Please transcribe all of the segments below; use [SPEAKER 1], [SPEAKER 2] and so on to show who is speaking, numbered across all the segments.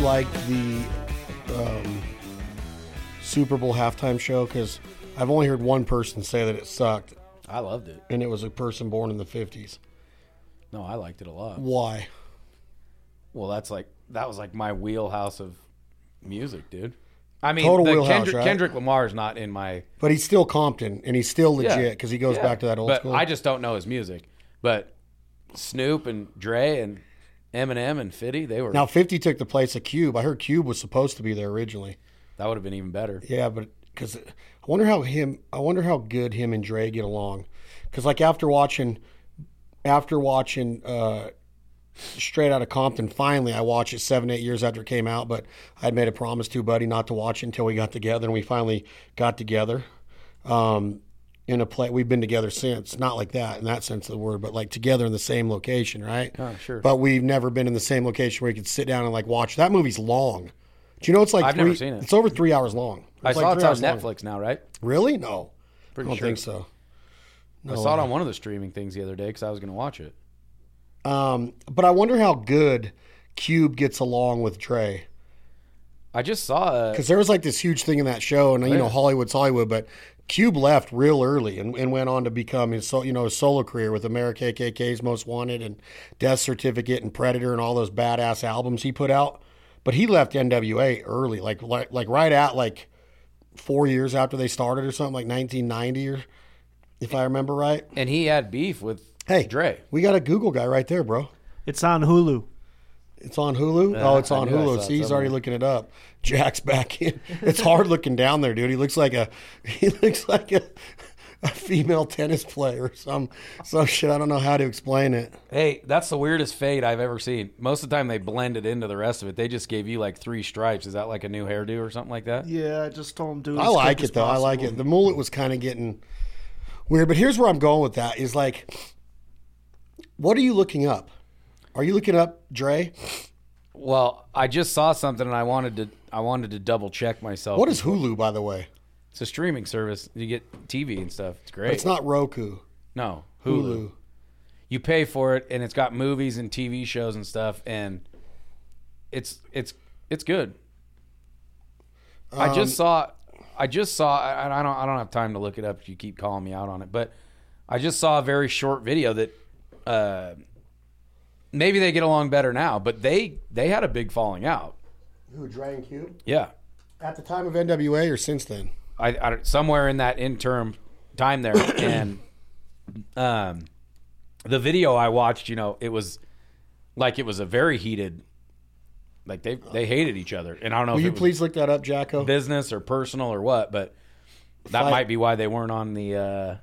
[SPEAKER 1] like the um, Super Bowl halftime show because I've only heard one person say that it sucked,
[SPEAKER 2] I loved it.
[SPEAKER 1] and it was a person born in the 50s.
[SPEAKER 2] No, I liked it a lot.
[SPEAKER 1] Why?
[SPEAKER 2] Well, that's like that was like my wheelhouse of music, dude. I mean,
[SPEAKER 1] Total
[SPEAKER 2] the
[SPEAKER 1] wheelhouse,
[SPEAKER 2] Kendrick,
[SPEAKER 1] right?
[SPEAKER 2] Kendrick Lamar's not in my
[SPEAKER 1] But he's still Compton, and he's still legit because he goes
[SPEAKER 2] yeah.
[SPEAKER 1] back to that old
[SPEAKER 2] but
[SPEAKER 1] school.
[SPEAKER 2] I just don't know his music. But Snoop and Dre and Eminem and Fitty, they were
[SPEAKER 1] now, 50 took the place of Cube. I heard Cube was supposed to be there originally.
[SPEAKER 2] that would have been even better.
[SPEAKER 1] Yeah, but because I wonder how him, I wonder how good him and Dre get along. Because like after watching, after watching uh, Straight Outta Compton, finally I watched it seven eight years after it came out. But I'd made a promise to Buddy not to watch it until we got together, and we finally got together. Um, in a play, we've been together since. Not like that in that sense of the word, but like together in the same location, right?
[SPEAKER 2] Oh, sure.
[SPEAKER 1] But we've never been in the same location where you could sit down and like watch. That movie's long. Do you know it's like
[SPEAKER 2] I've
[SPEAKER 1] three,
[SPEAKER 2] never seen it.
[SPEAKER 1] It's over three hours long.
[SPEAKER 2] I
[SPEAKER 1] It's
[SPEAKER 2] saw
[SPEAKER 1] like
[SPEAKER 2] it's
[SPEAKER 1] three
[SPEAKER 2] on
[SPEAKER 1] hours long.
[SPEAKER 2] Netflix now, right?
[SPEAKER 1] Really? No, I
[SPEAKER 2] Pretty
[SPEAKER 1] don't
[SPEAKER 2] sure.
[SPEAKER 1] think so.
[SPEAKER 2] I saw it on one of the streaming things the other day because I was going to watch it.
[SPEAKER 1] Um, but I wonder how good Cube gets along with Dre
[SPEAKER 2] I just saw uh,
[SPEAKER 1] because there was like this huge thing in that show, and you know Hollywood's Hollywood, but Cube left real early and, and went on to become his so, you know his solo career with America KKK's Most Wanted and Death Certificate and Predator and all those badass albums he put out. But he left NWA early, like like, like right at like four years after they started or something, like 1990 or if I remember right.
[SPEAKER 2] and he had beef with
[SPEAKER 1] Hey,
[SPEAKER 2] Dre.
[SPEAKER 1] We got a Google guy right there, bro.
[SPEAKER 3] It's on Hulu.
[SPEAKER 1] It's on Hulu. oh, it's
[SPEAKER 2] I
[SPEAKER 1] on
[SPEAKER 2] knew I saw
[SPEAKER 1] Hulu.
[SPEAKER 2] it
[SPEAKER 1] See, he's
[SPEAKER 2] somewhere.
[SPEAKER 1] already looking it up. Jack's back in. It's hard looking down there, dude. He looks like a he looks like a, a female tennis player or some some shit. I don't know how to explain it.
[SPEAKER 2] Hey, that's the weirdest fade I've ever seen. Most of the time they blend it into the rest of it. They just gave you like three stripes. Is that like a new hairdo or something like that?
[SPEAKER 3] Yeah, I just told him do. It
[SPEAKER 1] I like it though. I like it. The mullet was kind of getting weird, but here's where I'm going with that is like, what are you looking up? Are you looking up Dre?
[SPEAKER 2] Well, I just saw something and I wanted to I wanted to double check myself.
[SPEAKER 1] What is Hulu, by the way?
[SPEAKER 2] It's a streaming service. You get TV and stuff. It's great.
[SPEAKER 1] It's not Roku.
[SPEAKER 2] no Hulu.
[SPEAKER 1] Hulu.
[SPEAKER 2] You pay for it, and it's got movies and TV shows and stuff, and it's it's it's good. I just saw, I just saw, and I don't I don't have time to look it up. If you keep calling me out on it, but I just saw a very short video that. Uh, Maybe they get along better now, but they they had a big falling out.
[SPEAKER 1] Who Dre and Cube?
[SPEAKER 2] Yeah,
[SPEAKER 1] At the time of NWA or since then?
[SPEAKER 2] I, I don't- somewhere in that interim time there, and um, the video I watched, you know, it was like it was a very heated, like they they hated each other, and I don't know
[SPEAKER 1] Will
[SPEAKER 2] if
[SPEAKER 1] you
[SPEAKER 2] it was
[SPEAKER 1] please look that up, Jacko?
[SPEAKER 2] business or personal or what, but that
[SPEAKER 1] Fight.
[SPEAKER 2] might be why they weren't on the uh,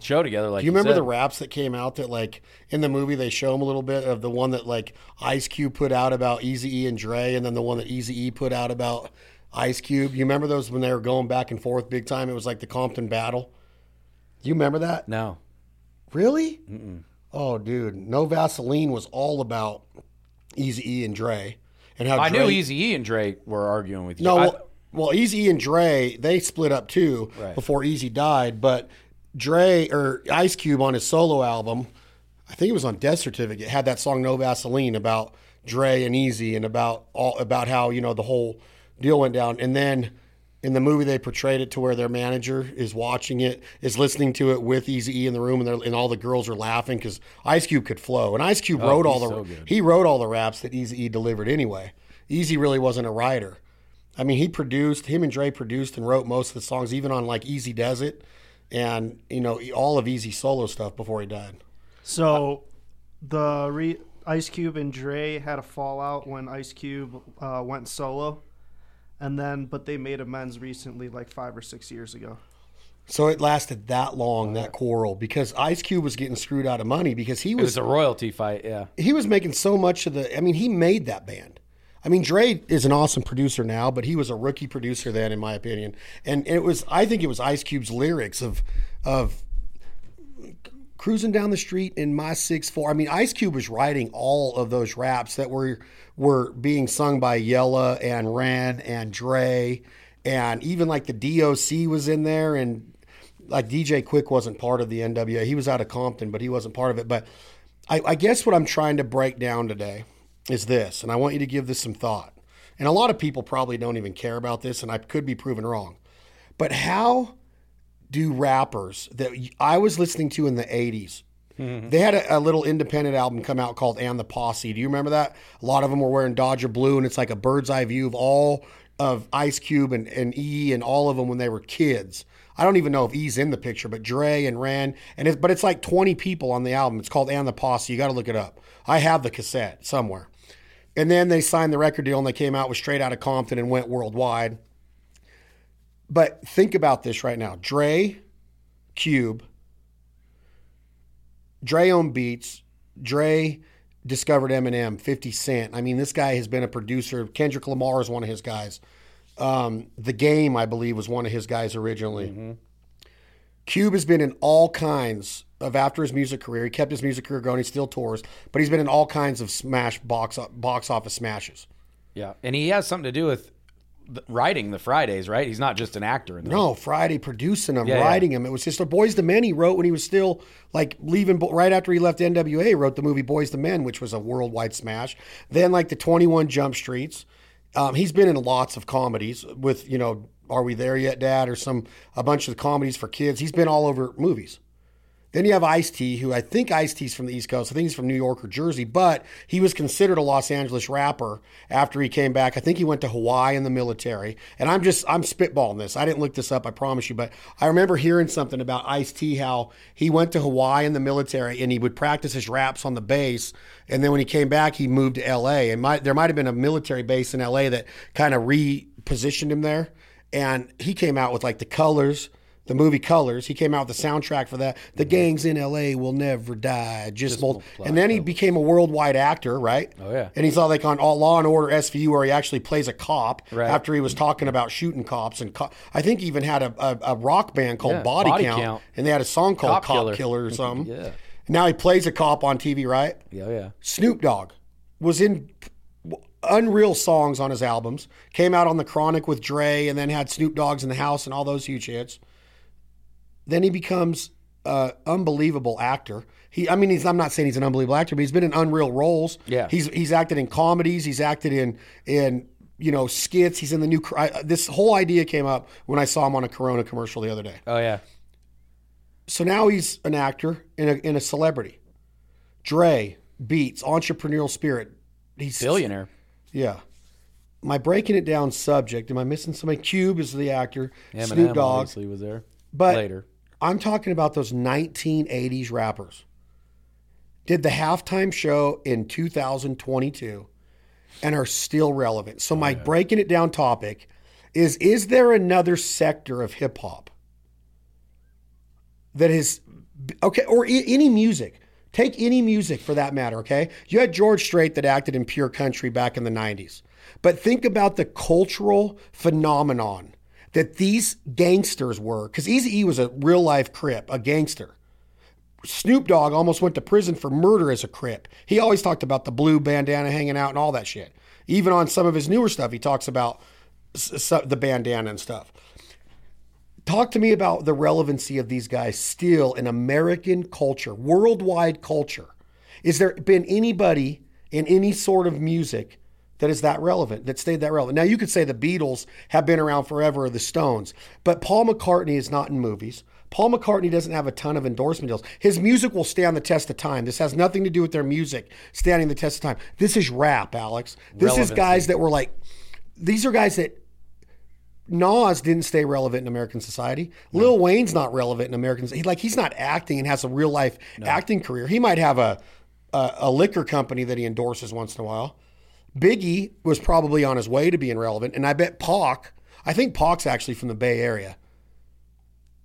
[SPEAKER 2] show together. Like
[SPEAKER 1] Do you remember
[SPEAKER 2] said.
[SPEAKER 1] the raps that came out that like in the movie they show them a little bit of the one that like Ice Cube put out about Easy E and Dre, and then the one that Easy E put out about Ice Cube. You remember those when they were going back and forth big time? It was like the Compton battle. You remember that?
[SPEAKER 2] no.
[SPEAKER 1] Really? Oh, dude, No Vaseline was all about Easy E and Dre, and how
[SPEAKER 2] I
[SPEAKER 1] Dre,
[SPEAKER 2] knew Easy E and Dre were arguing with you.
[SPEAKER 1] No,
[SPEAKER 2] I-
[SPEAKER 1] well, well, Easy and Dre they split up too
[SPEAKER 2] Right.
[SPEAKER 1] before Easy died. But Dre or Ice Cube on his solo album, I think it was on Death Certificate, had that song "No Vaseline" about Dre and Easy and about all about how you know the whole deal went down. And then in the movie they portrayed it to where their manager is watching it, is listening to it with Easy E in the room, and, they're- and all the girls are laughing because Ice Cube could flow, and Ice Cube wrote all
[SPEAKER 2] Oh, he's
[SPEAKER 1] the
[SPEAKER 2] so good.
[SPEAKER 1] he wrote all the raps that Easy E delivered anyway. Easy really wasn't a writer. I mean, he produced him and Dre produced and wrote most of the songs, even on like Easy Does It, and you know all of Easy solo stuff before he died.
[SPEAKER 3] So, the re- Ice Cube and Dre had a fallout when Ice Cube uh, went solo, and then but they made amends recently, like five or six years ago.
[SPEAKER 1] So it lasted that long that quarrel because Ice Cube was getting screwed out of money because he
[SPEAKER 2] it was
[SPEAKER 1] was
[SPEAKER 2] a royalty fight. Yeah,
[SPEAKER 1] he was making so much of the. I mean, he made that band. I mean, Dre is an awesome producer now, but he was a rookie producer then, in my opinion. And it was, I think, it was Ice Cube's lyrics of of cruising down the street in my six four. I mean, Ice Cube was writing all of those raps that were were being sung by Yella and Ren and Dre, and even like the DOC was in there, and like DJ Quick wasn't part of the NWA. He was out of Compton, but he wasn't part of it. But I, I guess what I'm trying to break down today is this, and I want you to give this some thought. And a lot of people probably don't even care about this, and I could be proven wrong. But how do rappers that I was listening to in the 80s? They had a, a little independent album come out called And the Posse. Do you remember that? A lot of them were wearing Dodger Blue, and it's like a bird's eye view of all of Ice Cube and, and E and all of them when they were kids. I don't even know if E's in the picture, but Dre and Ren, and it's but it's like 20 people on the album. It's called And the Posse. You got to look it up. I have the cassette somewhere. And then they signed the record deal and they came out with Straight Out of Compton and went worldwide. But think about this right now. Dre, Cube, Dre owned Beats, Dre discovered Eminem, 50 Cent. I mean, this guy has been a producer. Kendrick Lamar is one of his guys. Um, the Game, I believe, was one of his guys originally. Cube has been in all kinds of after his music career. He kept his music career going. He still tours, but he's been in all kinds of smash box box office smashes.
[SPEAKER 2] Yeah, and he has something to do with the, writing the Fridays, right? He's not just an actor in the
[SPEAKER 1] No, Friday producing them,
[SPEAKER 2] yeah.
[SPEAKER 1] writing them. It was just a Boys the Men he wrote when he was still like leaving right after he left NWA. He wrote the movie Boys the Men, which was a worldwide smash. Then like the Twenty One Jump Streets. Um, he's been in lots of comedies with you know Are We There Yet, Dad, or some a bunch of comedies for kids. He's been all over movies. Then you have Ice T, who I think Ice T's from the East Coast. I think he's from New York or Jersey, but he was considered a Los Angeles rapper after he came back. I think he went to Hawaii in the military. And I'm just I'm spitballing this. I didn't look this up, I promise you, but I remember hearing something about Ice T how he went to Hawaii in the military and he would practice his raps on the base. And then when he came back, he moved to LA. And might there might have been a military base in LA that kind of repositioned him there. And he came out with like the colors the movie Colors. He came out with the soundtrack for that. The gangs in L.A. will never die. Just, multi- and then he became a worldwide actor, right?
[SPEAKER 2] Oh, yeah.
[SPEAKER 1] And he's all like on all Law and Order SVU, where he actually plays a cop. After he was talking about shooting cops and co- I think he even had a, a, a rock band called
[SPEAKER 2] Yeah,
[SPEAKER 1] Body,
[SPEAKER 2] Body
[SPEAKER 1] Count,
[SPEAKER 2] Count.
[SPEAKER 1] and they had a song called
[SPEAKER 2] Cop
[SPEAKER 1] Cop,
[SPEAKER 2] Killer.
[SPEAKER 1] Killer. or something.
[SPEAKER 2] Yeah.
[SPEAKER 1] Now he plays a cop on TV, right?
[SPEAKER 2] Yeah, yeah.
[SPEAKER 1] Snoop Dogg was in unreal songs on his albums. Came out on the Chronic with Dre, and then had Snoop Dogg's in the House and all those huge hits. Then he becomes an unbelievable actor. He, I mean, he's, I'm not saying he's an unbelievable actor, but he's been in unreal roles.
[SPEAKER 2] Yeah.
[SPEAKER 1] he's he's acted in comedies. He's acted in in you know skits. He's in the new. Cr- I, this whole idea came up when I saw him on a Corona commercial the other day.
[SPEAKER 2] Oh yeah.
[SPEAKER 1] So now he's an actor and a, and a celebrity. Dre, Beats, entrepreneurial spirit. He's
[SPEAKER 2] Billionaire.
[SPEAKER 1] Yeah. Am I breaking it down subject? Am I missing somebody? Cube is the actor.
[SPEAKER 2] Eminem
[SPEAKER 1] Snoop Dogg.
[SPEAKER 2] obviously was there.
[SPEAKER 1] But
[SPEAKER 2] later.
[SPEAKER 1] I'm talking about those 1980s rappers. Did the halftime show in 2022 and are still relevant. So
[SPEAKER 2] Oh,
[SPEAKER 1] my breaking it down topic is is there another sector of hip hop that is okay or I- any music take any music for that matter okay you had george strait that acted in pure country back in the 90s but think about the cultural phenomenon that these gangsters were because easy e was a real life crip a gangster Snoop Dogg almost went to prison for murder as a Crip. He always talked about the blue bandana hanging out and all that shit. Even on some of his newer stuff, he talks about s- s- the bandana and stuff. Talk to me about the relevancy of these guys still in American culture, worldwide culture. Is there been anybody in any sort of music that is that relevant, that stayed that relevant? Now, you could say the Beatles have been around forever or the Stones, but Paul McCartney is not in movies. Paul McCartney doesn't have a ton of endorsement deals. His music will stand the test of time. This has nothing to do with their music standing the test of time. This is rap, Alex. This
[SPEAKER 2] Relevancy.
[SPEAKER 1] is guys that were like, these are guys that Nas didn't stay relevant in American society. Lil Wayne's not relevant in American. He, like he's not acting and has a real life acting career. He might have a, a a liquor company that he endorses once in a while. Biggie was probably on his way to being relevant, and I bet Pac. I think Pac's actually from the Bay Area.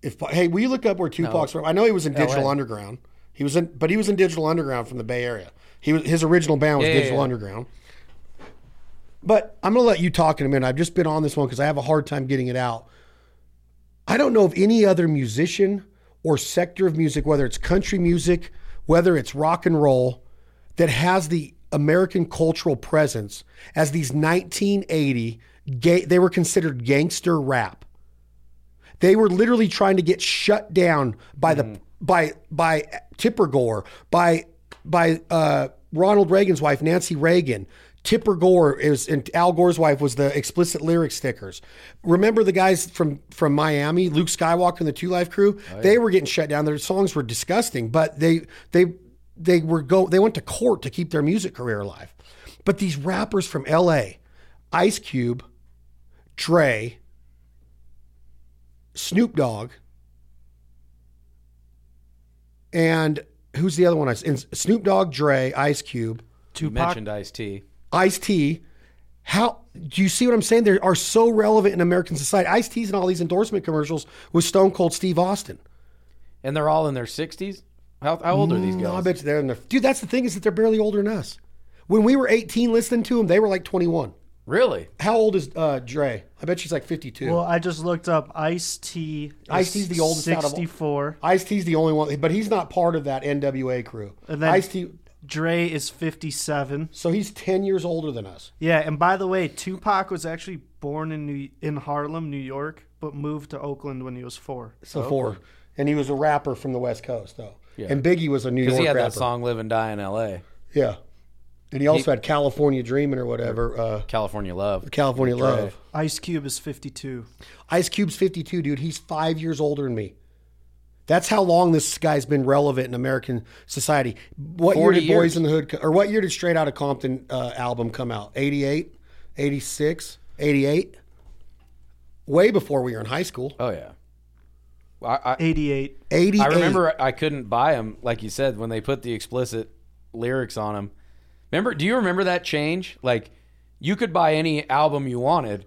[SPEAKER 1] If Pa- hey, will you look up where Tupac's from? I know he was in Digital Underground. He was in, but he was in Digital Underground from the Bay Area. He was his original band was
[SPEAKER 2] Yeah, yeah,
[SPEAKER 1] Digital
[SPEAKER 2] yeah.
[SPEAKER 1] Underground. But I'm going to let you talk in a minute. I've just been on this one because I have a hard time getting it out. I don't know of any other musician or sector of music, whether it's country music, whether it's rock and roll, that has the American cultural presence as these 1980 gay, they were considered gangster rap. They were literally trying to get shut down by the by by Tipper Gore, by by uh Ronald Reagan's wife, Nancy Reagan, Tipper Gore is and Al Gore's wife was the explicit lyric stickers. Remember the guys from from Miami, Luke Skywalker and the Two Life Crew? They were getting shut down. Their songs were disgusting, but they they they were go they went to court to keep their music career alive. But these rappers from LA, Ice Cube, Dre, Snoop Dogg, and who's the other one? I and Snoop Dogg, Dre, Ice Cube,
[SPEAKER 2] You mentioned Ice T.
[SPEAKER 1] Ice T. How do you see what I'm saying? They are so relevant in American society. Ice T's in all these endorsement commercials with Stone Cold Steve Austin.
[SPEAKER 2] And they're all in their 60s? How, how old are these guys?
[SPEAKER 1] No, I bet you they're in their dude. That's the thing is that they're barely older than us. When we were 18 listening to them, they were like 21.
[SPEAKER 2] Really?
[SPEAKER 1] How old is uh, Dre? I bet she's like 52.
[SPEAKER 3] Well, I just looked up Ice T.
[SPEAKER 1] Ice-T's the oldest out of all-
[SPEAKER 3] Sixty-four.
[SPEAKER 1] Ice T's the only one, but he's not part of that NWA crew.
[SPEAKER 3] And then-
[SPEAKER 1] Ice T,
[SPEAKER 3] Dre is fifty-seven.
[SPEAKER 1] so he's 10 years older than us.
[SPEAKER 3] Yeah, and by the way, Tupac was actually born in New- in Harlem, New York, but moved to Oakland when he was four.
[SPEAKER 2] Oh,
[SPEAKER 1] So four, and he was a rapper from the West Coast though. And Biggie was a New York
[SPEAKER 2] Because he had
[SPEAKER 1] rapper.
[SPEAKER 2] that song "Live and Die in L.A."
[SPEAKER 1] Yeah, and he also had California Dreamin' or whatever. Uh,
[SPEAKER 2] California Love.
[SPEAKER 1] California Love.
[SPEAKER 3] Ice Cube is fifty-two.
[SPEAKER 1] Ice Cube's 52, dude. He's five years older than me. That's how long this guy's been relevant in American society. What year
[SPEAKER 2] 40
[SPEAKER 1] did Boys
[SPEAKER 2] years.
[SPEAKER 1] in the Hood, co- or what year did Straight Outta Compton uh, album come out? 88, 86, 88? Way before we were in high school.
[SPEAKER 2] Oh yeah. I, I,
[SPEAKER 3] Eighty-eight.
[SPEAKER 1] 88.
[SPEAKER 2] I remember I couldn't buy them, like you said, when they put the explicit lyrics on them. Remember? Do you remember that change? Like, you could buy any album you wanted,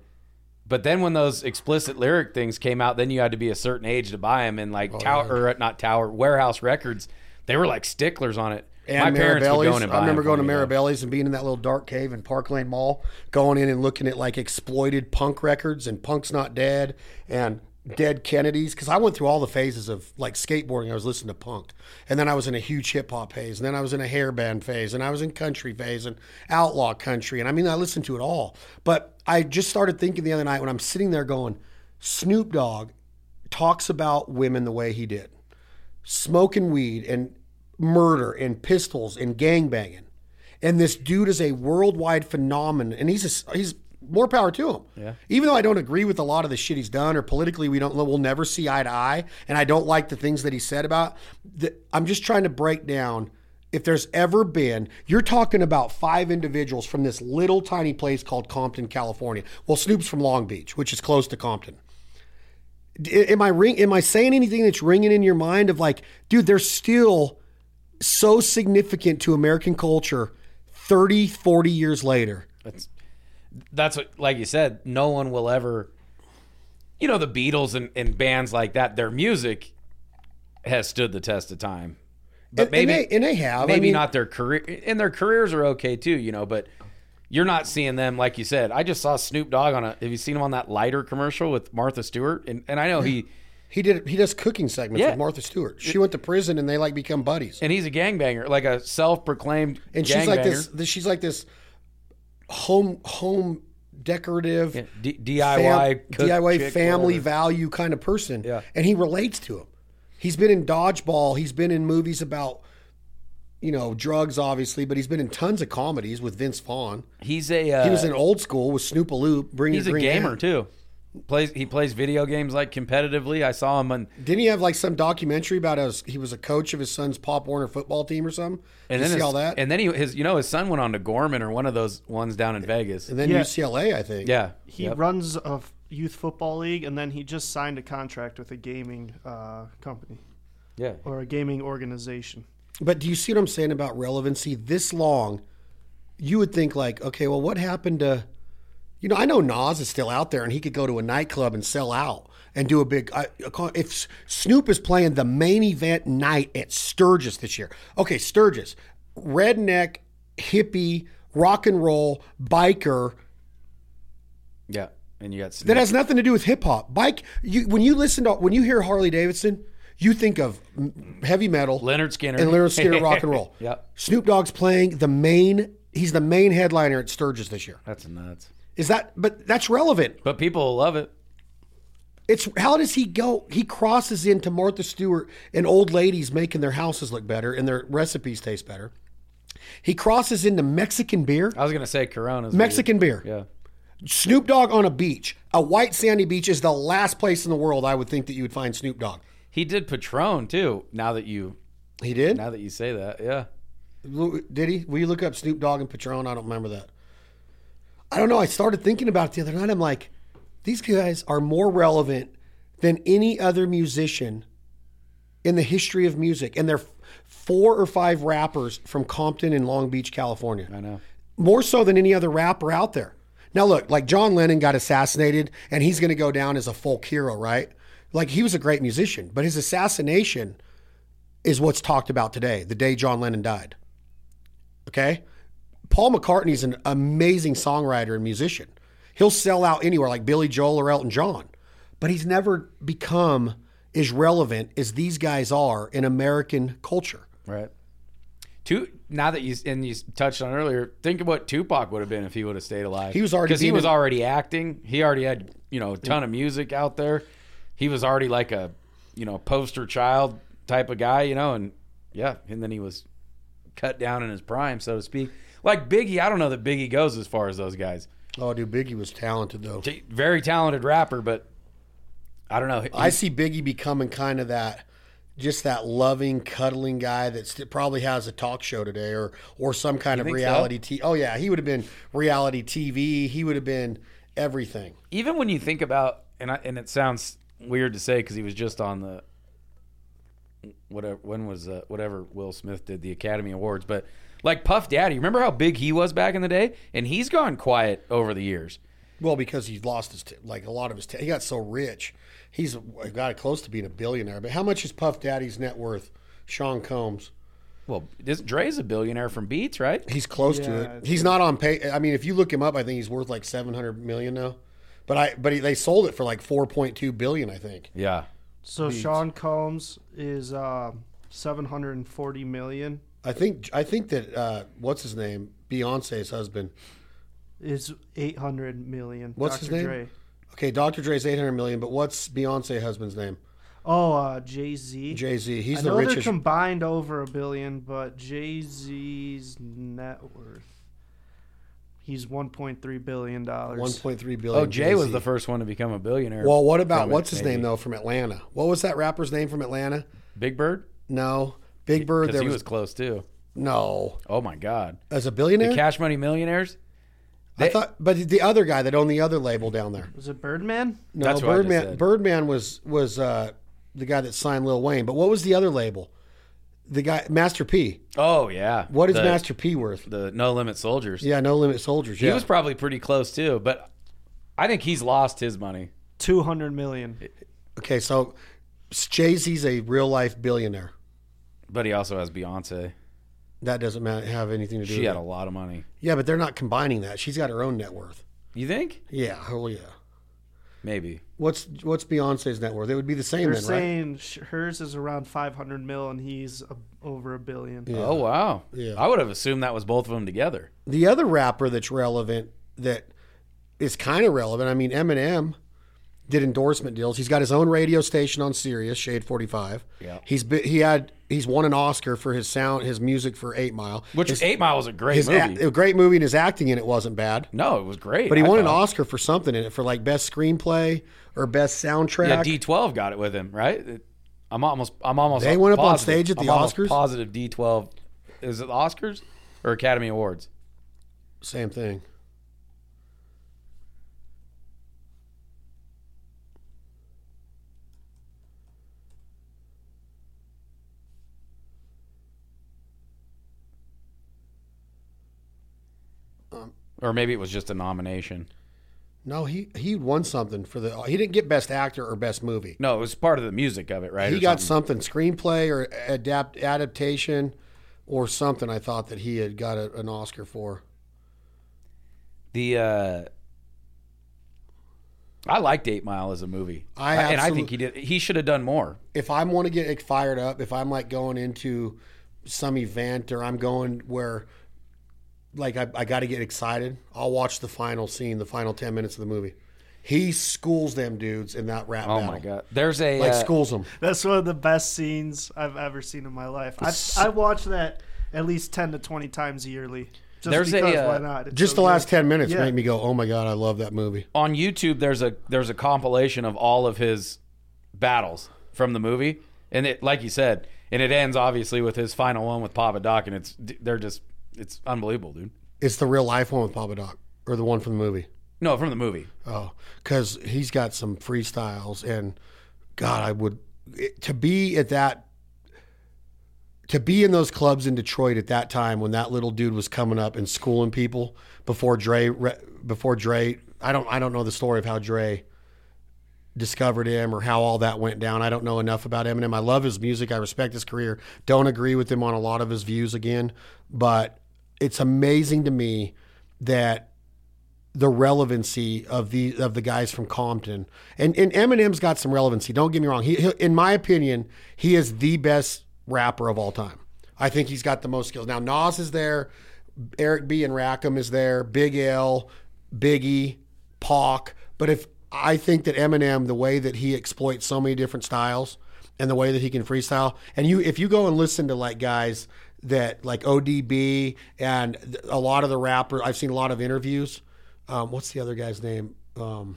[SPEAKER 2] but then when those explicit lyric things came out, then you had to be a certain age to buy them. And like
[SPEAKER 1] Oh,
[SPEAKER 2] Tower, or uh, not Tower, Warehouse Records, they were like sticklers on it.
[SPEAKER 1] And Marabelli's. I remember
[SPEAKER 2] 'em
[SPEAKER 1] going to
[SPEAKER 2] for me, though.
[SPEAKER 1] Marabelli's and being in that little dark cave in Park Lane Mall, going in and looking at like exploited punk records and Punk's Not Dead and Dead Kennedys. Because I went through all the phases of like skateboarding. I was listening to punk, and then I was in a huge hip hop phase, and then I was in a hair band phase, and I was in country phase and outlaw country. And I mean, I listened to it all. But I just started thinking the other night when I'm sitting there going, Snoop Dogg talks about women the way he did smoking weed and murder and pistols and gangbanging. And this dude is a worldwide phenomenon, and he's a, he's more power to him. Yeah. Even though I don't agree with a lot of the shit he's done, or politically we don't we'll never see eye to eye, and I don't like the things that he said about. The, I'm just trying to break down if there's ever been. You're talking about five individuals from this little tiny place called Compton, California. Well, Snoop's from Long Beach, which is close to Compton. D- am I ring? Am I saying anything that's ringing in your mind of like, dude, they're still so significant to American culture 30, 40 years later.
[SPEAKER 2] that's what like you said no one will ever you know the beatles and, and bands like that their music has stood the test of time but
[SPEAKER 1] and,
[SPEAKER 2] maybe
[SPEAKER 1] and they, and they have I
[SPEAKER 2] maybe
[SPEAKER 1] mean,
[SPEAKER 2] not their career and their careers are okay too you know but you're not seeing them like you said i just saw snoop dogg on a have you seen him on that lighter commercial with martha stewart and, and i know he
[SPEAKER 1] He did. He does cooking segments
[SPEAKER 2] Yeah.
[SPEAKER 1] with Martha Stewart. She went to prison and they like become buddies.
[SPEAKER 2] and he's a gangbanger like a self-proclaimed
[SPEAKER 1] And she's like this, this. She's like this home home decorative
[SPEAKER 2] D-
[SPEAKER 1] fam-
[SPEAKER 2] diy cook
[SPEAKER 1] DIY
[SPEAKER 2] chick,
[SPEAKER 1] family
[SPEAKER 2] whatever.
[SPEAKER 1] value kind of person.
[SPEAKER 2] Yeah.
[SPEAKER 1] And he relates to him. He's been in dodgeball. He's been in movies about, you know, drugs, obviously, but he's been in tons of comedies with Vince Vaughn.
[SPEAKER 2] he's a uh,
[SPEAKER 1] He was in old school with Snoop Loop. Bring
[SPEAKER 2] He's a
[SPEAKER 1] Your Green
[SPEAKER 2] gamer
[SPEAKER 1] Hat.
[SPEAKER 2] too. Plays he plays video games like competitively. I saw him on
[SPEAKER 1] Didn't he have like some documentary about us? He was a coach of his son's Pop Warner football team or something. Did you
[SPEAKER 2] and then
[SPEAKER 1] see
[SPEAKER 2] his,
[SPEAKER 1] all that, and,
[SPEAKER 2] And then he his you know his son went on to Gorman or one of those ones down in Vegas.
[SPEAKER 1] then
[SPEAKER 3] Yeah.
[SPEAKER 1] UCLA, I think.
[SPEAKER 2] yeah,
[SPEAKER 3] He
[SPEAKER 2] Yep.
[SPEAKER 3] runs a f- youth football league, and then he just signed a contract with a gaming uh, company
[SPEAKER 2] yeah.
[SPEAKER 3] or a gaming organization.
[SPEAKER 1] But do you see what I'm saying about relevancy this long? You would think like, okay, well, what happened to, you know, I know Nas is still out there and he could go to a nightclub and sell out and do a big. I- a con- If Snoop is playing the main event night at Sturgis this year, okay, Sturgis, redneck, hippie, rock and roll, biker,
[SPEAKER 2] yeah. And you got Snoop.
[SPEAKER 1] that has nothing to do with hip hop. Bike. You when you listen to when you hear Harley Davidson, you think of mm, heavy metal,
[SPEAKER 2] Leonard Skinner.
[SPEAKER 1] and Leonard Skinner rock and roll.
[SPEAKER 2] Yep.
[SPEAKER 1] Snoop Dogg's playing the main. He's the main headliner at Sturgis this year.
[SPEAKER 2] That's nuts.
[SPEAKER 1] Is that? But that's relevant.
[SPEAKER 2] But people love it.
[SPEAKER 1] It's how does he go? He crosses into Martha Stewart and old ladies making their houses look better and their recipes taste better. He crosses into Mexican beer,
[SPEAKER 2] I was gonna say Corona's
[SPEAKER 1] Mexican beer.
[SPEAKER 2] weird. Yeah.
[SPEAKER 1] Snoop Dogg on a beach, a white sandy beach, is the last place in the world I would think that you would find Snoop Dogg.
[SPEAKER 2] He did Patron too. Now that you
[SPEAKER 1] He did.
[SPEAKER 2] now that you say that, yeah.
[SPEAKER 1] Lu- Did he? Will you look up Snoop Dogg and Patron? I don't remember that. I don't know. I started thinking about it the other night. I'm like, these guys are more relevant than any other musician in the history of music. And they're f- four or five rappers from Compton and Long Beach, California.
[SPEAKER 2] I know.
[SPEAKER 1] More so than any other rapper out there. Now, look, like John Lennon got assassinated and he's going to go down as a folk hero, right? Like he was a great musician, but his assassination is what's talked about today, the day John Lennon died. Okay? Paul McCartney's an amazing songwriter and musician. He'll sell out anywhere like Billy Joel or Elton John, but he's never become as relevant as these guys are in American culture.
[SPEAKER 2] Right. Two. Now that you and you touched on earlier, think of what Tupac would have been if he would have stayed alive.
[SPEAKER 1] He was already
[SPEAKER 2] because he
[SPEAKER 1] being
[SPEAKER 2] was
[SPEAKER 1] an-
[SPEAKER 2] already acting. He already had you know a ton of music out there. He was already like a you know poster child type of guy, you know, and yeah, and then he was cut down in his prime, so to speak. Like Biggie, I don't know that Biggie goes as far as those guys.
[SPEAKER 1] Oh, dude, Biggie was talented though.
[SPEAKER 2] T- Very talented rapper, but I don't know. E, He-
[SPEAKER 1] I see Biggie becoming kind of that, just that loving, cuddling guy that st- probably has a talk show today or or some kind of
[SPEAKER 2] think so?
[SPEAKER 1] reality T Oh yeah, he would have been reality TV. He would have been everything.
[SPEAKER 2] even when you think about and I, and it sounds weird to say because he was just on the whatever when was uh, whatever Will Smith did the Academy Awards, but like Puff Daddy, remember how big he was back in the day, and he's gone quiet over the years.
[SPEAKER 1] Well, because he lost his t- like a lot of his. T- he got so rich, he's got close to being a billionaire. But how much is Puff Daddy's net worth? Sean Combs.
[SPEAKER 2] Well, this, Dre's a billionaire from Beats, right?
[SPEAKER 1] He's close
[SPEAKER 3] Yeah,
[SPEAKER 1] to
[SPEAKER 3] I
[SPEAKER 1] it. He's not on pay. I mean, if you look him up, I think he's worth like seven hundred million now. But I but he, they sold it for like four point two billion. I think.
[SPEAKER 2] Yeah,
[SPEAKER 3] So Sean Combs is uh, 740 million.
[SPEAKER 1] I think I think that uh, what's his name Beyonce's husband.
[SPEAKER 3] Is 800 million.
[SPEAKER 1] What's his name?
[SPEAKER 3] Dre.
[SPEAKER 1] Okay, Dr. Dre's eight hundred million, but what's Beyonce husband's name?
[SPEAKER 3] Oh, uh, Jay Z.
[SPEAKER 1] Jay Z. He's
[SPEAKER 3] I
[SPEAKER 1] the
[SPEAKER 3] know they're
[SPEAKER 1] richest.
[SPEAKER 3] combined over a billion, but Jay Z's net worth. He's 1.3
[SPEAKER 1] One
[SPEAKER 3] billion dollars.
[SPEAKER 1] point three billion.
[SPEAKER 2] oh Jay was
[SPEAKER 1] Jay-Z.
[SPEAKER 2] the first one to become a billionaire.
[SPEAKER 1] Well, what about
[SPEAKER 2] from it,
[SPEAKER 1] what's his
[SPEAKER 2] maybe.
[SPEAKER 1] name though from Atlanta? What was that rapper's name from Atlanta?
[SPEAKER 2] Big Bird,
[SPEAKER 1] No, Big Bird.
[SPEAKER 2] because
[SPEAKER 1] There
[SPEAKER 2] he
[SPEAKER 1] was,
[SPEAKER 2] was close too.
[SPEAKER 1] no
[SPEAKER 2] Oh my God,
[SPEAKER 1] as a
[SPEAKER 2] the
[SPEAKER 1] billionaire.
[SPEAKER 2] Cash Money Millionaires.
[SPEAKER 1] I thought, but the other guy that owned the other label down there.
[SPEAKER 3] Was it Birdman?
[SPEAKER 1] No,
[SPEAKER 2] That's what I just
[SPEAKER 1] Birdman.
[SPEAKER 2] said.
[SPEAKER 1] Birdman was was uh, the guy that signed Lil Wayne. But what was the other label? The guy Master P.
[SPEAKER 2] Oh yeah,
[SPEAKER 1] What is
[SPEAKER 2] the,
[SPEAKER 1] Master P worth?
[SPEAKER 2] The No Limit Soldiers.
[SPEAKER 1] Yeah, No Limit Soldiers.
[SPEAKER 2] He
[SPEAKER 1] yeah.
[SPEAKER 2] was probably pretty close too, but I think he's lost his money.
[SPEAKER 3] 200 million.
[SPEAKER 1] Okay, so Jay Z's a real life billionaire.
[SPEAKER 2] But he also has Beyonce.
[SPEAKER 1] That doesn't ma- have anything to do.
[SPEAKER 2] She
[SPEAKER 1] with
[SPEAKER 2] had
[SPEAKER 1] it.
[SPEAKER 2] a lot of money.
[SPEAKER 1] yeah, but they're not combining that. She's got her own net worth.
[SPEAKER 2] You think?
[SPEAKER 1] Yeah, hell yeah.
[SPEAKER 2] Maybe.
[SPEAKER 1] What's what's Beyonce's net worth? It would be the same
[SPEAKER 3] They're
[SPEAKER 1] then, right?
[SPEAKER 3] saying sh hers is around 500 mil, and he's a, over a billion.
[SPEAKER 1] Yeah.
[SPEAKER 2] Oh wow.
[SPEAKER 1] Yeah.
[SPEAKER 2] I would have assumed that was both of them together.
[SPEAKER 1] The other rapper that's relevant that is kind of relevant. I mean, Eminem did endorsement deals. He's got his own radio station on Sirius, Shade Forty Five.
[SPEAKER 2] Yeah.
[SPEAKER 1] he's be- he had he's won an Oscar for his sound, his music for Eight Mile.
[SPEAKER 2] Which
[SPEAKER 1] his,
[SPEAKER 2] Eight Mile was a great
[SPEAKER 1] his
[SPEAKER 2] movie.
[SPEAKER 1] a- a great movie, and his acting in it wasn't bad.
[SPEAKER 2] no, it was great.
[SPEAKER 1] But he
[SPEAKER 2] I
[SPEAKER 1] won an
[SPEAKER 2] thought.
[SPEAKER 1] Oscar for something in it for like best screenplay or best soundtrack.
[SPEAKER 2] Yeah, D twelve got it with him, right? It- I'm almost I'm almost
[SPEAKER 1] They went up on
[SPEAKER 2] positive-
[SPEAKER 1] stage at the
[SPEAKER 2] I'm almost
[SPEAKER 1] Oscars?
[SPEAKER 2] Positive D twelve is it the Oscars or Academy Awards?
[SPEAKER 1] Same thing.
[SPEAKER 2] Or maybe it was just a nomination.
[SPEAKER 1] No, he he won something for the. He didn't get best actor or best movie.
[SPEAKER 2] No, it was part of the music of it, right?
[SPEAKER 1] He
[SPEAKER 2] or
[SPEAKER 1] got
[SPEAKER 2] something.
[SPEAKER 1] something screenplay or adapt adaptation or something. I thought that he had got a, an Oscar for.
[SPEAKER 2] the uh I liked Eight Mile as a movie.
[SPEAKER 1] I
[SPEAKER 2] and I
[SPEAKER 1] absolute-
[SPEAKER 2] think he did he should have done more.
[SPEAKER 1] If I want to get like, fired up, if I'm like going into some event or I'm going where like I, I got to get excited, I'll watch the final scene, the final ten minutes of the movie. He schools them dudes in that rap
[SPEAKER 2] Oh
[SPEAKER 1] battle.
[SPEAKER 2] my god. There's a
[SPEAKER 1] Like
[SPEAKER 2] uh,
[SPEAKER 1] schools them.
[SPEAKER 3] That's one of the best scenes I've ever seen in my life. I I watched that at least ten to twenty times yearly. Just
[SPEAKER 2] There's a,
[SPEAKER 3] because,
[SPEAKER 2] uh,
[SPEAKER 3] why not? It's
[SPEAKER 1] Just
[SPEAKER 3] so
[SPEAKER 1] the
[SPEAKER 3] good.
[SPEAKER 1] last ten minutes
[SPEAKER 3] Yeah.
[SPEAKER 1] made me go, "Oh my god, I love that movie."
[SPEAKER 2] on YouTube there's a there's a compilation of all of his battles from the movie, and it like you said, and it ends obviously with his final one with Papa Doc, and it's they're just it's unbelievable, dude.
[SPEAKER 1] It's the real life one with Papa Doc, or the one from the movie.
[SPEAKER 2] No, from the movie.
[SPEAKER 1] Oh, because he's got some freestyles, and God, I would it, to be at that, to be in those clubs in Detroit at that time when that little dude was coming up and schooling people before Dre, re- before Dre. I don't, I don't know the story of how Dre discovered him or how all that went down. I don't know enough about Eminem. I love his music. I respect his career. Don't agree with him on a lot of his views again, but it's amazing to me that the relevancy of the of the guys from Compton. And and Eminem's got some relevancy. Don't get me wrong. He, he in my opinion, he is the best rapper of all time. I think he's got the most skills. Now Nas is there, Eric B and Rackham is there, Big L, Biggie, Pac. But if I think that Eminem, the way that he exploits so many different styles and the way that he can freestyle, and you if you go and listen to like guys that like ODB and th- a lot of the rappers, I've seen a lot of interviews um, what's the other guy's name? Um,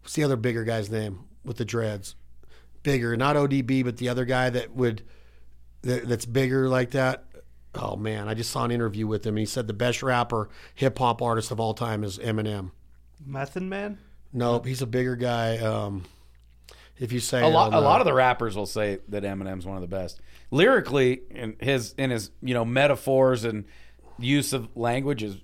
[SPEAKER 1] what's the other bigger guy's name with the dreads? Bigger, not ODB, but the other guy that would that, that's bigger like that. Oh man, I just saw an interview with him. and He said the best rapper, hip hop artist of all time is Eminem.
[SPEAKER 3] Method Man.
[SPEAKER 1] Nope, he's a bigger guy. Um, if you say uh,
[SPEAKER 2] A lot, a lot of the rappers will say that Eminem's one of the best lyrically, and his in his you know metaphors and use of language is,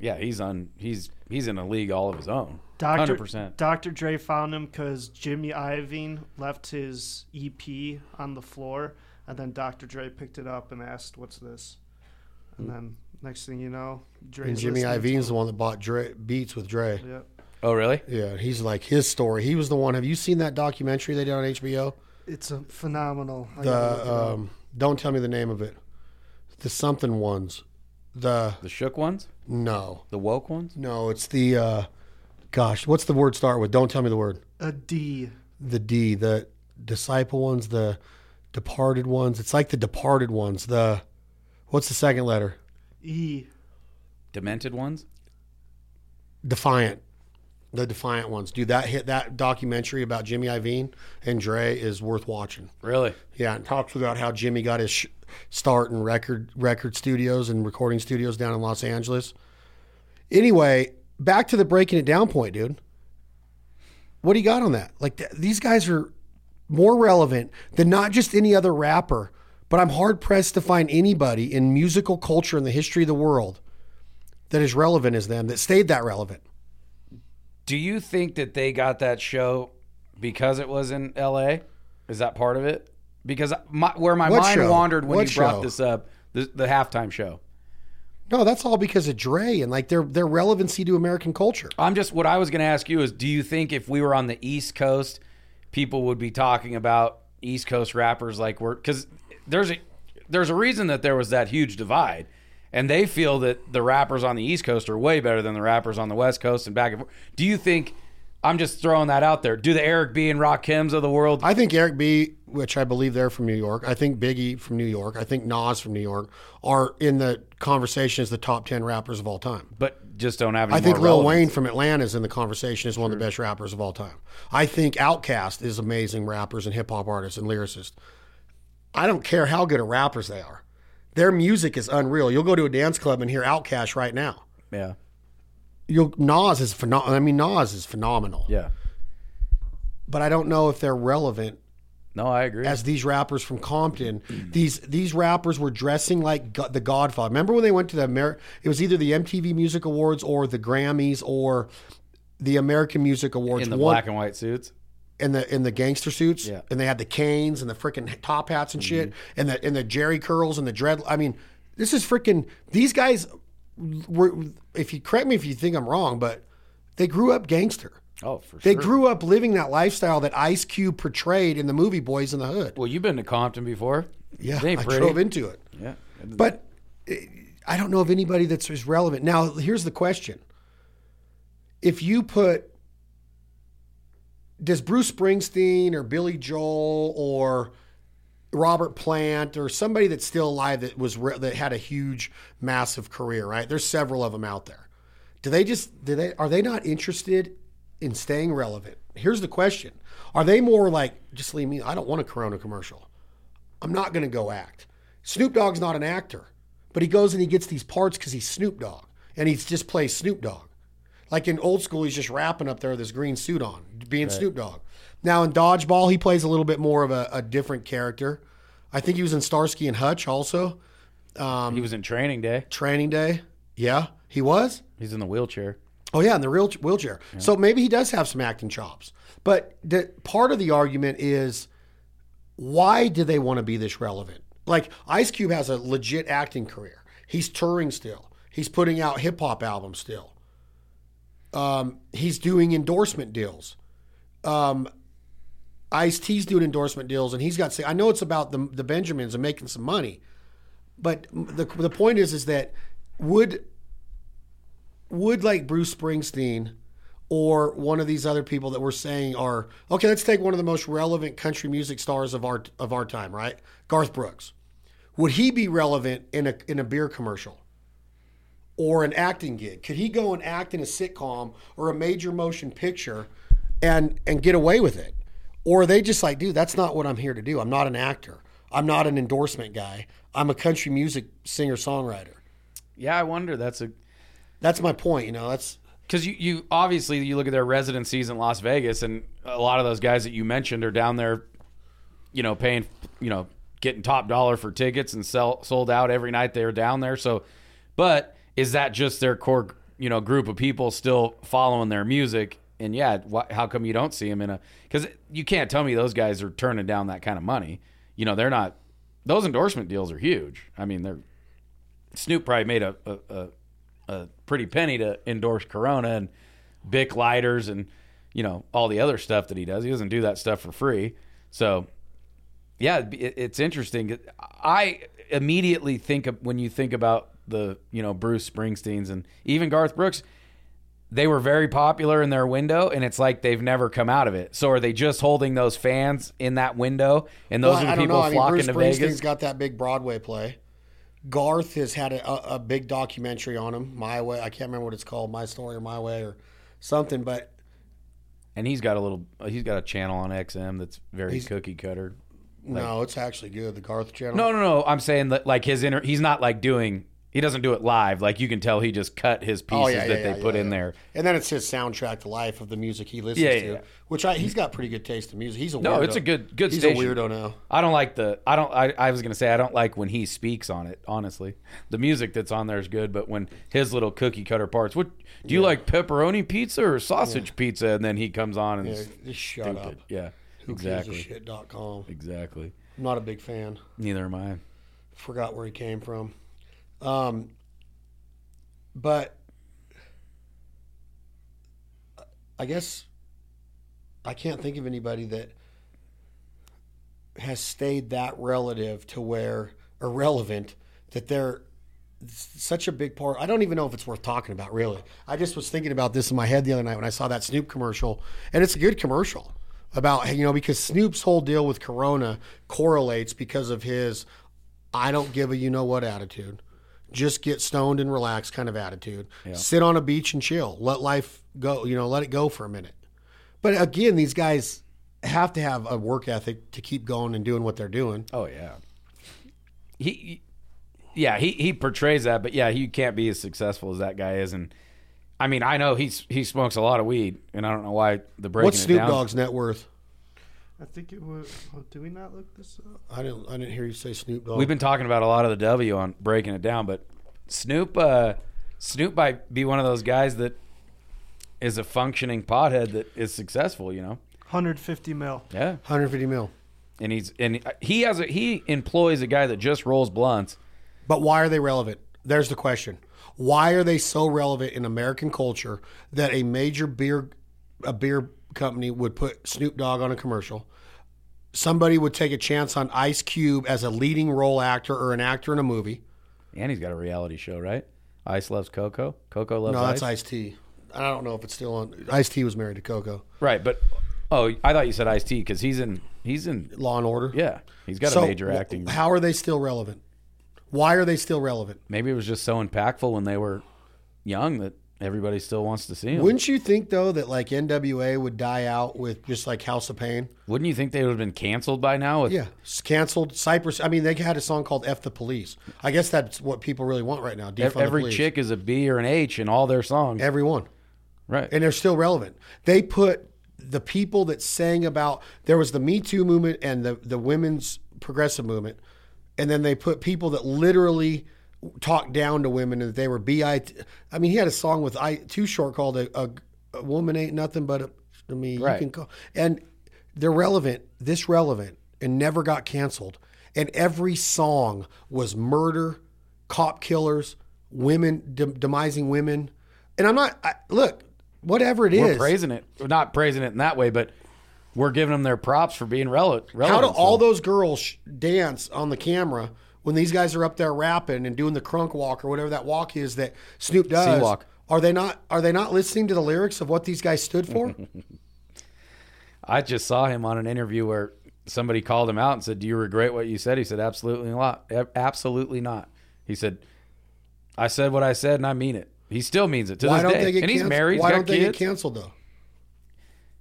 [SPEAKER 2] yeah, he's on he's he's in a league all of his own.
[SPEAKER 3] Doctor
[SPEAKER 2] Hundred percent.
[SPEAKER 3] Dr. Dre found him because Jimmy Iovine left his EP on the floor, and then Dr. Dre picked it up and asked, "What's this?" And then next thing you know, Dre's
[SPEAKER 1] and Jimmy
[SPEAKER 3] listening to
[SPEAKER 1] Iovine's
[SPEAKER 3] him.
[SPEAKER 1] the one that bought Dre, Beats with Dre.
[SPEAKER 3] Yep.
[SPEAKER 2] Oh really?
[SPEAKER 1] Yeah, he's like his story. He was the one. Have you seen that documentary they did on HBO?
[SPEAKER 3] It's a phenomenal. I gotta look it
[SPEAKER 1] the
[SPEAKER 3] up.
[SPEAKER 1] um, don't tell me the name of it. The something ones. The
[SPEAKER 2] The shook ones,
[SPEAKER 1] no,
[SPEAKER 2] the woke ones.
[SPEAKER 1] no. It's the uh, gosh. What's the word start with? Don't tell me the word.
[SPEAKER 3] a D.
[SPEAKER 1] The D. The disciple ones. The departed ones. It's like the departed ones. The what's the second letter?
[SPEAKER 3] E.
[SPEAKER 2] Demented ones?
[SPEAKER 1] Defiant. The defiant ones. Dude, that hit that documentary about Jimmy Iovine and Dre is worth watching.
[SPEAKER 2] Really?
[SPEAKER 1] Yeah, and talks about how Jimmy got his sh- start in record record studios and recording studios down in Los Angeles. Anyway, back to the breaking it down point, dude. What do you got on that? Like th- these guys are more relevant than not just any other rapper, but I'm hard pressed to find anybody in musical culture in the history of the world that is relevant as them that stayed that relevant.
[SPEAKER 2] Do you think that they got that show because it was in L.A.? Is that part of it? Because my, where my
[SPEAKER 1] What
[SPEAKER 2] mind
[SPEAKER 1] show?
[SPEAKER 2] wandered when
[SPEAKER 1] What
[SPEAKER 2] you brought
[SPEAKER 1] show?
[SPEAKER 2] this up, the, the halftime show.
[SPEAKER 1] No, that's all because of Dre and like their their relevancy to American culture.
[SPEAKER 2] I'm just what I was going to ask you is, do you think if we were on the East Coast, people would be talking about East Coast rappers like we're because there's a there's a reason that there was that huge divide, and they feel that the rappers on the East Coast are way better than the rappers on the West Coast and back and forth. Do you think? I'm just throwing that out there. Do the Eric B and Rakims of the world
[SPEAKER 1] I think Eric B, which I believe they're from New York. I think Biggie from New York. I think Nas from New York are in the conversation as the top ten rappers of all time.
[SPEAKER 2] but just don't have any
[SPEAKER 1] I think
[SPEAKER 2] more
[SPEAKER 1] Lil
[SPEAKER 2] relevance.
[SPEAKER 1] Wayne from Atlanta is in the conversation as one of the best rappers of all time. I think Outkast is amazing rappers and hip hop artists and lyricists. I don't care how good of rappers they are. Their music is unreal. You'll go to a dance club and hear Outkast right now.
[SPEAKER 2] Yeah.
[SPEAKER 1] You'll Nas is phenomenal. I mean Nas is phenomenal.
[SPEAKER 2] Yeah.
[SPEAKER 1] But I don't know if they're relevant
[SPEAKER 2] No, I agree.
[SPEAKER 1] as these rappers from Compton. These these rappers were dressing like go- the Godfather. Remember when they went to the Amer- it was either the MTV Music Awards or the Grammys or the American Music Awards.
[SPEAKER 2] in the
[SPEAKER 1] One-
[SPEAKER 2] black and white suits.
[SPEAKER 1] in the in the gangster suits,
[SPEAKER 2] Yeah. Mm-hmm.
[SPEAKER 1] and they had the canes and the freaking top hats and shit, and the and the Jerry curls and the dread. I mean, this is freaking these guys. Were if you correct me if you think I'm wrong, but they grew up gangster.
[SPEAKER 2] Oh, for
[SPEAKER 1] They
[SPEAKER 2] sure.
[SPEAKER 1] grew up living that lifestyle that Ice Cube portrayed in the movie Boys in the Hood.
[SPEAKER 2] well, you've been to Compton before.
[SPEAKER 1] Yeah,
[SPEAKER 2] They
[SPEAKER 1] I
[SPEAKER 2] pretty.
[SPEAKER 1] drove into it.
[SPEAKER 2] Yeah.
[SPEAKER 1] But eh, I don't know of anybody that's as relevant. Now, here's the question. If you put does Bruce Springsteen or Billy Joel or Robert Plant or somebody that's still alive that was re- that had a huge, massive career, right? There's several of them out there. Do they just do they are they not interested in staying relevant? Here's the question: Are they more like just leave me? I don't want a Corona commercial. I'm not going to go act. Snoop Dogg's not an actor, but he goes and he gets these parts because he's Snoop Dogg and he just plays Snoop Dogg. Like in old school, he's just rapping up there with his green suit on, being Snoop Dogg. Now in Dodgeball, he plays a little bit more of a, a different character. I think he was in Starsky and Hutch also.
[SPEAKER 2] he was in Training Day.
[SPEAKER 1] Training Day. Yeah, he was.
[SPEAKER 2] He's in the wheelchair.
[SPEAKER 1] Oh yeah, in the real wheelchair. So maybe he does have some acting chops. But the, part of the argument is why do they want to be this relevant? Like Ice Cube has a legit acting career. He's touring still. He's putting out hip hop albums still. Um, he's doing endorsement deals. Um, Ice T's doing endorsement deals, and he's got. I know it's about the the Benjamins and making some money, but the the point is is that would would like Bruce Springsteen or one of these other people that we're saying are okay, let's take one of the most relevant country music stars of our of our time, right? Garth Brooks. Would he be relevant in a in a beer commercial? Or an acting gig? Could he go and act in a sitcom or a major motion picture and and get away with it? Or are they just like, dude, that's not what I'm here to do. I'm not an actor. I'm not an endorsement guy. I'm a country music singer songwriter.
[SPEAKER 2] Yeah, I wonder. That's a
[SPEAKER 1] That's my point, you know. That's
[SPEAKER 2] because you, you obviously you look at their residencies in Las Vegas, and a lot of those guys that you mentioned are down there, you know, paying, you know, getting top dollar for tickets and sell sold out every night they were down there. So, but is that just their core, you know, group of people still following their music? And yeah, wh- how come you don't see them in a? Because you can't tell me those guys are turning down that kind of money. You know, they're not. Those endorsement deals are huge. I mean, they're Snoop probably made a a, a a pretty penny to endorse Corona and Bic lighters and you know all the other stuff that he does. He doesn't do that stuff for free. So yeah, it'd be- it- it's interesting. I immediately think of when you think about the you know Bruce Springsteens and even Garth Brooks, they were very popular in their window, and it's like they've never come out of it. So are they just holding those fans in that window, and those
[SPEAKER 1] Well,
[SPEAKER 2] are the people flocking
[SPEAKER 1] Bruce
[SPEAKER 2] to
[SPEAKER 1] Springsteen's
[SPEAKER 2] Vegas?
[SPEAKER 1] got that big Broadway play. Garth has had a, a, a big documentary on him, My Way. I can't remember what it's called, My Story or My Way or something. But
[SPEAKER 2] and he's got a little, he's got a channel on XM that's very cookie cutter.
[SPEAKER 1] no, it's actually good. The Garth channel.
[SPEAKER 2] No, no, no. I'm saying that like his inner, he's not like doing. He doesn't do it live. Like you can tell, he just cut his pieces
[SPEAKER 1] Oh, yeah,
[SPEAKER 2] that
[SPEAKER 1] yeah,
[SPEAKER 2] they
[SPEAKER 1] yeah,
[SPEAKER 2] put
[SPEAKER 1] yeah,
[SPEAKER 2] in
[SPEAKER 1] yeah.
[SPEAKER 2] there.
[SPEAKER 1] and then it's his soundtrack to life of the music he listens
[SPEAKER 2] Yeah, yeah,
[SPEAKER 1] to,
[SPEAKER 2] yeah.
[SPEAKER 1] which I, he's got pretty good taste in music. He's a
[SPEAKER 2] No,
[SPEAKER 1] weirdo.
[SPEAKER 2] it's a good, good
[SPEAKER 1] He's
[SPEAKER 2] station.
[SPEAKER 1] a weirdo now.
[SPEAKER 2] I don't like the. I don't. I, I was gonna say I don't like when he speaks on it. Honestly, the music that's on there is good, but when his little cookie cutter parts. What do you like, pepperoni pizza or sausage pizza? And then he comes on and
[SPEAKER 1] Yeah,
[SPEAKER 2] yeah,
[SPEAKER 1] just shut up.
[SPEAKER 2] yeah
[SPEAKER 1] Who
[SPEAKER 2] exactly,
[SPEAKER 1] Gives a shit dot com.
[SPEAKER 2] exactly.
[SPEAKER 1] I'm not a big fan.
[SPEAKER 2] Neither am I.
[SPEAKER 1] forgot where he came from. Um, but I guess I can't think of anybody that has stayed that relative to where irrelevant that they're such a big part. I don't even know if it's worth talking about, really. I just was thinking about this in my head the other night when I saw that Snoop commercial, and it's a good commercial about you know because Snoop's whole deal with Corona correlates because of his I don't give a you know what attitude. Just get stoned and relax kind of attitude. Sit on a beach and chill. Let life go, you know, let it go for a minute. But again, these guys have to have a work ethic to keep going and doing what they're doing.
[SPEAKER 2] Oh yeah. He, he- yeah, he he portrays that, but yeah, he can't be as successful as that guy is. And I mean, I know he's he smokes a lot of weed, and I don't know why the breaking
[SPEAKER 1] What's
[SPEAKER 2] it
[SPEAKER 1] Snoop
[SPEAKER 2] down-
[SPEAKER 1] Dogg's net worth?
[SPEAKER 3] I think it was. Oh, do we not look this up?
[SPEAKER 1] I didn't I didn't hear you say Snoop Dogg.
[SPEAKER 2] We've been talking about a lot of the W on breaking it down, but Snoop uh, Snoop might be one of those guys that is a functioning pothead that is successful. You know,
[SPEAKER 3] 150 mil.
[SPEAKER 2] yeah.
[SPEAKER 1] 150 mil.
[SPEAKER 2] And he's and he has a, he employs a guy that just rolls blunts.
[SPEAKER 1] But why are they relevant? There's the question. Why are they so relevant in American culture that a major beer a beer company would put Snoop Dogg on a commercial? Somebody would take a chance on Ice Cube as a leading role actor or an actor in a movie.
[SPEAKER 2] And he's got a reality show, right? Ice loves Coco. Coco loves
[SPEAKER 1] No,
[SPEAKER 2] Ice.
[SPEAKER 1] that's Ice T. I don't know if it's still on. Ice T was married to Coco.
[SPEAKER 2] Right, but Oh, I thought you said Ice T because he's in he's in
[SPEAKER 1] Law and Order.
[SPEAKER 2] yeah he's got
[SPEAKER 1] So,
[SPEAKER 2] a major
[SPEAKER 1] wh-
[SPEAKER 2] acting.
[SPEAKER 1] How are they still relevant? Why are they still relevant?
[SPEAKER 2] Maybe it was just so impactful when they were young that everybody still wants to see him. Wouldn't,
[SPEAKER 1] Wouldn't you think though that like NWA would die out with just like House of Pain?
[SPEAKER 2] you think they would have been canceled by now? With,
[SPEAKER 1] Yeah, it's canceled. Cypress. I mean, they had a song called "F the Police." I guess that's what people really want right now.
[SPEAKER 2] ev-
[SPEAKER 1] Defund the
[SPEAKER 2] every
[SPEAKER 1] police.
[SPEAKER 2] chick is a B or an H in all their songs.
[SPEAKER 1] everyone,
[SPEAKER 2] right.
[SPEAKER 1] and they're still relevant. They put the people that sang about there was the Me Too movement and the the women's progressive movement, and then they put people that literally talked down to women and they were bit. I mean, he had a song with I Too Short called "A, a, a Woman Ain't Nothing But a, I mean,
[SPEAKER 2] Right.
[SPEAKER 1] you can call and they're relevant. This relevant and never got canceled. And every song was murder, cop killers, women de- demising women. And I'm not I, look whatever it
[SPEAKER 2] we're
[SPEAKER 1] is.
[SPEAKER 2] praising it, not praising it in that way, but we're giving them their props for being rele- relevant.
[SPEAKER 1] How do all
[SPEAKER 2] So,
[SPEAKER 1] those girls sh- dance on the camera when these guys are up there rapping and doing the crunk walk or whatever that walk is that Snoop does?
[SPEAKER 2] walk.
[SPEAKER 1] Are they not? Are they not listening to the lyrics of what these guys stood for?
[SPEAKER 2] I just saw him on an interview where somebody called him out and said, "Do you regret what you said?" He said, "Absolutely not. Ab- Absolutely not." He said, "I said what I said, and I mean it." He still means it to
[SPEAKER 1] Why
[SPEAKER 2] this
[SPEAKER 1] don't
[SPEAKER 2] day,
[SPEAKER 1] they get
[SPEAKER 2] and he's
[SPEAKER 1] canceled?
[SPEAKER 2] married. he's
[SPEAKER 1] Why
[SPEAKER 2] got
[SPEAKER 1] don't they
[SPEAKER 2] kids.
[SPEAKER 1] get canceled though?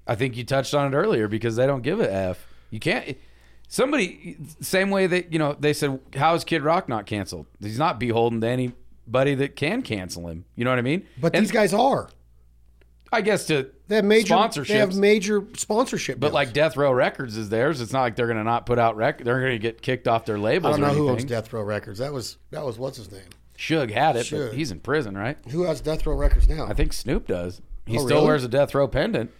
[SPEAKER 2] I think you touched on it earlier because they don't give a f. You can't. Somebody, same way that you know, they said, "How is Kid Rock not canceled? He's not beholden to anybody that can cancel him." You know what I mean?
[SPEAKER 1] But
[SPEAKER 2] And
[SPEAKER 1] these guys are.
[SPEAKER 2] I guess to
[SPEAKER 1] They have major
[SPEAKER 2] sponsorships,
[SPEAKER 1] They have major sponsorship.
[SPEAKER 2] but like Death Row Records is theirs. It's not like they're going to not put out record. They're going to get kicked off their
[SPEAKER 1] I
[SPEAKER 2] labels.
[SPEAKER 1] don't know
[SPEAKER 2] or
[SPEAKER 1] who owns
[SPEAKER 2] anything.
[SPEAKER 1] Death Row Records. That was that was what's his name?
[SPEAKER 2] Suge had it,
[SPEAKER 1] Suge.
[SPEAKER 2] but he's in prison, right?
[SPEAKER 1] Who has Death Row Records now?
[SPEAKER 2] I think Snoop does. He
[SPEAKER 1] Oh,
[SPEAKER 2] still
[SPEAKER 1] really?
[SPEAKER 2] wears a Death Row pendant.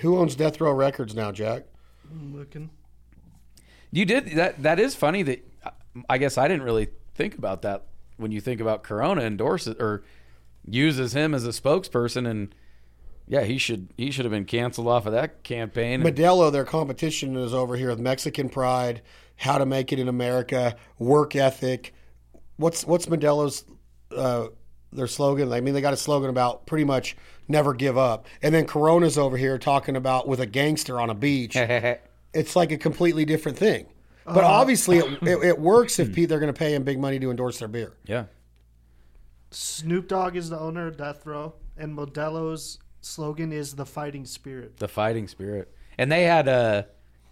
[SPEAKER 1] who owns Death Row Records now, Jack?
[SPEAKER 3] I'm looking.
[SPEAKER 2] You did that. That is funny. That I guess I didn't really think about that when you think about Corona endorses or uses him as a spokesperson, and yeah, he should he should have been canceled off of that campaign.
[SPEAKER 1] Modelo, their competition is over here with Mexican pride, how to make it in America, work ethic. What's what's Modelo's uh, their slogan? I mean, they got a slogan about pretty much never give up. And then Corona's over here talking about with a gangster on a beach. it's like a completely different thing. But obviously, it, it, it works if pe- they're going to pay him big money to endorse their beer.
[SPEAKER 2] yeah,
[SPEAKER 3] Snoop Dogg is the owner of Death Row, and Modelo's slogan is the fighting spirit.
[SPEAKER 2] the fighting spirit, and they had uh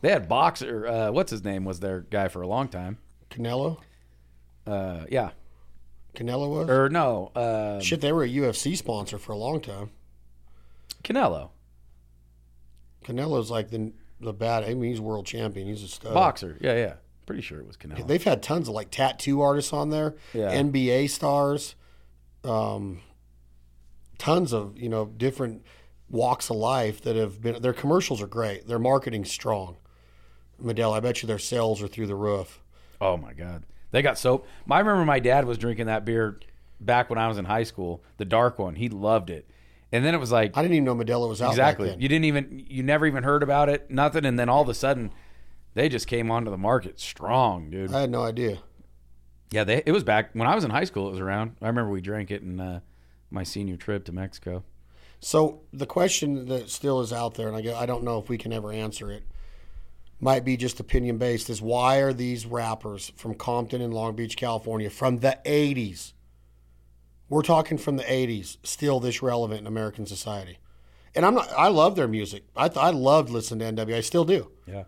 [SPEAKER 2] they had boxer uh, what's his name was their guy for a long time.
[SPEAKER 1] Canelo,
[SPEAKER 2] Uh, yeah,
[SPEAKER 1] Canelo was
[SPEAKER 2] or no, uh,
[SPEAKER 1] shit. They were a UFC sponsor for a long time.
[SPEAKER 2] Canelo
[SPEAKER 1] Canelo's like the the bad. I mean, he's world champion. He's a stud.
[SPEAKER 2] boxer. Yeah, yeah, pretty sure it was Canelo.
[SPEAKER 1] They've had tons of like tattoo artists on there,
[SPEAKER 2] Yeah.
[SPEAKER 1] NBA stars, um, tons of you know different walks of life that have been. Their commercials are great. Their marketing's strong. Medell, I bet you their sales are through the roof.
[SPEAKER 2] Oh my god, they got soap. I remember my dad was drinking that beer back when I was in high school, the dark one. He loved it, and then it was like
[SPEAKER 1] I didn't even know Modelo was out.
[SPEAKER 2] exactly.
[SPEAKER 1] Back then.
[SPEAKER 2] You didn't even, you never even heard about it, nothing, and then all of a sudden, they just came onto the market strong, dude.
[SPEAKER 1] I had no idea.
[SPEAKER 2] yeah, they, it was back when I was in high school. It was around. I remember we drank it in uh, my senior trip to Mexico.
[SPEAKER 1] So the question that still is out there, and I go, I don't know if we can ever answer it, might be just opinion based. Is why are these rappers from Compton and Long Beach, California, from the '80s? We're talking from the '80s, still this relevant in American society. And I'm not. I love their music. I th- I loved listening to NWA. I still do.
[SPEAKER 2] Yeah,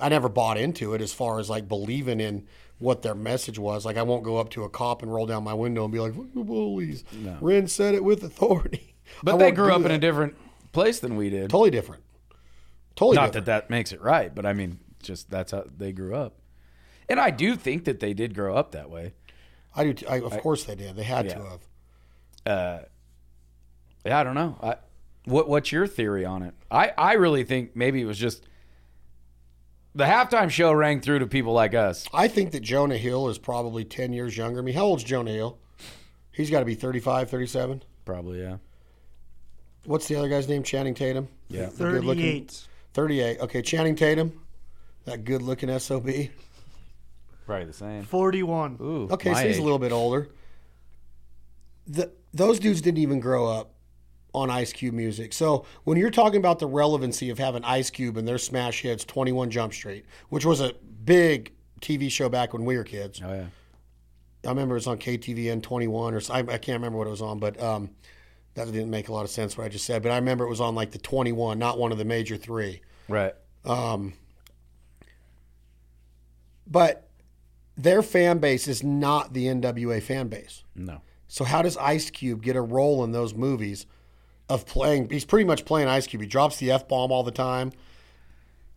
[SPEAKER 1] I never bought into it as far as like believing in what their message was. Like I won't go up to a cop and roll down my window and be like, "Fuck the bullies." Ren said it with authority.
[SPEAKER 2] but
[SPEAKER 1] I
[SPEAKER 2] they
[SPEAKER 1] won't
[SPEAKER 2] grew
[SPEAKER 1] do
[SPEAKER 2] up in
[SPEAKER 1] that.
[SPEAKER 2] a different place than we did.
[SPEAKER 1] Totally different. Totally
[SPEAKER 2] Not
[SPEAKER 1] different.
[SPEAKER 2] that that makes it right, but I mean, just that's how they grew up. And I do think that they did grow up that way.
[SPEAKER 1] I do. T- I, of course they did. They had to
[SPEAKER 2] Yeah.
[SPEAKER 1] have.
[SPEAKER 2] Uh, Yeah, I don't know. I, what what's your theory on it? I I really think maybe it was just the halftime show rang through to people like us.
[SPEAKER 1] I think that Jonah Hill is probably 10 years younger than me. How old's Jonah Hill? He's got to be 35, 37.
[SPEAKER 2] Probably, yeah.
[SPEAKER 1] What's the other guy's name? Channing Tatum?
[SPEAKER 2] Yeah.
[SPEAKER 1] The good-looking-
[SPEAKER 3] 38.
[SPEAKER 1] 38. Okay, Channing Tatum. That good looking SOB.
[SPEAKER 2] Probably the same.
[SPEAKER 3] 41.
[SPEAKER 2] Ooh.
[SPEAKER 1] Okay,
[SPEAKER 2] my
[SPEAKER 1] so he's
[SPEAKER 2] age.
[SPEAKER 1] a little bit older. The, those dudes didn't even grow up on Ice Cube music. So when you're talking about the relevancy of having Ice Cube and their smash hits, 21 Jump Street, which was a big TV show back when we were kids.
[SPEAKER 2] Oh yeah.
[SPEAKER 1] I remember it was on KTVN 21 or s- I, I can't remember what it was on, but um, that didn't make a lot of sense what I just said. But I remember it was on like the 21, not one of the major three.
[SPEAKER 2] Right.
[SPEAKER 1] But their fan base is not the NWA fan base.
[SPEAKER 2] No.
[SPEAKER 1] So how does Ice Cube get a role in those movies of playing? He's pretty much playing Ice Cube. He drops the f bomb all the time,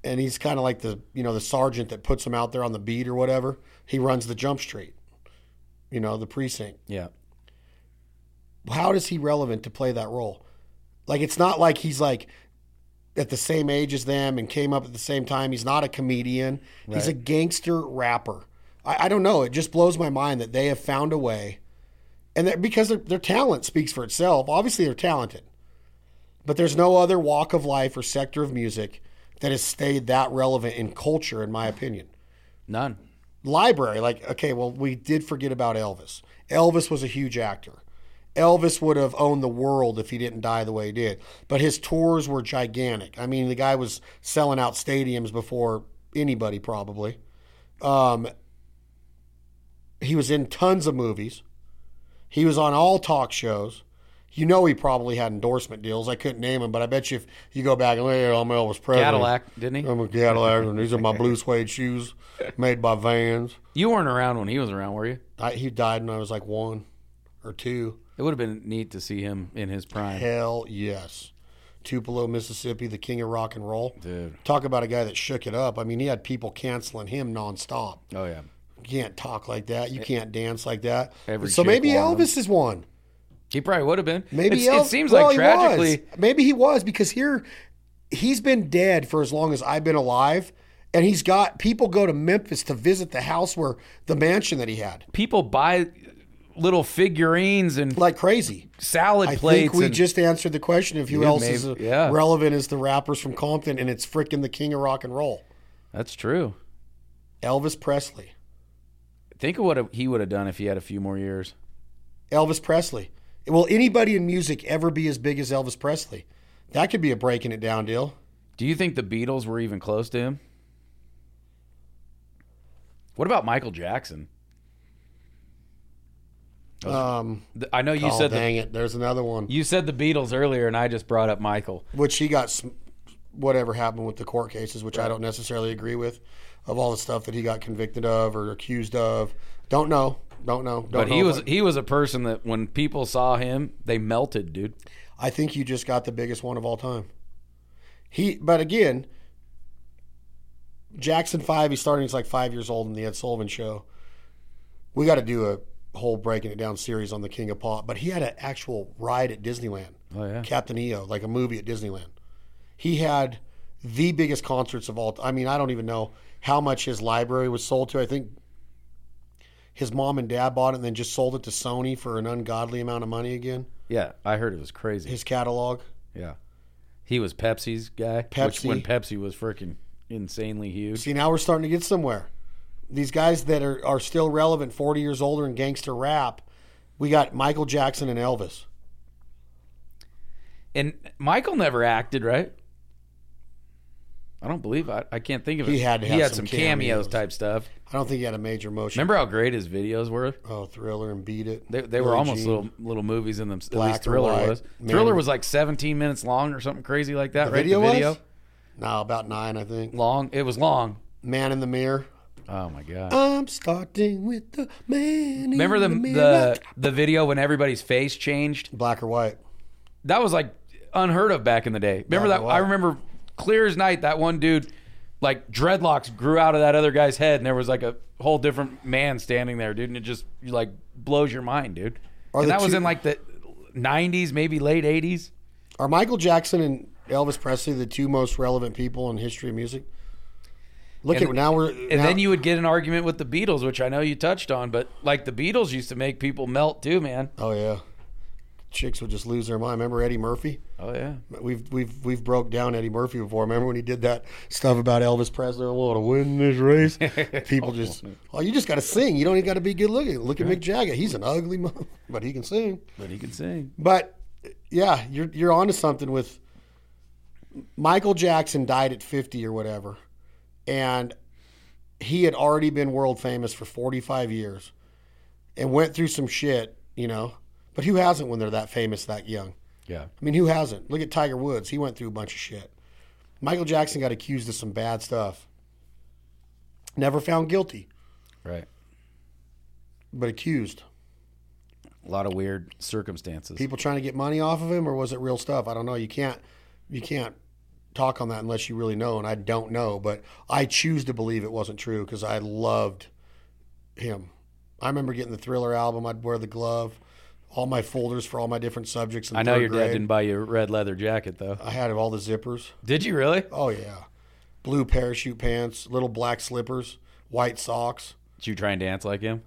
[SPEAKER 1] and he's kind of like the you know the sergeant that puts him out there on the beat or whatever. He runs the jump street, you know the precinct.
[SPEAKER 2] Yeah.
[SPEAKER 1] How is he relevant to play that role? Like it's not like he's like at the same age as them and came up at the same time. He's not a comedian. He's a gangster rapper. I, I don't know. It just blows my mind that they have found a way, and that because their, their talent speaks for itself. Obviously, they're talented, but there's no other walk of life or sector of music that has stayed that relevant in culture, in my opinion.
[SPEAKER 2] None.
[SPEAKER 1] Library, like okay, well, we did forget about Elvis. Elvis was a huge actor. Elvis would have owned the world if he didn't die the way he did. But his tours were gigantic. I mean, the guy was selling out stadiums before anybody probably. Um, he was in tons of movies. He was on all talk shows. You know, he probably had endorsement deals. I couldn't name him, but I bet you if you go back and look, "Hey, I'm Elvis Presley.
[SPEAKER 2] Cadillac, didn't he?
[SPEAKER 1] I'm a Cadillac, and these are my blue suede shoes made by Vans.
[SPEAKER 2] You weren't around when he was around, were you?
[SPEAKER 1] I, he died when I was like one or two.
[SPEAKER 2] It would have been neat to see him in his prime.
[SPEAKER 1] Hell yes. Tupelo, Mississippi, the king of rock and roll.
[SPEAKER 2] Dude.
[SPEAKER 1] Talk about a guy that shook it up. I mean, he had people canceling him nonstop.
[SPEAKER 2] Oh yeah.
[SPEAKER 1] You can't talk like that. You can't dance like that.
[SPEAKER 2] Eh, Every
[SPEAKER 1] so
[SPEAKER 2] chick
[SPEAKER 1] maybe
[SPEAKER 2] wanted him.
[SPEAKER 1] Elvis is one.
[SPEAKER 2] He probably would have been.
[SPEAKER 1] Maybe
[SPEAKER 2] It's-
[SPEAKER 1] El-
[SPEAKER 2] it seems
[SPEAKER 1] well,
[SPEAKER 2] like
[SPEAKER 1] he was.
[SPEAKER 2] tragically
[SPEAKER 1] Maybe he was because here he's been dead for as long as I've been alive, and he's got people go to Memphis to visit the house where the mansion that he had
[SPEAKER 2] people buy little figurines and
[SPEAKER 1] like crazy.
[SPEAKER 2] salad
[SPEAKER 1] I
[SPEAKER 2] plates.
[SPEAKER 1] think we
[SPEAKER 2] and-
[SPEAKER 1] just answered the question of who
[SPEAKER 2] Yeah,
[SPEAKER 1] else is
[SPEAKER 2] maybe- yeah.
[SPEAKER 1] relevant as the rappers from Compton, and it's freaking the king of rock and roll,
[SPEAKER 2] that's true.
[SPEAKER 1] Elvis Presley.
[SPEAKER 2] Think of what he would have done if he had a few more years.
[SPEAKER 1] Elvis Presley. Will anybody in music ever be as big as Elvis Presley? That could be a breaking it down deal.
[SPEAKER 2] Do you think the Beatles were even close to him? What about Michael Jackson?
[SPEAKER 1] Um,
[SPEAKER 2] Th- I know you
[SPEAKER 1] oh,
[SPEAKER 2] said the,
[SPEAKER 1] dang it, there's another one.
[SPEAKER 2] you said the Beatles earlier, and I just brought up Michael.
[SPEAKER 1] which he got sm- whatever happened with the court cases, which I don't necessarily agree with, of all the stuff that he got convicted of or accused of. Don't know. Don't know. Don't
[SPEAKER 2] But
[SPEAKER 1] know
[SPEAKER 2] he
[SPEAKER 1] if
[SPEAKER 2] was
[SPEAKER 1] I,
[SPEAKER 2] he was a person that when people saw him, they melted, dude.
[SPEAKER 1] I think you just got the biggest one of all time. He, but again, Jackson Five. He started. He's like five years old in the Ed Sullivan Show. We got to do a whole breaking it down series on the King of Pop. But he had an actual ride at Disneyland.
[SPEAKER 2] Oh yeah.
[SPEAKER 1] Captain EO, like a movie at Disneyland. He had the biggest concerts of all. I mean, I don't even know how much his library was sold to. I think his mom and dad bought it and then just sold it to Sony for an ungodly amount of money again.
[SPEAKER 2] Yeah, I heard it was crazy.
[SPEAKER 1] His catalog.
[SPEAKER 2] Yeah. He was Pepsi's guy. Which
[SPEAKER 1] Pepsi.
[SPEAKER 2] when Pepsi was freaking insanely huge.
[SPEAKER 1] See, now we're starting to get somewhere. These guys that are, are still relevant, 40 years older in gangster rap, we got Michael Jackson and Elvis.
[SPEAKER 2] And Michael never acted, right? I don't believe I, I can't think of it.
[SPEAKER 1] He had to
[SPEAKER 2] he
[SPEAKER 1] have
[SPEAKER 2] had some
[SPEAKER 1] some
[SPEAKER 2] cameos
[SPEAKER 1] cameos.
[SPEAKER 2] type stuff.
[SPEAKER 1] I don't think he had a major motion.
[SPEAKER 2] Remember how great his videos were?
[SPEAKER 1] Oh, Thriller and Beat It.
[SPEAKER 2] They, they were
[SPEAKER 1] Billie
[SPEAKER 2] almost
[SPEAKER 1] Jean.
[SPEAKER 2] little little movies in them. At
[SPEAKER 1] Black
[SPEAKER 2] least
[SPEAKER 1] or
[SPEAKER 2] Thriller
[SPEAKER 1] white,
[SPEAKER 2] was.
[SPEAKER 1] man.
[SPEAKER 2] Thriller was like 17 minutes long or something crazy like that.
[SPEAKER 1] The
[SPEAKER 2] right?
[SPEAKER 1] video
[SPEAKER 2] the video
[SPEAKER 1] was? No, about nine, I think.
[SPEAKER 2] long. It was long.
[SPEAKER 1] Man in the Mirror.
[SPEAKER 2] Oh my god!
[SPEAKER 1] I'm starting with the man.
[SPEAKER 2] Remember the
[SPEAKER 1] in the, mirror.
[SPEAKER 2] the the video when everybody's face changed?
[SPEAKER 1] black or white?
[SPEAKER 2] That was like unheard of back in the day. Remember
[SPEAKER 1] Black
[SPEAKER 2] that?
[SPEAKER 1] or
[SPEAKER 2] I
[SPEAKER 1] white.
[SPEAKER 2] remember clear as night that one dude, like dreadlocks grew out of that other guy's head, and there was like a whole different man standing there, dude, and it just like blows your mind, dude.
[SPEAKER 1] Are
[SPEAKER 2] and
[SPEAKER 1] the
[SPEAKER 2] that was
[SPEAKER 1] two-
[SPEAKER 2] in like the 90s, maybe late 80s.
[SPEAKER 1] Are Michael Jackson and Elvis Presley the two most relevant people in history of music? Look
[SPEAKER 2] And-
[SPEAKER 1] at now we're
[SPEAKER 2] And then you would get an argument with the Beatles, which I know you touched on, but like the Beatles used to make people melt too, man.
[SPEAKER 1] oh yeah, chicks would just lose their mind. Remember Eddie Murphy?
[SPEAKER 2] Oh yeah.
[SPEAKER 1] We've we've we've broke down Eddie Murphy before. Remember when he did that stuff about Elvis Presley? I want to win this race. People just oh, you just got to sing. You don't even got to be good looking. Look at Mick Jagger. He's an ugly, mo- but he can sing.
[SPEAKER 2] But he could sing.
[SPEAKER 1] But yeah, you're you're onto something with Michael Jackson died at 50 or whatever, and he had already been world famous for 45 years, and went through some shit, you know. But who hasn't when they're that famous that young?
[SPEAKER 2] Yeah.
[SPEAKER 1] I mean, who hasn't? Look at Tiger Woods; he went through a bunch of shit. Michael Jackson got accused of some bad stuff. Never found guilty,
[SPEAKER 2] Right.
[SPEAKER 1] but accused.
[SPEAKER 2] A lot of weird circumstances.
[SPEAKER 1] people trying to get money off of him or was it real stuff i don't know you can't you can't talk on that unless you really know and i don't know but i choose to believe it wasn't true because i loved him i remember getting the thriller album i'd wear the glove all my folders for all my different subjects in
[SPEAKER 2] I know
[SPEAKER 1] third
[SPEAKER 2] your dad
[SPEAKER 1] grade.
[SPEAKER 2] didn't buy you a red leather jacket though.
[SPEAKER 1] i had all the zippers
[SPEAKER 2] Did you really?
[SPEAKER 1] oh yeah blue parachute pants little black slippers white socks
[SPEAKER 2] Did you try and dance like him?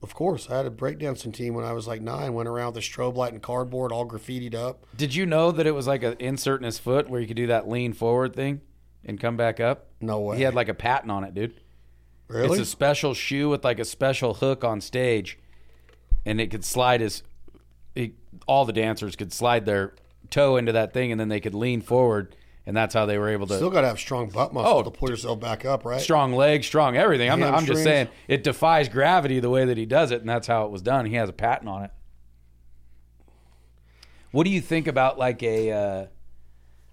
[SPEAKER 1] of course, I had a breakdancing team when I was like nine. Went around with a strobe light and cardboard, all graffitied up.
[SPEAKER 2] Did you know that it was like an insert in his foot where you could do that lean forward thing and come back up?
[SPEAKER 1] No way.
[SPEAKER 2] He had like a patent on it, dude.
[SPEAKER 1] really?
[SPEAKER 2] It's a special shoe with like a special hook on stage, and it could slide his. He, all the dancers could slide their toe into that thing, and then they could lean forward, and that's how they were able to
[SPEAKER 1] Still got to have strong butt muscle
[SPEAKER 2] Oh,
[SPEAKER 1] to pull yourself back up, right?
[SPEAKER 2] strong legs, strong everything. I'm, I'm just
[SPEAKER 1] Hamstrings.
[SPEAKER 2] saying it defies gravity the way that he does it, and that's how it was done. He has a patent on it. What do you think about like a? Uh,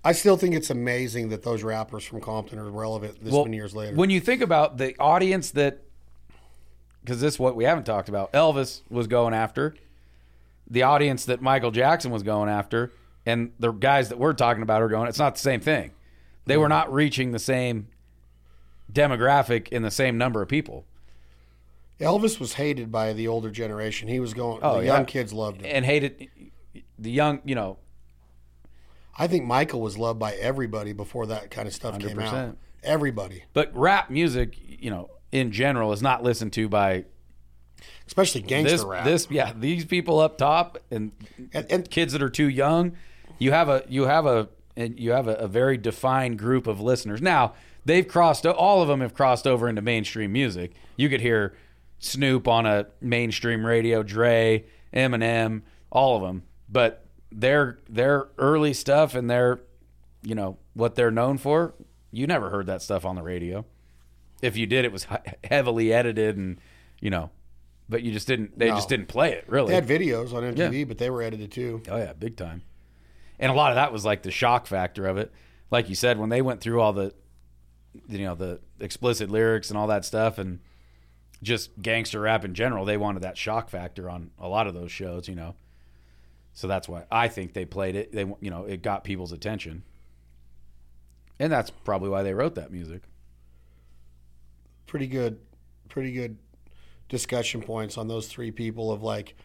[SPEAKER 1] I still think it's amazing that those rappers from Compton are relevant this
[SPEAKER 2] well,
[SPEAKER 1] many years later.
[SPEAKER 2] When you think about the audience that, because this is what we haven't talked about, Elvis was going after, the audience that Michael Jackson was going after, and the guys that we're talking about are going. It's not the same thing. They were not reaching the same demographic in the same number of people.
[SPEAKER 1] Elvis was hated by the older generation. He was going.
[SPEAKER 2] Oh,
[SPEAKER 1] the
[SPEAKER 2] yeah.
[SPEAKER 1] young kids loved him.
[SPEAKER 2] and hated the young, you know,
[SPEAKER 1] I think Michael was loved by everybody before that kind of stuff came out.
[SPEAKER 2] 100%.
[SPEAKER 1] Everybody,
[SPEAKER 2] but rap music, you know, in general is not listened to by
[SPEAKER 1] especially gangster
[SPEAKER 2] this
[SPEAKER 1] rap.
[SPEAKER 2] this yeah, these people up top and,
[SPEAKER 1] and, and
[SPEAKER 2] kids that are too young. You have a you have a and you have a, a very defined group of listeners. Now, they've crossed o- all of them have crossed over into mainstream music. You could hear Snoop on a mainstream radio, Dre, Eminem, all of them. But their their early stuff and their you know what they're known for you never heard that stuff on the radio if you did it was he- heavily edited and you know but you just didn't they just didn't play it really
[SPEAKER 1] they had videos on MTV, but they were edited too.
[SPEAKER 2] oh yeah big time and a lot of that was like the shock factor of it like you said when they went through all the you know the explicit lyrics and all that stuff and just gangster rap in general they wanted that shock factor on a lot of those shows you know so that's why i think they played it they you know it got people's attention and that's probably why they wrote that music
[SPEAKER 1] Pretty good, pretty good discussion points on those three people of like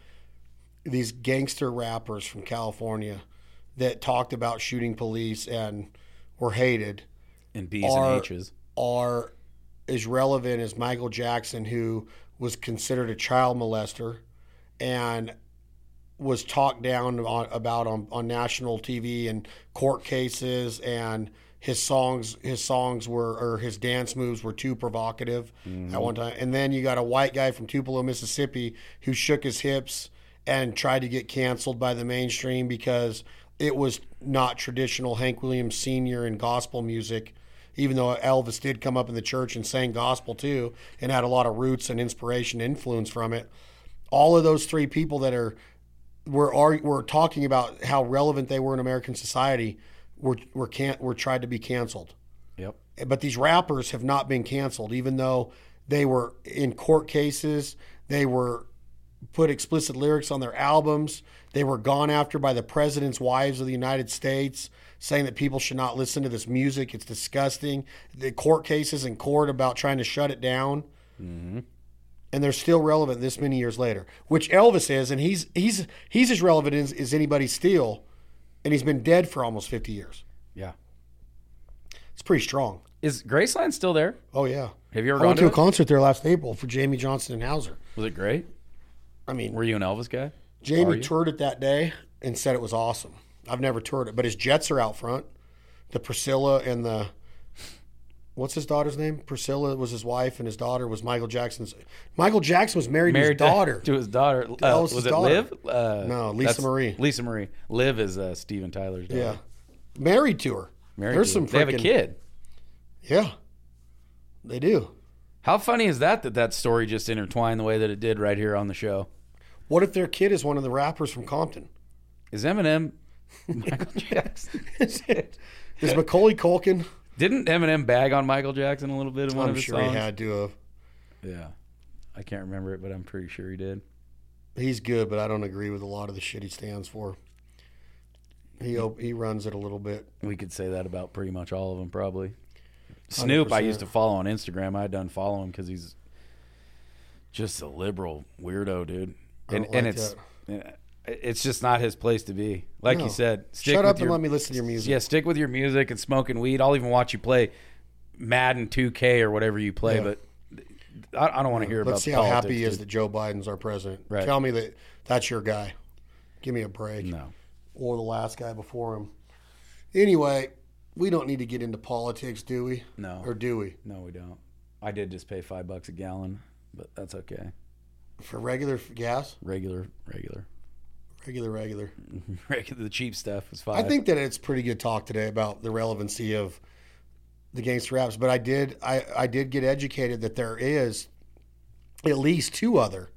[SPEAKER 1] these gangster rappers from California that talked about shooting police and were hated.
[SPEAKER 2] and b's
[SPEAKER 1] Are-
[SPEAKER 2] and h's
[SPEAKER 1] are as relevant as Michael Jackson, who was considered a child molester and was talked down on, about on, on national TV and court cases, and his songs his songs were or his dance moves were too provocative at one time. And then you got a white guy from Tupelo, Mississippi, who shook his hips and tried to get canceled by the mainstream because it was not traditional Hank Williams Sr. and gospel music even though Elvis did come up in the church and sang gospel too and had a lot of roots and inspiration and influence from it. All of those three people that are were are were talking about how relevant they were in American society were were can were tried to be canceled.
[SPEAKER 2] yep
[SPEAKER 1] But these rappers have not been canceled even though they were in court cases, they were put explicit lyrics on their albums. They were gone after by the president's wives of the United States, saying that people should not listen to this music. It's disgusting. The court cases in court about trying to shut it down. And they're still relevant this many years later, which Elvis is, and he's he's he's as relevant as, as anybody still, and he's been dead for almost fifty years.
[SPEAKER 2] yeah
[SPEAKER 1] It's pretty strong.
[SPEAKER 2] Is Graceland still there?
[SPEAKER 1] Oh yeah,
[SPEAKER 2] Have you
[SPEAKER 1] I
[SPEAKER 2] ever gone
[SPEAKER 1] went
[SPEAKER 2] to
[SPEAKER 1] to a
[SPEAKER 2] it?
[SPEAKER 1] concert there last April for Jamie Johnson and Hauser.
[SPEAKER 2] Was it great?
[SPEAKER 1] I mean,
[SPEAKER 2] Were you an Elvis guy?
[SPEAKER 1] Jamie toured it that day and said it was awesome. I've never toured it, but his jets are out front. The Priscilla and the what's his daughter's name? Priscilla was his wife, and his daughter was Michael Jackson's. Michael Jackson was married,
[SPEAKER 2] Married
[SPEAKER 1] to his daughter.
[SPEAKER 2] to, his daughter. Uh,
[SPEAKER 1] Ellis'
[SPEAKER 2] was it
[SPEAKER 1] daughter.
[SPEAKER 2] Liv? Uh,
[SPEAKER 1] No, Lisa
[SPEAKER 2] that's-
[SPEAKER 1] Marie.
[SPEAKER 2] Lisa Marie. Liv is uh, Steven Tyler's daughter.
[SPEAKER 1] yeah, married to her.
[SPEAKER 2] Married
[SPEAKER 1] There's
[SPEAKER 2] to
[SPEAKER 1] some
[SPEAKER 2] her. They have a
[SPEAKER 1] freaking-
[SPEAKER 2] kid.
[SPEAKER 1] Yeah, they do.
[SPEAKER 2] How funny is that that that story just intertwined the way that it did right here on the show?
[SPEAKER 1] What if their kid is one of the rappers from Compton?
[SPEAKER 2] Is Eminem Michael Jackson?
[SPEAKER 1] is it? Is Macaulay Culkin?
[SPEAKER 2] Didn't Eminem bag on Michael Jackson a little bit in one
[SPEAKER 1] I'm
[SPEAKER 2] of his
[SPEAKER 1] sure
[SPEAKER 2] songs?
[SPEAKER 1] he had to have.
[SPEAKER 2] Yeah, I can't remember it, but I'm pretty sure he did.
[SPEAKER 1] He's good, but I don't agree with a lot of the shit he stands for. He op- he runs it a little bit.
[SPEAKER 2] We could say that about pretty much all of them, probably. Snoop, I used to follow on Instagram. I done follow him because he's just a liberal weirdo, dude.
[SPEAKER 1] I
[SPEAKER 2] And
[SPEAKER 1] don't
[SPEAKER 2] and
[SPEAKER 1] like
[SPEAKER 2] it's it's just not his place to be. Like
[SPEAKER 1] No.
[SPEAKER 2] you said, stick
[SPEAKER 1] Shut
[SPEAKER 2] with
[SPEAKER 1] up
[SPEAKER 2] your,
[SPEAKER 1] and let me listen to your music.
[SPEAKER 2] Yeah, stick with your music and smoking weed. I'll even watch you play Madden 2K or whatever you play,
[SPEAKER 1] Yeah.
[SPEAKER 2] but I, I don't want to hear about.
[SPEAKER 1] Let's see
[SPEAKER 2] the
[SPEAKER 1] how
[SPEAKER 2] politics,
[SPEAKER 1] happy he is
[SPEAKER 2] dude.
[SPEAKER 1] that Joe Biden's our president.
[SPEAKER 2] Right.
[SPEAKER 1] Tell me that that's your guy. Give me a break.
[SPEAKER 2] No,
[SPEAKER 1] Or the last guy before him. Anyway, we don't need to get into politics, do we?
[SPEAKER 2] No.
[SPEAKER 1] Or do we?
[SPEAKER 2] no, we don't. I did just pay five bucks a gallon, but that's okay.
[SPEAKER 1] For regular f- gas,
[SPEAKER 2] Regular, regular,
[SPEAKER 1] regular, regular.
[SPEAKER 2] regular. The cheap stuff was
[SPEAKER 1] I
[SPEAKER 2] five.
[SPEAKER 1] think that it's pretty good talk today about the relevancy of the gangster raps, but I did I, I did get educated that there is at least two other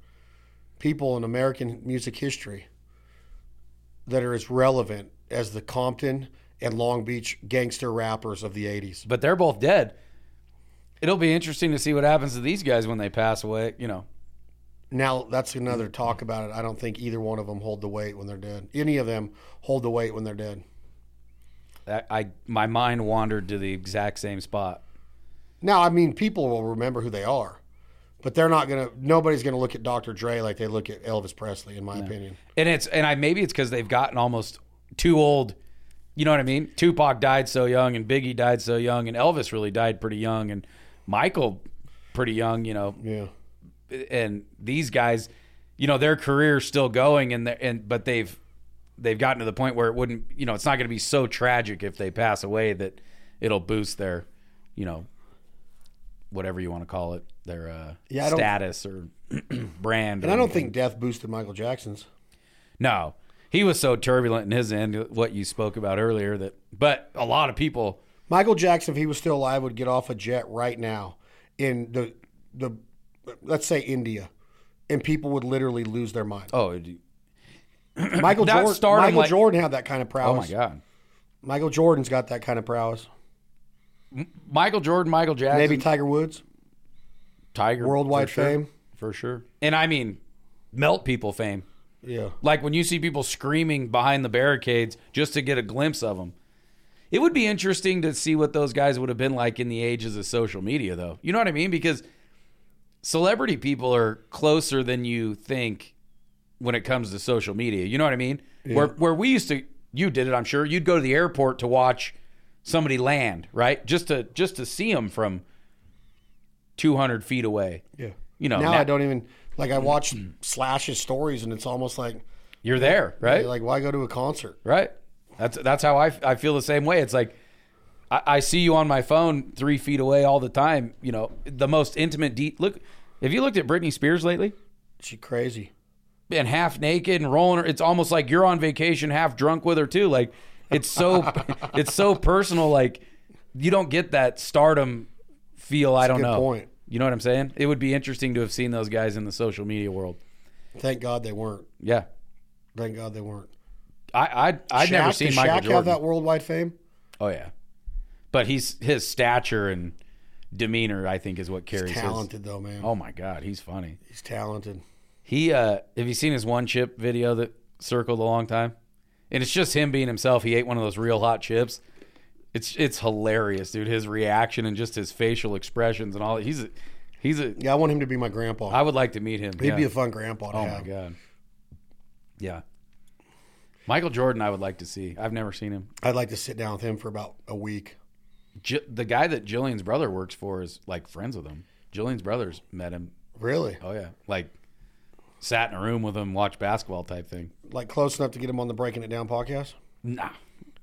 [SPEAKER 1] people in American music history that are as relevant as the Compton and Long Beach gangster rappers of the eighties.
[SPEAKER 2] but they're both dead. It'll be interesting to see what happens to these guys when they pass away. You know,
[SPEAKER 1] Now that's another talk about it. I don't think either one of them hold the weight when they're dead. Any of them hold the weight when they're dead.
[SPEAKER 2] I, I my mind wandered to the exact same spot.
[SPEAKER 1] Now, I mean, people will remember who they are, but they're not gonna. Nobody's gonna look at Dr. Dre like they look at Elvis Presley, in my opinion.
[SPEAKER 2] And it's and I maybe it's because they've gotten almost too old. You know what I mean? Tupac died so young, and Biggie died so young, and Elvis really died pretty young, and Michael pretty young. You know,
[SPEAKER 1] Yeah,
[SPEAKER 2] and these guys, you know, their career's still going, and they're- and but they've they've gotten to the point where it wouldn't. You know, it's not going to be so tragic if they pass away that it'll boost their, you know, whatever you want to call it, their uh,
[SPEAKER 1] Yeah, I don't-
[SPEAKER 2] status or brand.
[SPEAKER 1] and I don't think death boosted Michael Jackson's.
[SPEAKER 2] No, he was so turbulent in his end, what you spoke about earlier. That, but a lot of people,
[SPEAKER 1] Michael Jackson, if he was still alive, would get off a jet right now in the the let's say India, and people would literally lose their mind.
[SPEAKER 2] oh, it-
[SPEAKER 1] Michael
[SPEAKER 2] That
[SPEAKER 1] Jordan,
[SPEAKER 2] stardom,
[SPEAKER 1] Michael
[SPEAKER 2] like-
[SPEAKER 1] Jordan had that kind of
[SPEAKER 2] oh
[SPEAKER 1] prowess.
[SPEAKER 2] my god,
[SPEAKER 1] Michael Jordan's got that kind of prowess.
[SPEAKER 2] Michael Jordan, Michael Jackson,
[SPEAKER 1] Maybe Tiger Woods,
[SPEAKER 2] Tiger,
[SPEAKER 1] worldwide
[SPEAKER 2] for sure.
[SPEAKER 1] fame.
[SPEAKER 2] for sure. And I mean, melt people fame.
[SPEAKER 1] Yeah,
[SPEAKER 2] Like when you see people screaming behind the barricades just to get a glimpse of them. It would be interesting to see what those guys would have been like in the ages of social media, though. You know what I mean? Because celebrity people are closer than you think when it comes to social media. You know what I mean? Where where we used to, you did it, I'm sure. You'd go to the airport to watch somebody land, right? Just to just to see them from 200 feet away.
[SPEAKER 1] yeah.
[SPEAKER 2] You know,
[SPEAKER 1] now
[SPEAKER 2] now-
[SPEAKER 1] I don't even like.
[SPEAKER 2] Mm.
[SPEAKER 1] I watch Slash's stories, and it's almost like.
[SPEAKER 2] You're there, right?
[SPEAKER 1] Like, why go to a concert?
[SPEAKER 2] Right. That's that's how I, I feel the same way. It's like I, I see you on my phone three feet away all the time. You know, the most intimate deep look. Have you looked at Britney Spears lately?
[SPEAKER 1] She crazy.
[SPEAKER 2] Been half naked and rolling her. It's almost like you're on vacation, half drunk with her too. Like it's so it's so personal. Like you don't get that stardom feel. I don't
[SPEAKER 1] good
[SPEAKER 2] know.
[SPEAKER 1] point.
[SPEAKER 2] You know what I'm saying? It would be interesting to have seen those guys in the social media world.
[SPEAKER 1] Thank God they weren't.
[SPEAKER 2] Yeah,
[SPEAKER 1] Thank God they weren't.
[SPEAKER 2] I I I'd never
[SPEAKER 1] Shaq-
[SPEAKER 2] seen
[SPEAKER 1] does
[SPEAKER 2] Michael
[SPEAKER 1] Shaq
[SPEAKER 2] Jordan.
[SPEAKER 1] have that worldwide fame?
[SPEAKER 2] Oh yeah, but he's his stature and demeanor, I think, is what carries
[SPEAKER 1] Talented though, man.
[SPEAKER 2] his. Oh my God, he's funny.
[SPEAKER 1] He's talented.
[SPEAKER 2] He uh, have you seen his one chip video that circled a long time? And it's just him being himself. He ate one of those real hot chips. It's it's hilarious, dude. His reaction and just his facial expressions and all. He's a, he's a.
[SPEAKER 1] Yeah, I want him to be my grandpa.
[SPEAKER 2] I would like to meet him.
[SPEAKER 1] He'd
[SPEAKER 2] yeah.
[SPEAKER 1] be a fun grandpa to
[SPEAKER 2] oh my
[SPEAKER 1] have.
[SPEAKER 2] God. Yeah. Michael Jordan, I would like to see. I've never seen him.
[SPEAKER 1] I'd like to sit down with him for about a week.
[SPEAKER 2] J- the guy that Jillian's brother works for is like friends with him. Jillian's brothers met him.
[SPEAKER 1] Really?
[SPEAKER 2] Oh yeah, like sat in a room with him, watched basketball type thing.
[SPEAKER 1] Like close enough to get him on the Breaking It Down podcast?
[SPEAKER 2] Nah,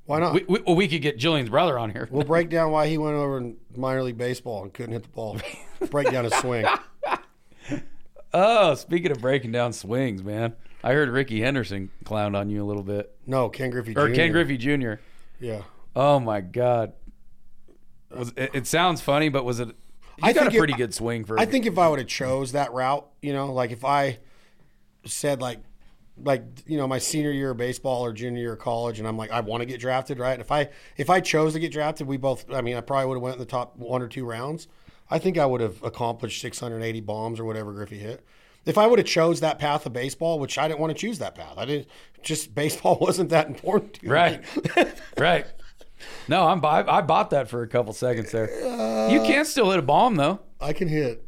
[SPEAKER 1] Why not?
[SPEAKER 2] We, we, well, we could get Jillian's brother on here.
[SPEAKER 1] We'll break down why he went over in minor league baseball and couldn't hit the ball. break down his swing.
[SPEAKER 2] Oh, speaking of breaking down swings, man, I heard Ricky Henderson clowned on you a little bit,
[SPEAKER 1] No, Ken Griffey Jr.
[SPEAKER 2] or Ken Griffey Jr.
[SPEAKER 1] Yeah.
[SPEAKER 2] Oh my God, was it, it sounds funny, but was it? He
[SPEAKER 1] I
[SPEAKER 2] got a
[SPEAKER 1] think it-
[SPEAKER 2] pretty good swing for.
[SPEAKER 1] I think if I would have chose that route, you know, like if I said like like you know my senior year of baseball or junior year of college and I'm like I want to get drafted, right? And if I if I chose to get drafted, we both I mean, I probably would have went in the top one or two rounds. I think I would have accomplished 680 bombs or whatever Griffey hit. If I would have chose that path of baseball, which I didn't want to choose that path. I didn't just baseball wasn't that important to me.
[SPEAKER 2] Right. right. No, I'm I, I bought that for a couple seconds there. you can still hit a bomb though.
[SPEAKER 1] I can hit,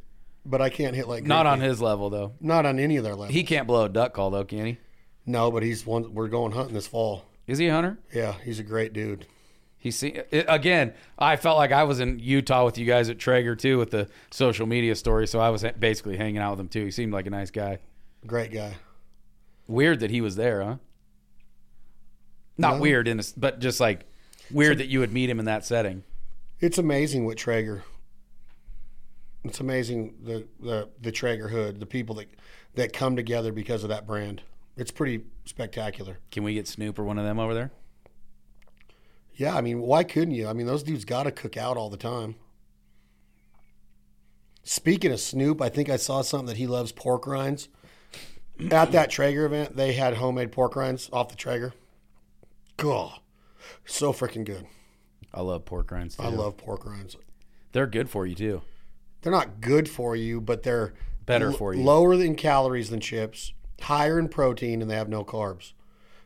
[SPEAKER 1] but I can't hit like
[SPEAKER 2] Not
[SPEAKER 1] Griffey.
[SPEAKER 2] on his level though.
[SPEAKER 1] not on any of their levels.
[SPEAKER 2] He can't blow a duck call though, can he?
[SPEAKER 1] No, but he's one we're going hunting this fall.
[SPEAKER 2] Is he a hunter?
[SPEAKER 1] Yeah, he's a great dude.
[SPEAKER 2] He see it, again. I felt like I was in Utah with you guys at Traeger too with the social media story, so I was basically hanging out with him too. He seemed like a nice guy.
[SPEAKER 1] Great guy.
[SPEAKER 2] Weird that he was there, huh? Not weird in, a s but just like weird that you would meet him in that setting.
[SPEAKER 1] It's amazing what Traeger. It's amazing the the the Traeger hood, the people that that come together because of that brand. It's pretty spectacular.
[SPEAKER 2] Can we get Snoop or one of them over there?
[SPEAKER 1] Yeah, I mean, why couldn't you? I mean, those dudes got to cook out all the time. Speaking of Snoop, I think I saw something that he loves pork rinds. At that Traeger event, they had homemade pork rinds off the Traeger. God, so freaking good.
[SPEAKER 2] I love pork rinds. Too.
[SPEAKER 1] I love pork rinds.
[SPEAKER 2] They're good for you too.
[SPEAKER 1] they're not good for you, but they're
[SPEAKER 2] Better
[SPEAKER 1] l-
[SPEAKER 2] for you.
[SPEAKER 1] Lower in calories than chips, higher in protein, and they have no carbs.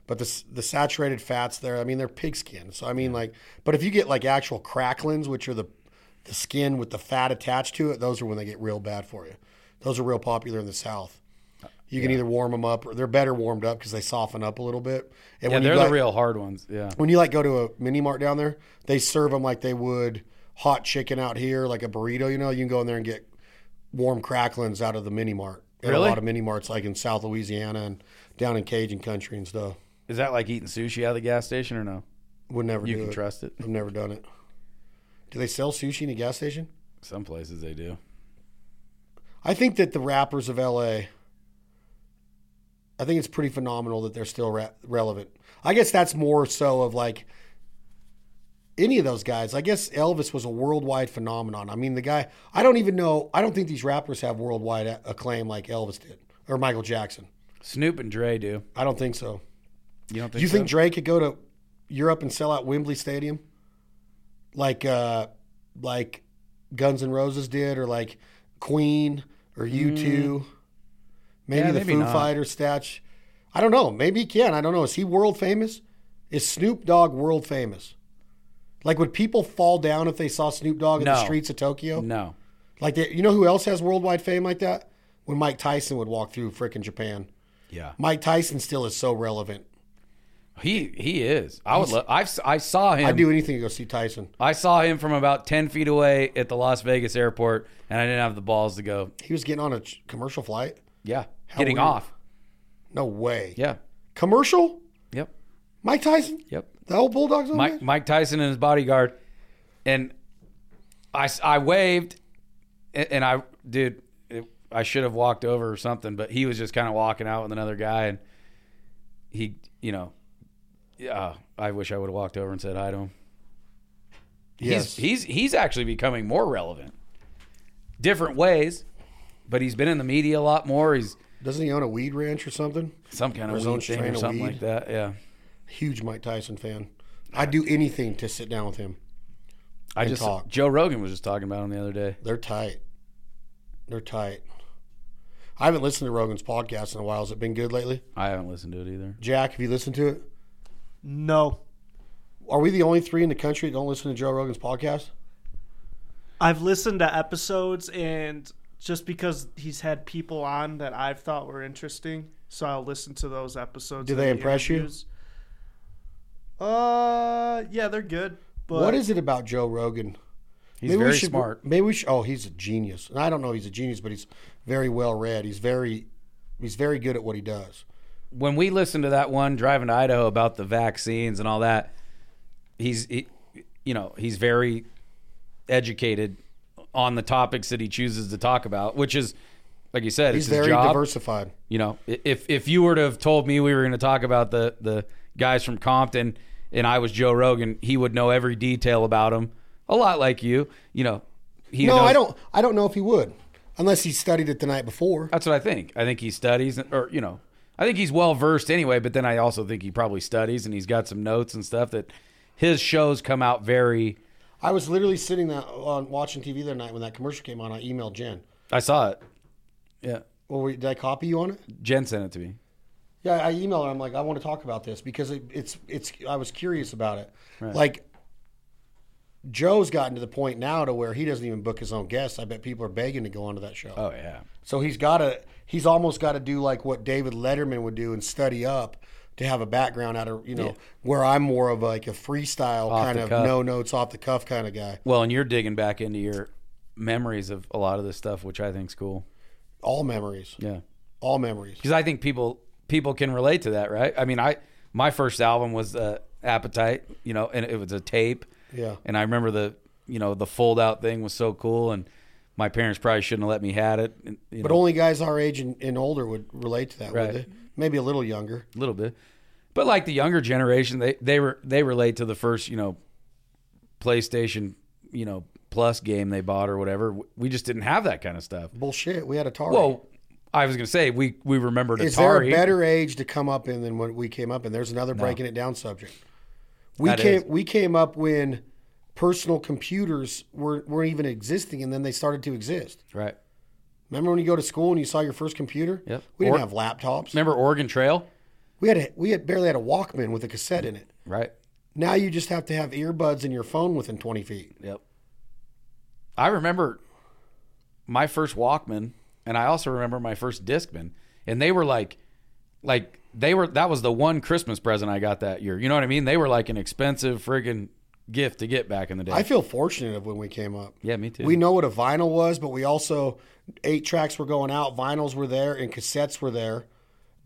[SPEAKER 1] But the s- the saturated fats there, I mean, they're pig skin. So I mean, like, but if you get like actual cracklins, which are the the skin with the fat attached to it, those are when they get real bad for you. Those are real popular in the South.
[SPEAKER 2] Uh,
[SPEAKER 1] You can either warm them up, or they're better warmed up because they soften up a little bit. And
[SPEAKER 2] Yeah,
[SPEAKER 1] you
[SPEAKER 2] they're
[SPEAKER 1] got-
[SPEAKER 2] the real hard ones. Yeah.
[SPEAKER 1] when you like go to a mini mart down there, they serve them like they would hot chicken out here, like a burrito. You know, you can go in there and get warm cracklings out of the mini mart. At
[SPEAKER 2] Really?
[SPEAKER 1] A lot of mini marts, like in South Louisiana and down in Cajun country and stuff.
[SPEAKER 2] Is that like eating sushi out of the gas station or no?
[SPEAKER 1] Would never
[SPEAKER 2] You
[SPEAKER 1] do
[SPEAKER 2] can
[SPEAKER 1] it.
[SPEAKER 2] trust it.
[SPEAKER 1] I've never done it. Do they sell sushi in a gas station?
[SPEAKER 2] Some places they do.
[SPEAKER 1] I think that the rappers of LA, I think it's pretty phenomenal that they're still re- relevant. I guess that's more so of like any of those guys. I guess Elvis was a worldwide phenomenon. I mean, the guy, I don't even know, I don't think these rappers have worldwide a- acclaim like Elvis did or Michael Jackson.
[SPEAKER 2] Snoop and Dre do.
[SPEAKER 1] I don't think so.
[SPEAKER 2] You don't
[SPEAKER 1] Do
[SPEAKER 2] think?
[SPEAKER 1] you
[SPEAKER 2] so?
[SPEAKER 1] think Drake could go to Europe and sell out Wembley Stadium, like uh, like Guns N' Roses did, or like Queen or U two? Maybe
[SPEAKER 2] Mm. Yeah,
[SPEAKER 1] the
[SPEAKER 2] maybe
[SPEAKER 1] Foo
[SPEAKER 2] not.
[SPEAKER 1] Fighters statue. I don't know. Maybe he can. I don't know. Is he world famous? Is Snoop Dogg world famous? Like, would people fall down if they saw Snoop Dogg in
[SPEAKER 2] No.
[SPEAKER 1] the streets of Tokyo?
[SPEAKER 2] No.
[SPEAKER 1] Like, they, you know who else has worldwide fame like that? When Mike Tyson would walk through frickin' Japan.
[SPEAKER 2] Yeah.
[SPEAKER 1] Mike Tyson still is so relevant.
[SPEAKER 2] He he is. I would. Lo- I've s- I saw him.
[SPEAKER 1] I'd do anything to go see Tyson.
[SPEAKER 2] I saw him from about ten feet away at the Las Vegas airport, and I didn't have the balls to go.
[SPEAKER 1] He was getting on a ch- commercial flight.
[SPEAKER 2] Yeah. getting
[SPEAKER 1] weird.
[SPEAKER 2] off.
[SPEAKER 1] No way.
[SPEAKER 2] Yeah.
[SPEAKER 1] Commercial?
[SPEAKER 2] Yep.
[SPEAKER 1] Mike Tyson?
[SPEAKER 2] Yep.
[SPEAKER 1] The old Bulldogs on
[SPEAKER 2] Mike, Mike Tyson and his bodyguard, and I, s- I waved, and, and I dude, it, I should have walked over or something, but he was just kind of walking out with another guy, and he, you know, yeah, I wish I would have walked over and said hi to him.
[SPEAKER 1] Yes.
[SPEAKER 2] He's he's he's actually becoming more relevant, different ways, but he's been in the media a lot more. He's
[SPEAKER 1] Doesn't he own a weed ranch or something?
[SPEAKER 2] some kind of
[SPEAKER 1] his own
[SPEAKER 2] weed thing
[SPEAKER 1] strain
[SPEAKER 2] or
[SPEAKER 1] of
[SPEAKER 2] something
[SPEAKER 1] weed.
[SPEAKER 2] like that. Yeah,
[SPEAKER 1] Huge Mike Tyson fan. I'd do anything to sit down with him.
[SPEAKER 2] I
[SPEAKER 1] And
[SPEAKER 2] just
[SPEAKER 1] talk.
[SPEAKER 2] Joe Rogan was just talking about him the other day.
[SPEAKER 1] They're tight. They're tight. I haven't listened to Rogan's podcast in a while. Has it been good lately?
[SPEAKER 2] I haven't listened to it either.
[SPEAKER 1] Jack, have you listened to it?
[SPEAKER 3] No,
[SPEAKER 1] Are we the only three in the country that don't listen to Joe Rogan's podcast?
[SPEAKER 3] I've listened to episodes, and just because he's had people on that I've thought were interesting, so I'll listen to those episodes.
[SPEAKER 1] Do
[SPEAKER 3] and
[SPEAKER 1] they
[SPEAKER 3] the
[SPEAKER 1] impress you?
[SPEAKER 3] interviews. Uh, yeah, they're good. But
[SPEAKER 1] what is it about Joe Rogan?
[SPEAKER 2] He's
[SPEAKER 1] Maybe we
[SPEAKER 2] very
[SPEAKER 1] should-
[SPEAKER 2] smart.
[SPEAKER 1] Maybe we should. Oh, he's a genius. And I don't know he's a genius, but he's very well read. He's very, he's very good at what he does.
[SPEAKER 2] when we listened to that one driving to Idaho about the vaccines and all that, he's he, you know he's very educated on the topics that he chooses to talk about, which is like you said,
[SPEAKER 1] He's
[SPEAKER 2] it's his
[SPEAKER 1] very
[SPEAKER 2] job.
[SPEAKER 1] diversified.
[SPEAKER 2] You know, i- if if you were to have told me we were going to talk about the the guys from Compton and I was Joe Rogan, he would know every detail about them, a lot like you. You know, he
[SPEAKER 1] No,
[SPEAKER 2] knows-
[SPEAKER 1] I don't. I don't know if he would, unless he studied it the night before.
[SPEAKER 2] That's what I think. I think he studies, or you know, I think he's well versed anyway. But then I also think he probably studies, and he's got some notes and stuff that his shows come out very.
[SPEAKER 1] I was literally sitting that, on watching TV the other night when that commercial came on. I emailed Jen.
[SPEAKER 2] I saw it. Yeah,
[SPEAKER 1] Well, we- did I copy you on it?
[SPEAKER 2] Jen sent it to me.
[SPEAKER 1] Yeah, I emailed her. I'm like, I want to talk about this because it, it's it's. I was curious about it. Like, Joe's gotten to the point now to where he doesn't even book his own guests. I bet people are begging to go onto that show.
[SPEAKER 2] Oh yeah,
[SPEAKER 1] So he's got to. He's almost got to do like what David Letterman would do and study up to have a background out of you know where I'm more of like a freestyle kind
[SPEAKER 2] the
[SPEAKER 1] of
[SPEAKER 2] cuff.
[SPEAKER 1] no notes off the cuff kind of guy.
[SPEAKER 2] Well, and you're digging back into your memories of a lot of this stuff, which I think's cool.
[SPEAKER 1] All memories.
[SPEAKER 2] Yeah,
[SPEAKER 1] All memories.
[SPEAKER 2] because I think people people can relate to that, right? I mean, I my first album was uh, Appetite, you know, and it was a tape.
[SPEAKER 1] Yeah.
[SPEAKER 2] And I remember the you know the fold out thing was so cool, and my parents probably shouldn't have let me had it, and, you
[SPEAKER 1] But
[SPEAKER 2] know,
[SPEAKER 1] only guys our age and, and older would relate to that,
[SPEAKER 2] Right.
[SPEAKER 1] would they? Maybe a little younger.
[SPEAKER 2] a little bit. But like the younger generation, they they were they relate to the first you know PlayStation you know Plus game they bought or whatever. We just didn't have that kind of stuff.
[SPEAKER 1] Bullshit. We had Atari.
[SPEAKER 2] Well, I was gonna say we we remembered
[SPEAKER 1] Is there
[SPEAKER 2] Atari.
[SPEAKER 1] a better age to come up in than what we came up in? There's another breaking it down subject. We
[SPEAKER 2] That
[SPEAKER 1] came
[SPEAKER 2] is.
[SPEAKER 1] we came up when personal computers were weren't even existing, and then they started to exist.
[SPEAKER 2] right?
[SPEAKER 1] Remember when you go to school and you saw your first computer?
[SPEAKER 2] Yep.
[SPEAKER 1] We didn't
[SPEAKER 2] Or-
[SPEAKER 1] have laptops.
[SPEAKER 2] Remember Oregon Trail,
[SPEAKER 1] We had a, we had barely had a Walkman with a cassette in it.
[SPEAKER 2] right?
[SPEAKER 1] Now you just have to have earbuds in your phone within 20 feet.
[SPEAKER 2] Yep. I remember my first Walkman, and I also remember my first Discman, and they were like, like they were that was the one Christmas present I got that year. You know what I mean? They were like an expensive friggin' gift to get back in the day.
[SPEAKER 1] I feel fortunate of when we came up.
[SPEAKER 2] yeah, me too.
[SPEAKER 1] We know what a vinyl was, but we also eight tracks were going out, vinyls were there, and cassettes were there.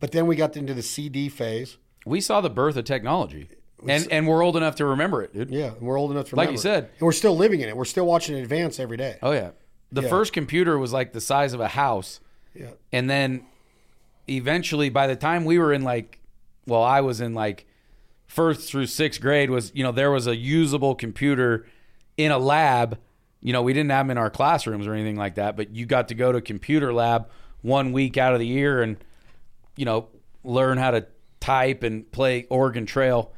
[SPEAKER 1] But then we got into the CD phase.
[SPEAKER 2] we saw the birth of technology, and and we're old enough to remember it, dude.
[SPEAKER 1] Yeah, and we're old enough to
[SPEAKER 2] Like
[SPEAKER 1] remember.
[SPEAKER 2] you said.
[SPEAKER 1] and we're still living in it. We're still watching it advance every day.
[SPEAKER 2] Oh yeah. The
[SPEAKER 1] Yeah.
[SPEAKER 2] first computer was like the size of a house.
[SPEAKER 1] Yeah.
[SPEAKER 2] And then eventually by the time we were in like well, I was in like first through sixth grade was, you know, there was a usable computer in a lab. You know, we didn't have them in our classrooms or anything like that, but you got to go to a computer lab one week out of the year and, you know, learn how to type and play Oregon Trail.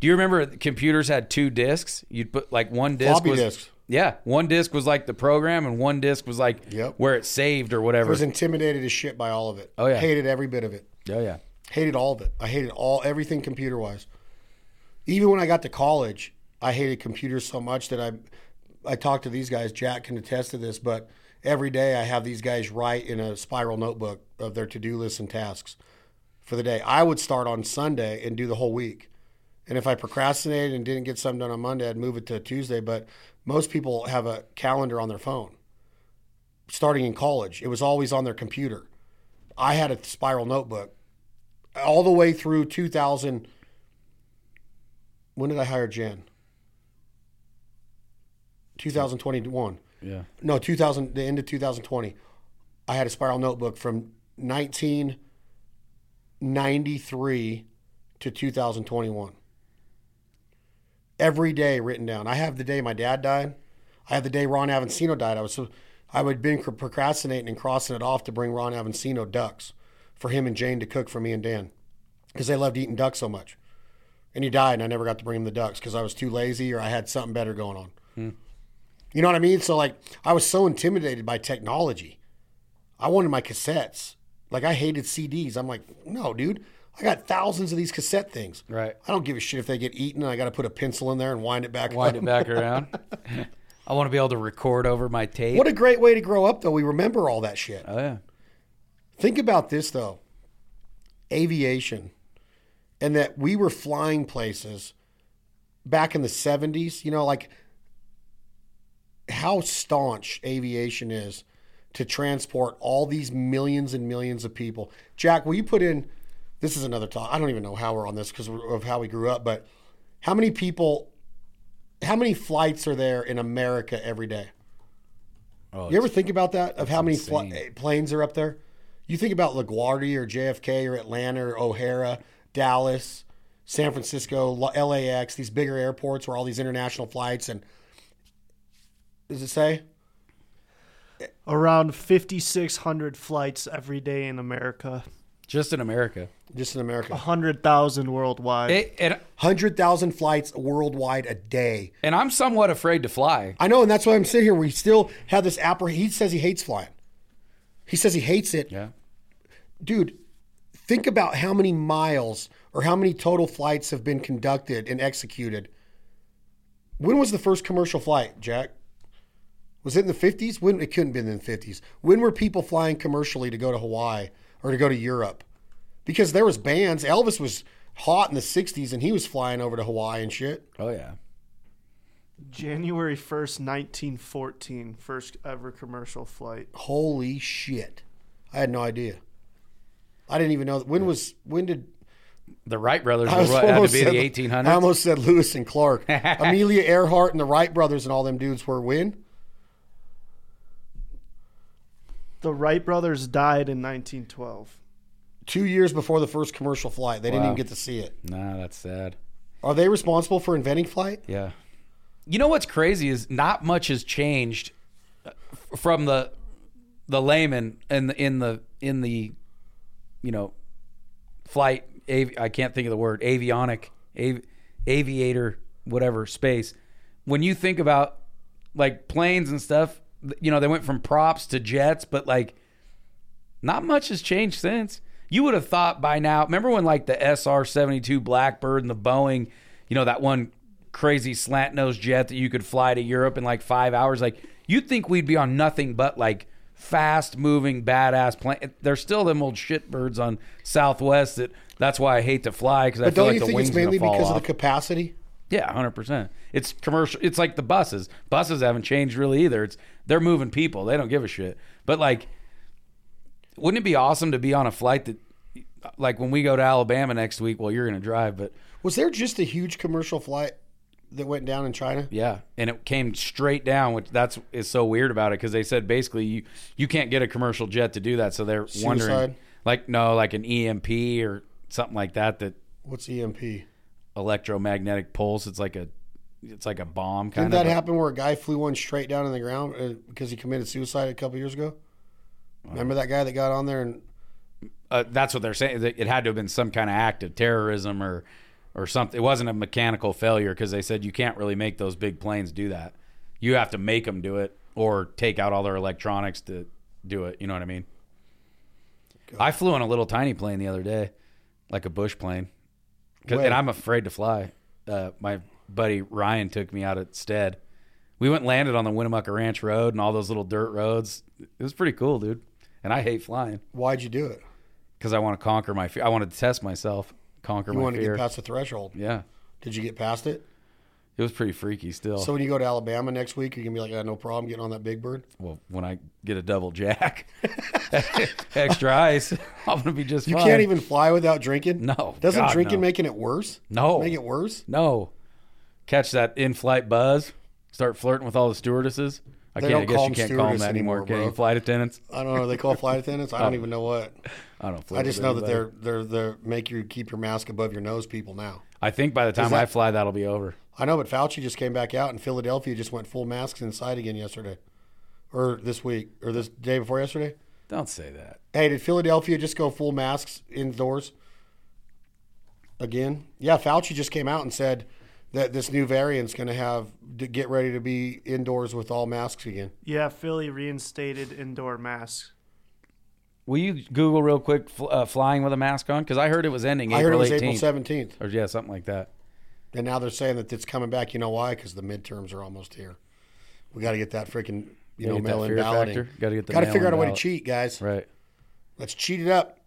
[SPEAKER 2] Do you remember computers had two discs? You'd put like one disc
[SPEAKER 1] Floppy
[SPEAKER 2] was
[SPEAKER 1] disks.
[SPEAKER 2] yeah, one disc was like the program, and one disc was like
[SPEAKER 1] Yep.
[SPEAKER 2] where it saved or
[SPEAKER 1] I
[SPEAKER 2] whatever.
[SPEAKER 1] was intimidated as shit by all of it.
[SPEAKER 2] Oh, yeah.
[SPEAKER 1] hated every bit of it.
[SPEAKER 2] oh yeah,
[SPEAKER 1] Hated all of it. I hated all everything computer wise. Even when I got to college, I hated computers so much that I I talked to these guys. Jack can attest to this, but every day I have these guys write in a spiral notebook of their to do lists and tasks for the day. I would start on Sunday and do the whole week. And if I procrastinated and didn't get something done on Monday, I'd move it to Tuesday. But most people have a calendar on their phone. Starting in college, it was always on their computer. I had a spiral notebook all the way through 2000 when did i hire jen 2021
[SPEAKER 2] yeah.
[SPEAKER 1] no 2000 the end of 2020 i had a spiral notebook from 1993 to 2021 every day written down i have the day my dad died i have the day ron avancino died i was so i would been cr- procrastinating and crossing it off to bring ron avancino ducks for him and jane to cook for me and dan because they loved eating ducks so much and he died and i never got to bring him the ducks because i was too lazy or i had something better going on you know what I mean? So like I was so intimidated by technology. I wanted my cassettes. Like I hated CDs. I'm like, no, dude. I got thousands of these cassette things.
[SPEAKER 2] Right.
[SPEAKER 1] I don't give a shit if they get eaten. I got to put a pencil in there and wind it back.
[SPEAKER 2] Wind
[SPEAKER 1] up.
[SPEAKER 2] it back around. I want to be able to record over my tape.
[SPEAKER 1] What a great way to grow up, though. We remember all that shit.
[SPEAKER 2] oh yeah,
[SPEAKER 1] Think about this though. Aviation. And that we were flying places back in the 70s, you know, like how staunch aviation is to transport all these millions and millions of people. Jack, will you put in this is another talk. I don't even know how we're on this because of how we grew up, but how many people how many flights are there in America every day?
[SPEAKER 2] Oh,
[SPEAKER 1] You ever think about that? Of how many fl- eh,
[SPEAKER 2] insane.
[SPEAKER 1] planes are up there? You think about LaGuardia or JFK or Atlanta or O'Hara, Dallas, San Francisco, L- LAX, these bigger airports where all these international flights and does it say?
[SPEAKER 3] Around 5,600 flights every day in America,
[SPEAKER 2] just in America.
[SPEAKER 1] Just in
[SPEAKER 2] Oh.
[SPEAKER 1] America.
[SPEAKER 3] 100,000 worldwide.
[SPEAKER 2] It, and,
[SPEAKER 1] 100,000 flights worldwide a day.
[SPEAKER 2] and I'm somewhat afraid to fly.
[SPEAKER 1] I know, and that's why I'm sitting here. We still have this appreh. He says he hates flying. He says he hates it.
[SPEAKER 2] Yeah.
[SPEAKER 1] dude, think about how many miles or how many total flights have been conducted and executed. When was the first commercial flight, Jack? Was it in the 50s? When it couldn't have been in the 50s. When were people flying commercially to go to Hawaii or to go to Europe? Because there was bans. Elvis was hot in the 60s and he was flying over to Hawaii and shit.
[SPEAKER 2] Oh yeah.
[SPEAKER 3] January 1st, 1914, first ever commercial flight.
[SPEAKER 1] Holy shit. I had no idea. I didn't even know that. when was when did
[SPEAKER 2] The Wright brothers
[SPEAKER 1] I
[SPEAKER 2] were
[SPEAKER 1] was
[SPEAKER 2] what, had to
[SPEAKER 1] almost
[SPEAKER 2] be the
[SPEAKER 1] said-
[SPEAKER 2] 1800s.
[SPEAKER 1] I almost said Lewis and Clark. Amelia Earhart and the Wright brothers and all them dudes were when?
[SPEAKER 3] The Wright brothers died in 1912.
[SPEAKER 1] Two years before the first commercial flight. They didn't
[SPEAKER 2] Wow.
[SPEAKER 1] even get to see it.
[SPEAKER 2] nah, that's sad.
[SPEAKER 1] Are they responsible for inventing flight?
[SPEAKER 2] Yeah. You know what's crazy is not much has changed uh, f- from the the layman in the in the in the you know flight av- I can't think of the word avionic av- aviator whatever space when you think about like planes and stuff th- you know they went from props to jets but like not much has changed since. You would have thought by now. Remember when like the SR seventy two Blackbird and the Boeing, you know that one crazy slant nose jet that you could fly to Europe in like five hours. Like you'd think we'd be on nothing but like fast moving badass plane. There's still them old shitbirds on Southwest that. That's why I hate to fly because I
[SPEAKER 1] But
[SPEAKER 2] feel
[SPEAKER 1] don't
[SPEAKER 2] like
[SPEAKER 1] you
[SPEAKER 2] the
[SPEAKER 1] think
[SPEAKER 2] wings
[SPEAKER 1] it's mainly
[SPEAKER 2] gonna fall
[SPEAKER 1] because
[SPEAKER 2] off.
[SPEAKER 1] of the capacity?
[SPEAKER 2] Yeah, hundred percent. It's commercial. It's like the buses. Buses haven't changed really either. It's they're moving people. They don't give a shit. But like, wouldn't it be awesome to be on a flight that, like, when we go to Alabama next week? Well, you're gonna drive, but
[SPEAKER 1] Was there just a huge commercial flight that went down in China?
[SPEAKER 2] yeah, and it came straight down. Which that's is so weird about it because they said basically you you can't get a commercial jet to do that. So they're wondering,
[SPEAKER 1] Suicide?
[SPEAKER 2] like, no, like an EMP or something like that. That
[SPEAKER 1] What's E EMP?
[SPEAKER 2] electromagnetic pulse. It's like a it's like a bomb kind
[SPEAKER 1] Didn't
[SPEAKER 2] of.
[SPEAKER 1] that happen where a guy flew one straight down in the ground uh, because he committed suicide a couple years ago? Remember that guy that got on there and
[SPEAKER 2] uh, that's what they're saying. that It had to have been some kind of act of terrorism or, or something. It wasn't a mechanical failure because they said you can't really make those big planes do that. You have to make them do it or take out all their electronics to do it. You know what I mean? I flew on a little tiny plane the other day, like a bush plane, 'Cause-
[SPEAKER 1] Wait.
[SPEAKER 2] and I'm afraid to fly. Uh, my buddy Ryan took me out at Stead. We went and landed on the Winnemucca Ranch Road and all those little dirt roads. It was pretty cool, dude. And I hate flying
[SPEAKER 1] why'd you do it?
[SPEAKER 2] because I want to conquer my fear. I want to test myself, conquer
[SPEAKER 1] You
[SPEAKER 2] my
[SPEAKER 1] wanted to
[SPEAKER 2] fear.
[SPEAKER 1] get past the threshold.
[SPEAKER 2] yeah,
[SPEAKER 1] Did you get past it?
[SPEAKER 2] it was pretty freaky. Still,
[SPEAKER 1] So when you go to Alabama next week, you're gonna be like, "I no problem getting on that big bird."
[SPEAKER 2] well, when I get a double jack, extra ice, I'm gonna be just.
[SPEAKER 1] You
[SPEAKER 2] fine.
[SPEAKER 1] can't even fly without drinking.
[SPEAKER 2] No,
[SPEAKER 1] doesn't
[SPEAKER 2] God,
[SPEAKER 1] drinking
[SPEAKER 2] no.
[SPEAKER 1] making it worse?
[SPEAKER 2] No.
[SPEAKER 1] make it worse.
[SPEAKER 2] No, catch that in-flight buzz. Start flirting with all the stewardesses. I
[SPEAKER 1] They
[SPEAKER 2] can't.
[SPEAKER 1] don't
[SPEAKER 2] I guess
[SPEAKER 1] call them
[SPEAKER 2] you can't call them
[SPEAKER 1] stewardess
[SPEAKER 2] that anymore.
[SPEAKER 1] anymore,
[SPEAKER 2] can
[SPEAKER 1] bro.
[SPEAKER 2] you? Flight attendants.
[SPEAKER 1] I don't know. They call flight attendants.
[SPEAKER 2] Uh,
[SPEAKER 1] I don't even know what.
[SPEAKER 2] I don't. Flirt
[SPEAKER 1] I just
[SPEAKER 2] with
[SPEAKER 1] know that
[SPEAKER 2] anybody.
[SPEAKER 1] they're they're they're make you keep your mask above your nose. People now.
[SPEAKER 2] I think by the time I
[SPEAKER 1] that-
[SPEAKER 2] fly, that'll be over.
[SPEAKER 1] I know, but Fauci just came back out, and Philadelphia just went full masks inside again yesterday, or this week, or this day before yesterday.
[SPEAKER 2] Don't say that.
[SPEAKER 1] Hey, did Philadelphia just go full masks indoors again? Yeah, Fauci just came out and said that this new variant's going to have to get ready to be indoors with all masks again.
[SPEAKER 3] Yeah, Philly reinstated indoor masks.
[SPEAKER 2] Will you Google real quick fl- uh, flying with a mask on? Because I heard it was ending
[SPEAKER 1] I heard it
[SPEAKER 2] April
[SPEAKER 1] was
[SPEAKER 2] 18th.
[SPEAKER 1] April 17th,
[SPEAKER 2] or yeah, something like that.
[SPEAKER 1] and now they're saying that it's coming back. You know why? Because the midterms are almost here. We got to get that freaking you know
[SPEAKER 2] get that
[SPEAKER 1] mail in
[SPEAKER 2] fear
[SPEAKER 1] balloting.
[SPEAKER 2] factor. Gotta get the
[SPEAKER 1] Gotta
[SPEAKER 2] mail-in
[SPEAKER 1] figure out a way to
[SPEAKER 2] ballot.
[SPEAKER 1] cheat, guys.
[SPEAKER 2] Right.
[SPEAKER 1] Let's cheat it up.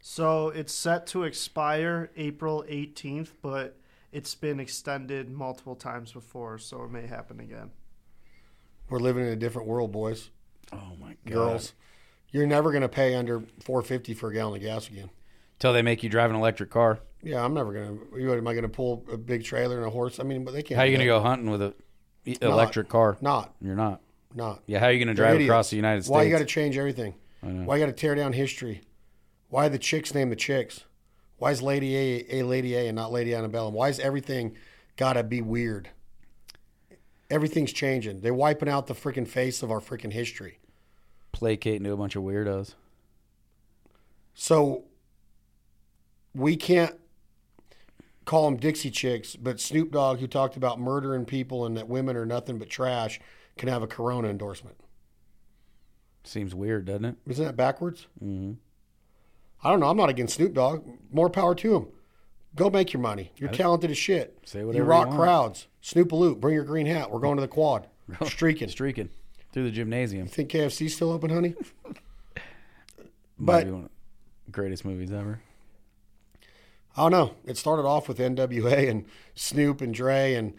[SPEAKER 3] So it's set to expire April 18th, but it's been extended multiple times before, so it may happen again.
[SPEAKER 1] We're living in a different world, boys,
[SPEAKER 2] Oh my god.
[SPEAKER 1] girls. You're never going to pay under 450 for a gallon of gas again.
[SPEAKER 2] Till they make you drive an electric car.
[SPEAKER 1] Yeah, I'm never gonna. What, am I gonna pull a big trailer and a horse? I mean, but they can't.
[SPEAKER 2] How are you
[SPEAKER 1] do
[SPEAKER 2] going to
[SPEAKER 1] that.
[SPEAKER 2] go hunting with a e- electric car?
[SPEAKER 1] Not,
[SPEAKER 2] You're not.
[SPEAKER 1] not.
[SPEAKER 2] Yeah, how are you going to
[SPEAKER 1] They're
[SPEAKER 2] drive
[SPEAKER 1] idiots.
[SPEAKER 2] across the United States?
[SPEAKER 1] Why you got to change everything? Why you got to tear down history? Why the chicks name the chicks? Why is Lady A a Lady A and not Lady Annabelle? And Why is everything got to be weird? Everything's changing. They're wiping out the freaking face of our freaking history.
[SPEAKER 2] Placating to a bunch of weirdos.
[SPEAKER 1] So we can't call them Dixie chicks, but Snoop Dogg, who talked about murdering people and that women are nothing but trash, can have a Corona endorsement.
[SPEAKER 2] Seems weird, doesn't it?
[SPEAKER 1] Isn't that backwards? Mm-hmm. I don't know. I'm not against Snoop Dogg. More power to him. Go make your money. You're talented as shit.
[SPEAKER 2] Say whatever you
[SPEAKER 1] you rock
[SPEAKER 2] want.
[SPEAKER 1] crowds. Snoop a loop. Bring your green hat. We're going to the quad. Streaking.
[SPEAKER 2] Streaking through the gymnasium.
[SPEAKER 1] Think KFC's still open, honey?
[SPEAKER 2] Might
[SPEAKER 1] But-
[SPEAKER 2] be one of the greatest movies ever.
[SPEAKER 1] I don't know. It started off with NWA and Snoop and Dre and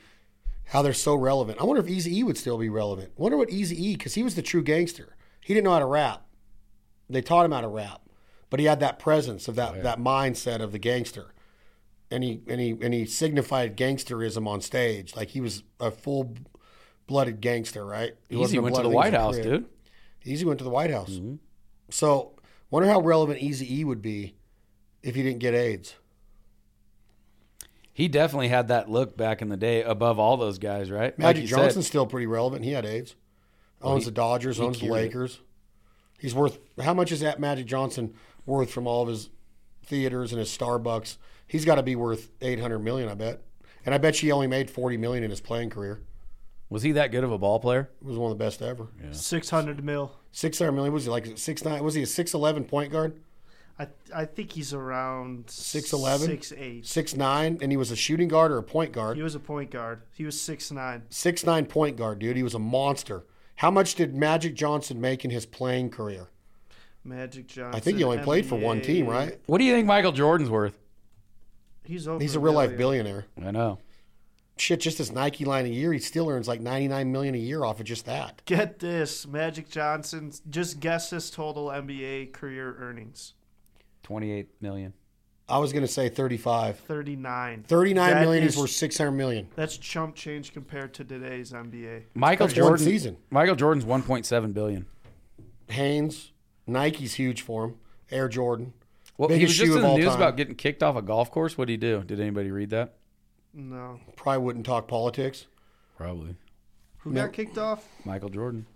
[SPEAKER 1] how they're so relevant. I wonder if Easy E would still be relevant. Wonder what Easy E because he was the true gangster. He didn't know how to rap. They taught him how to rap, but he had that presence of that that mindset of the gangster, and he and he and he signified gangsterism on stage. Like he was a full blooded gangster, right? He wasn't
[SPEAKER 2] Easy
[SPEAKER 1] a
[SPEAKER 2] went to the
[SPEAKER 1] blooded- he
[SPEAKER 2] White
[SPEAKER 1] was a
[SPEAKER 2] House,
[SPEAKER 1] crip.
[SPEAKER 2] dude. Mm-hmm.
[SPEAKER 1] Easy went to the White House. So wonder how relevant Easy E would be if he didn't get AIDS.
[SPEAKER 2] He definitely had that look back in the day above all those guys, right? Like
[SPEAKER 1] Magic
[SPEAKER 2] you said,
[SPEAKER 1] Johnson's still pretty relevant. He had AIDS. Owns the Dodgers. Owns the
[SPEAKER 2] cured it.
[SPEAKER 1] Lakers. He's worth how much is that Magic Johnson worth from all of his theaters and his Starbucks? He's got to be worth eight hundred million, I bet. And I bet she only made forty million in his playing career.
[SPEAKER 2] was he that good of a ball player?
[SPEAKER 1] It was one of the best ever.
[SPEAKER 3] Six hundred mil.
[SPEAKER 1] Six hundred million was he like six nine? Was he a six eleven point guard?
[SPEAKER 3] I I think he's around six
[SPEAKER 1] 6'11"?
[SPEAKER 3] six eight.
[SPEAKER 1] Six nine, and he was a shooting guard or a point guard.
[SPEAKER 3] He was a point guard. He was six nine.
[SPEAKER 1] Six nine point guard, dude. He was a monster. How much did Magic Johnson make in his playing career?
[SPEAKER 3] Magic Johnson.
[SPEAKER 1] I think he only played for one
[SPEAKER 3] NBA.
[SPEAKER 1] team, right?
[SPEAKER 2] What do you think Michael Jordan's worth?
[SPEAKER 3] He's over.
[SPEAKER 1] He's a real life
[SPEAKER 3] million.
[SPEAKER 1] billionaire.
[SPEAKER 2] I know.
[SPEAKER 1] shit, just this Nike line a year, he still earns like ninety nine million a year off of just that.
[SPEAKER 3] Get this, Magic Johnson. Just guess his total NBA career earnings.
[SPEAKER 2] 28 million.
[SPEAKER 1] I was gonna say 35.
[SPEAKER 3] Thirty nine.
[SPEAKER 1] 39
[SPEAKER 3] That
[SPEAKER 1] million is,
[SPEAKER 3] is-
[SPEAKER 1] worth six hundred million.
[SPEAKER 3] That's chump change compared to today's NBA.
[SPEAKER 2] Michael
[SPEAKER 1] That's one
[SPEAKER 2] Jordan
[SPEAKER 1] season.
[SPEAKER 2] Michael Jordan's 1.7 billion.
[SPEAKER 1] Haynes, Nike's huge for him. Air Jordan.
[SPEAKER 2] Well, he
[SPEAKER 1] Biggest
[SPEAKER 2] was just
[SPEAKER 1] shoe
[SPEAKER 2] in
[SPEAKER 1] of
[SPEAKER 2] the
[SPEAKER 1] all
[SPEAKER 2] news
[SPEAKER 1] time.
[SPEAKER 2] about getting kicked off a golf course. What did he do? Did anybody read that?
[SPEAKER 3] No.
[SPEAKER 1] Probably wouldn't talk politics.
[SPEAKER 2] Probably.
[SPEAKER 3] Who got kicked off?
[SPEAKER 2] Michael Jordan.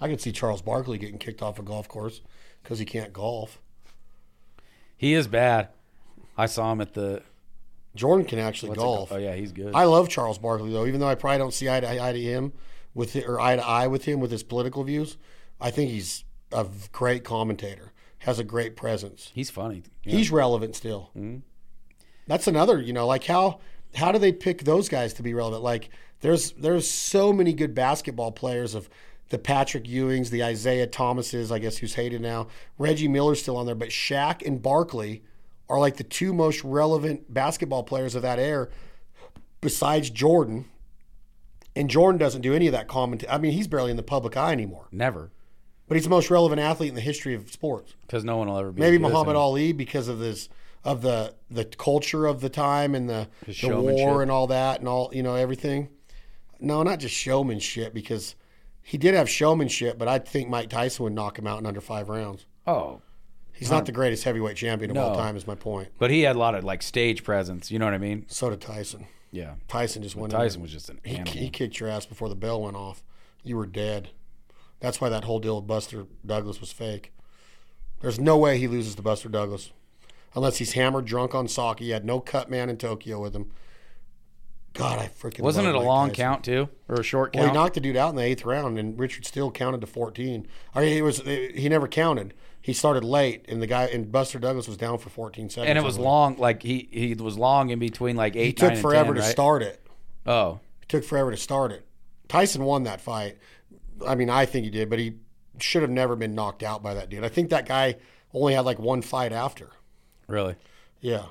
[SPEAKER 1] I could see Charles Barkley getting kicked off a golf course because he can't golf.
[SPEAKER 2] He is bad. I saw him at the
[SPEAKER 1] Jordan can actually
[SPEAKER 2] what's it
[SPEAKER 1] golf.
[SPEAKER 2] called? Oh yeah, he's good.
[SPEAKER 1] I love Charles Barkley though, even though I probably don't see eye to eye to him with or eye to eye with him with his political views. I think he's a great commentator. Has a great presence.
[SPEAKER 2] he's funny.
[SPEAKER 1] he's relevant still. That's another, you know, like how how do they pick those guys to be relevant? Like there's there's so many good basketball players of the Patrick Ewings, the Isaiah Thomases, I guess who's hated now. Reggie Miller's still on there, but Shaq and Barkley are like the two most relevant basketball players of that era besides Jordan. And Jordan doesn't do any of that comment. I mean, he's barely in the public eye anymore.
[SPEAKER 2] Never.
[SPEAKER 1] But he's the most relevant athlete in the history of sports
[SPEAKER 2] Because no one will ever be.
[SPEAKER 1] maybe
[SPEAKER 2] as good as
[SPEAKER 1] Muhammad
[SPEAKER 2] him.
[SPEAKER 1] Ali because of this of the the culture of the time and the, the
[SPEAKER 2] showmanship.
[SPEAKER 1] war and all that and all you know everything. No, not just showmanship because he did have showmanship, but I think Mike Tyson would knock him out in under five rounds.
[SPEAKER 2] Oh.
[SPEAKER 1] He's not the greatest heavyweight champion of all
[SPEAKER 2] No.
[SPEAKER 1] time, is my point.
[SPEAKER 2] But he had a lot of like stage presence. You know what I mean?
[SPEAKER 1] So did Tyson.
[SPEAKER 2] Yeah.
[SPEAKER 1] Tyson just went. in
[SPEAKER 2] Tyson was just an
[SPEAKER 1] there.
[SPEAKER 2] animal.
[SPEAKER 1] He, he kicked your ass before the bell went off. You were dead. That's why that whole deal with Buster Douglas was fake. There's no way he loses to Buster Douglas. Unless he's hammered drunk on sake. He had no cut man in Tokyo with him. God, I freaking
[SPEAKER 2] Wasn't
[SPEAKER 1] love
[SPEAKER 2] it a
[SPEAKER 1] Mike
[SPEAKER 2] long
[SPEAKER 1] Tyson.
[SPEAKER 2] count too, or a short
[SPEAKER 1] Well,
[SPEAKER 2] count?
[SPEAKER 1] he knocked the dude out in the eighth round, and Richard Steele counted to fourteen. I mean, he was he never counted. He started late, and the guy and Buster Douglas was down for fourteen seconds.
[SPEAKER 2] and it was long. Like he he was long in between like eight.
[SPEAKER 1] He took
[SPEAKER 2] nine,
[SPEAKER 1] forever
[SPEAKER 2] and 10,
[SPEAKER 1] to
[SPEAKER 2] right?
[SPEAKER 1] start it.
[SPEAKER 2] Oh,
[SPEAKER 1] took forever to start it. Tyson won that fight. I mean, I think he did, but he should have never been knocked out by that dude. I think that guy only had like one fight after.
[SPEAKER 2] really?
[SPEAKER 1] Yeah.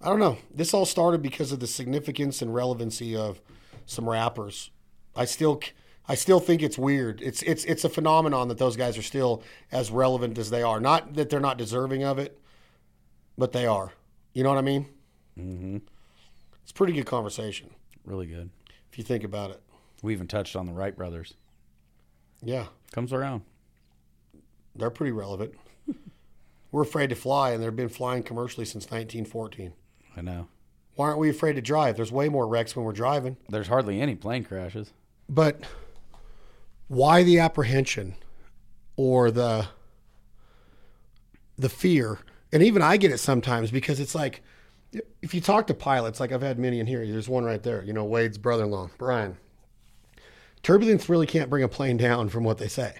[SPEAKER 1] I don't know. This all started because of the significance and relevancy of some rappers. I still I still think it's weird. It's it's it's a phenomenon that those guys are still as relevant as they are. Not that they're not deserving of it, but they are. You know what I mean? Mm-hmm. It's pretty good conversation
[SPEAKER 2] Really good.
[SPEAKER 1] if you think about it.
[SPEAKER 2] We even touched on the Wright brothers.
[SPEAKER 1] Yeah,
[SPEAKER 2] Comes around.
[SPEAKER 1] they're pretty relevant. We're afraid to fly, and they've been flying commercially since 1914.
[SPEAKER 2] I know.
[SPEAKER 1] Why aren't we afraid to drive? There's way more wrecks when we're driving.
[SPEAKER 2] There's hardly any plane crashes.
[SPEAKER 1] But why the apprehension or the the fear? And even I get it sometimes because it's like if you talk to pilots, like I've had many in here, there's one right there, you know, Wade's brother in law, Brian. Turbulence really can't bring a plane down from what they say.